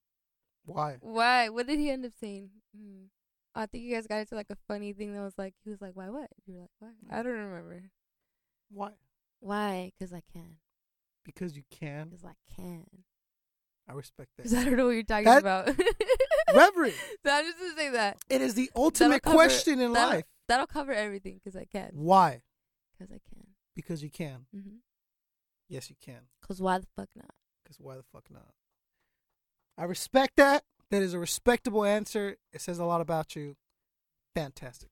C: Why?
A: Why? What did he end up saying? Hmm. I think you guys got into like a funny thing that was like he was like, "Why what?" You were like, "Why?"
C: Hmm.
A: I don't remember.
C: Why?
A: Why? Cause I can.
C: Because you can.
A: Cause I can.
C: I respect
A: Cause
C: that.
A: I don't know what you're talking
C: That-
A: about. <laughs>
C: Reverie,
A: so I'm just gonna say that.
C: it is the
A: That'll
C: ultimate
A: cover-
C: question in
A: that'll-
C: life.
A: That'll cover everything. Cause I can.
C: Why?
A: Cause I can.
C: Because you can.
A: Mm-hmm.
C: Yes, you can.
A: Cause why the fuck not?
C: Because why the fuck not? I respect that. That is a respectable answer. It says a lot about you. Fantastic.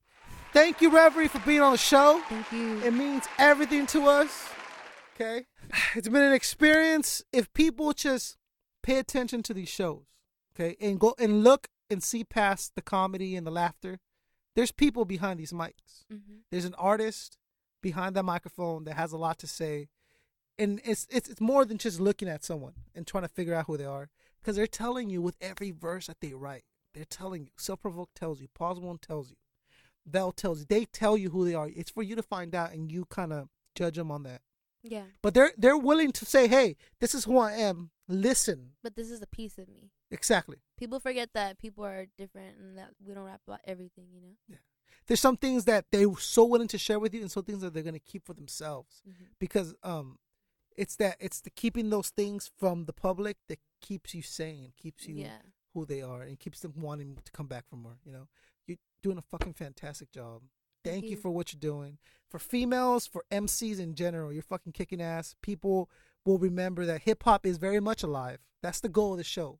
C: Thank you, Reverie, for being on the show.
A: Thank you.
C: It means everything to us. Okay? It's been an experience. If people just pay attention to these shows, okay, and go and look and see past the comedy and the laughter, there's people behind these mics.
A: mm-hmm.
C: There's an artist behind that microphone that has a lot to say, and it's it's it's more than just looking at someone and trying to figure out who they are, because they're telling you with every verse that they write. They're telling you. Self provoke tells you. Pause one tells you. Bell tells you. They tell you who they are. It's for you to find out, and you kind of judge them on that.
A: Yeah.
C: But they're they're willing to say, "Hey, this is who I am. Listen."
A: But this is a piece of me.
C: Exactly.
A: People forget that people are different and that we don't rap about everything, you know?
C: There's some things that they're so willing to share with you, and some things that they're gonna keep for themselves. because um it's that it's the keeping those things from the public that keeps you sane keeps you
A: Yeah.
C: who they are and keeps them wanting to come back for more you know you're doing a fucking fantastic job thank,
A: Thank
C: you.
A: you.
C: for what you're doing for females for mcs in general you're fucking kicking ass people will remember that hip-hop is very much alive that's the goal of the show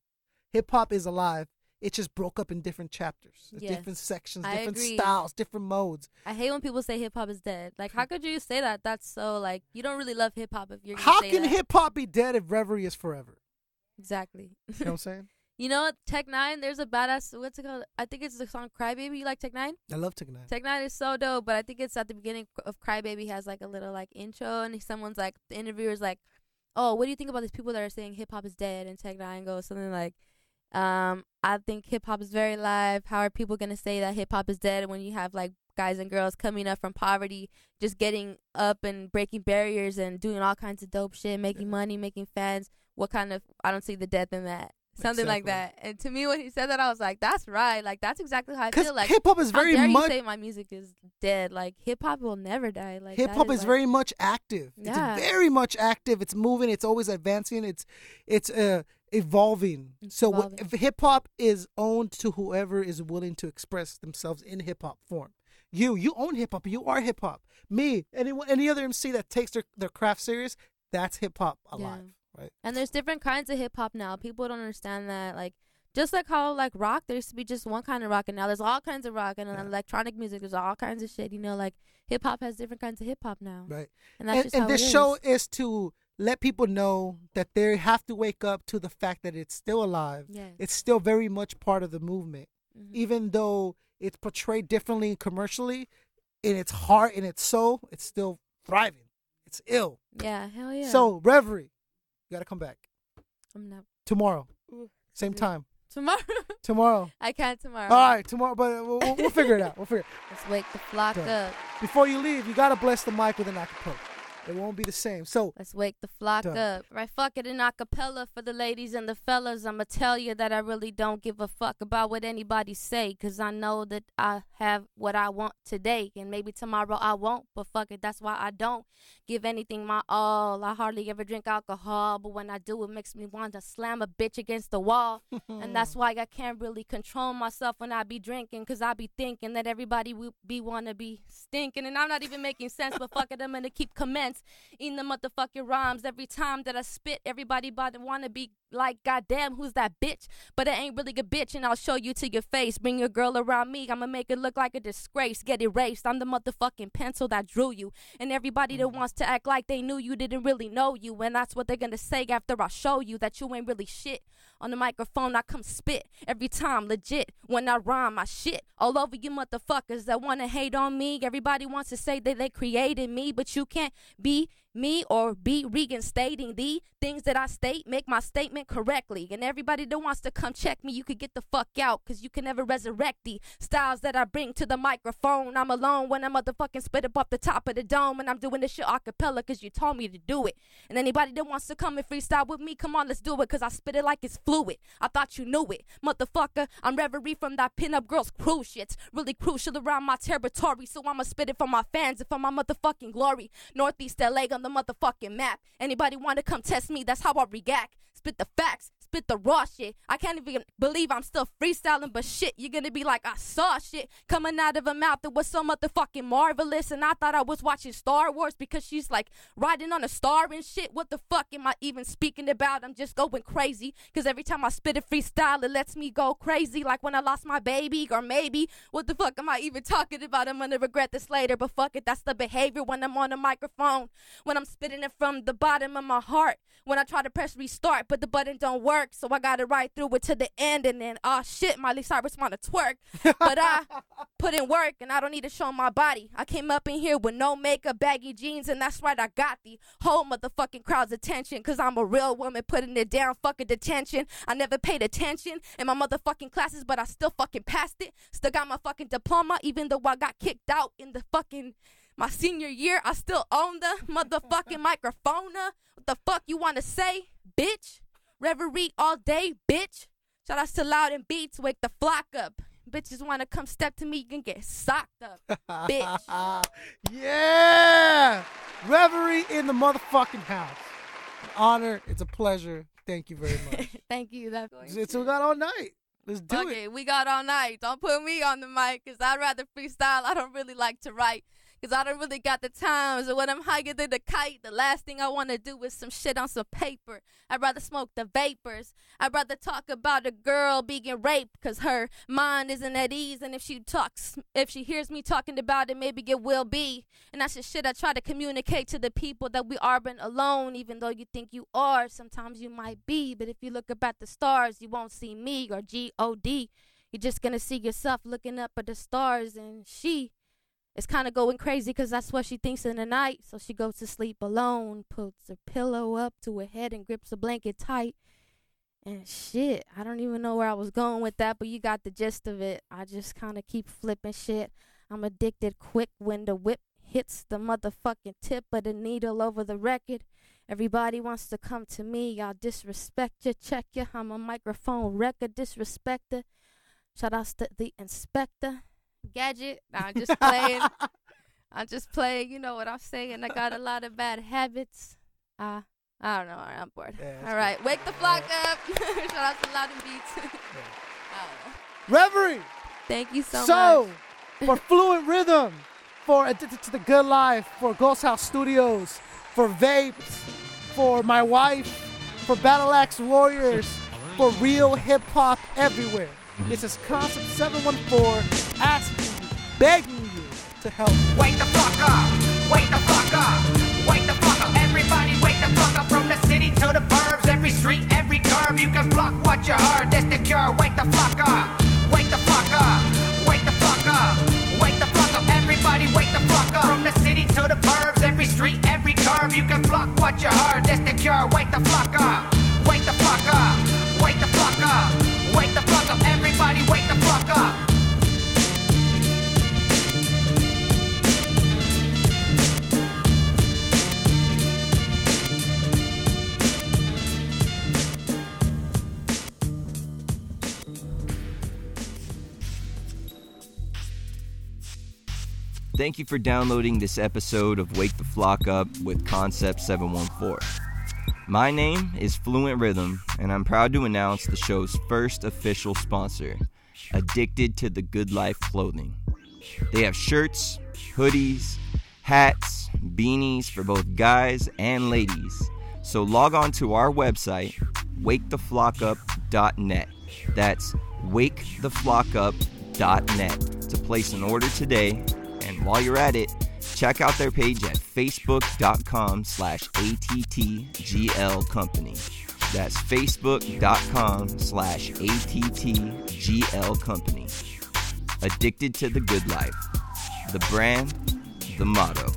C: hip-hop is alive it just broke up in different chapters
A: Yes.
C: different sections
A: I
C: different
A: agree.
C: styles different modes
A: I hate when people say hip hop is dead. Like, how could you say that? That's so, like, you don't really love hip hop if you're. gonna
C: how
A: say
C: can
A: that.
C: hip-hop be dead if reverie is forever
A: Exactly.
C: you know what i'm saying
A: <laughs> you know what? Tech Nine, there's a badass. What's it called? I think it's the song Crybaby. You like Tech Nine?
C: i love Tech Nine.
A: Tech Nine is so dope, but I think it's at the beginning of Crybaby has like a little like intro, and someone's like the interviewer's like, "Oh, what do you think about these people that are saying hip hop is dead?" And Tech Nine goes something like, "Um, I think hip hop is very live. How are people gonna say that hip hop is dead when you have like guys and girls coming up from poverty, just getting up and breaking barriers and doing all kinds of dope shit, making money, making fans? What kind of I don't see the death in that." Something like that,
C: Exactly.
A: and to me, when he said that, I was like, "That's right! Like that's exactly how I
C: because
A: feel." Like
C: hip hop is
A: how
C: very
A: dare
C: much
A: you say my music is dead? Like hip hop will never die. Like that
C: hip hop is
A: like-
C: very much active.
A: Yeah.
C: It's very much active. It's moving. It's always advancing. It's it's uh, evolving.
A: It's
C: so what-
A: evolving.
C: if hip hop is owned to whoever is willing to express themselves in hip hop form. You you own hip hop. You are hip hop. Me anyone any other MC that takes their their craft serious, that's hip hop alive. Right.
A: And there's different kinds of hip hop now. People don't understand that. Like just like how like rock, there used to be just one kind of rock, and now there's all kinds of rock and
C: Yeah.
A: electronic music. There's all kinds of shit. You know, like hip hop has different kinds of hip hop now.
C: Right.
A: And that's
C: and
A: just how it
C: this
A: is.
C: show is to let people know that they have to wake up to the fact that it's still alive.
A: Yes. Mm-hmm.
C: It's still very much part of the movement, even though it's portrayed differently commercially. In its heart, in its soul, it's still thriving. It's ill.
A: Yeah, hell yeah.
C: So Reverie, you gotta come back
A: I'm not <laughs>
C: tomorrow,
A: Mm-hmm.
C: same time
A: tomorrow.
C: tomorrow.
A: I can't tomorrow.
C: All right, tomorrow, but we'll, we'll- we'll figure it out. We'll figure. It.
A: Let's wake the flock
C: Done.
A: up.
C: Before you leave, you gotta bless the mic with an acapella. It won't be the same. So
A: Let's wake the flock
C: Done.
A: up. Right, fuck it in acapella for the ladies and the fellas. I'ma tell you that I really don't give a fuck about what anybody say, cause I know that I have what I want today, and maybe tomorrow I won't. But fuck it, that's why I don't give anything my all. I hardly ever drink alcohol, but when I do, it makes me want to slam a bitch against the wall, and that's why I can't really control myself when I be drinking, cause I be thinking that everybody would be wanna be stinking, and I'm not even making sense. But fuck it, I'm gonna keep commence in the motherfucking rhymes every time that I spit. Everybody by the wanna be like, goddamn, who's that bitch? But it ain't really a bitch, and I'll show you to your face. Bring your girl around me, I'ma make it look like a disgrace. Get erased. I'm the motherfucking pencil that drew you, and everybody that wants to act like they knew you didn't really know you, and that's what they're gonna say after I show you that you ain't really shit. On the microphone, I come spit every time, legit. When I rhyme, I shit all over you motherfuckers that wanna hate on me. Everybody wants to say that they created me, but you can't be me or be reinstating the things that I state. Make my statement correctly. And everybody that wants to come check me, you could get the fuck out, cause you can never resurrect the styles that I bring to the microphone. I'm alone when I motherfucking spit up off the top of the dome, and I'm doing this shit a cappella, cause you told me to do it. And anybody that wants to come and freestyle with me, come on, let's do it, cause I spit it like it's fluid. I thought you knew it. Motherfucker, I'm reverie from that pinup girl's cruise shit. Really crucial around my territory, so I'ma spit it for my fans and for my motherfucking glory. Northeast LA on the motherfucking map. Anybody wanna come test me, that's how I react. Spit the facts, spit the raw shit. I can't even believe I'm still freestyling, but shit, you're gonna be like, I saw shit coming out of a mouth that was so motherfucking marvelous. And I thought I was watching Star Wars because she's like riding on a star and shit. What the fuck am I even speaking about? I'm just going crazy. Cause every time I spit a freestyle, it lets me go crazy. Like when I lost my baby, or maybe, what the fuck am I even talking about? I'm gonna regret this later, but fuck it, that's the behavior when I'm on a microphone. When I'm spitting it from the bottom of my heart. When I try to press restart, but the button don't work, so I gotta ride through it to the end and then, oh shit, Miley Cyrus wanna twerk. But I put in work and I don't need to show my body. I came up in here with no makeup, baggy jeans, and that's right, I got the whole motherfucking crowd's attention. Cause I'm a real woman putting it down, fucking detention. I never paid attention in my motherfucking classes, but I still fucking passed it. Still got my fucking diploma, even though I got kicked out in the fucking my senior year. I still own the motherfucking microphone. What the fuck you wanna say, bitch? Reverie all day, bitch. Shout outs to Loud and Beats, wake the flock up. Bitches wanna come step to me, you can get socked up, bitch.
C: <laughs> yeah, Reverie in the motherfucking house. An honor. It's a pleasure. Thank you very much.
A: <laughs> Thank you. That's
C: it's we got all night. Let's do
A: Fuck
C: it.
A: it. We got all night. Don't put me on the mic, cause I'd rather freestyle. I don't really like to write. Cause I don't really got the time. So when I'm higher than the kite, the last thing I wanna do is some shit on some paper. I'd rather smoke the vapors. I'd rather talk about a girl being raped cause her mind isn't at ease. And if she talks if she hears me talking about it, maybe it will be. And that's the shit I try to communicate to the people that we aren't alone, even though you think you are. Sometimes you might be, but if you look up at the stars, you won't see me or G O D. You're just gonna see yourself looking up at the stars and she it's kind of going crazy because that's what she thinks in the night. So she goes to sleep alone, puts her pillow up to her head and grips a blanket tight. And shit, I don't even know where I was going with that, but you got the gist of it. I just kind of keep flipping shit. I'm addicted quick when the whip hits the motherfucking tip of the needle over the record. Everybody wants to come to me. Y'all disrespect ya, check ya. I'm a microphone record disrespecter. Shout outs to the inspector. Gadget. Nah, I'm
C: <laughs>
A: just playing. I'm just playing. You know what I'm saying. I got a lot of bad habits. Uh, I don't know. All right, I'm bored.
C: Yeah, that's
A: All right. Wake the flock up. <laughs> Shout out to Loud and Beats. <laughs> I don't know.
C: Reverie.
A: Thank you so,
C: So,
A: much.
C: <laughs> for Fluent Rhythm, for Addicted to the Good Life, for Ghost House Studios, for Vapes, for My Wife, for Battle Axe Warriors, for real hip hop everywhere. This is Concept 714 asking you, begging you to help.
B: Wake the fuck up, wake the fuck up, wake the fuck up, everybody wake the fuck up what you heard. That's the cure. Wake the fuck up. Wake the fuck up. Wake the fuck up. Wake the fuck up. Everybody, wake the fuck up. From the city to the burbs, every street, every curve, you can block what you heard. That's the cure. Wake the fuck up. Wake the fuck up. Wake the fuck up. Wake the fuck up. Everybody, wake the fuck up.
G: Thank you for downloading this episode of Wake the Flock Up with Concept 714. My name is Fluent Rhythm, and I'm proud to announce the show's first official sponsor, Addicted to the Good Life Clothing. They have shirts, hoodies, hats, beanies for both guys and ladies. So log on to our website, waketheflockup.net. That's waketheflockup.net to place an order today. And while you're at it, check out their page at facebook.com slash attgl company. That's facebook.com slash attgl company. Addicted to the Good Life. The brand, the motto.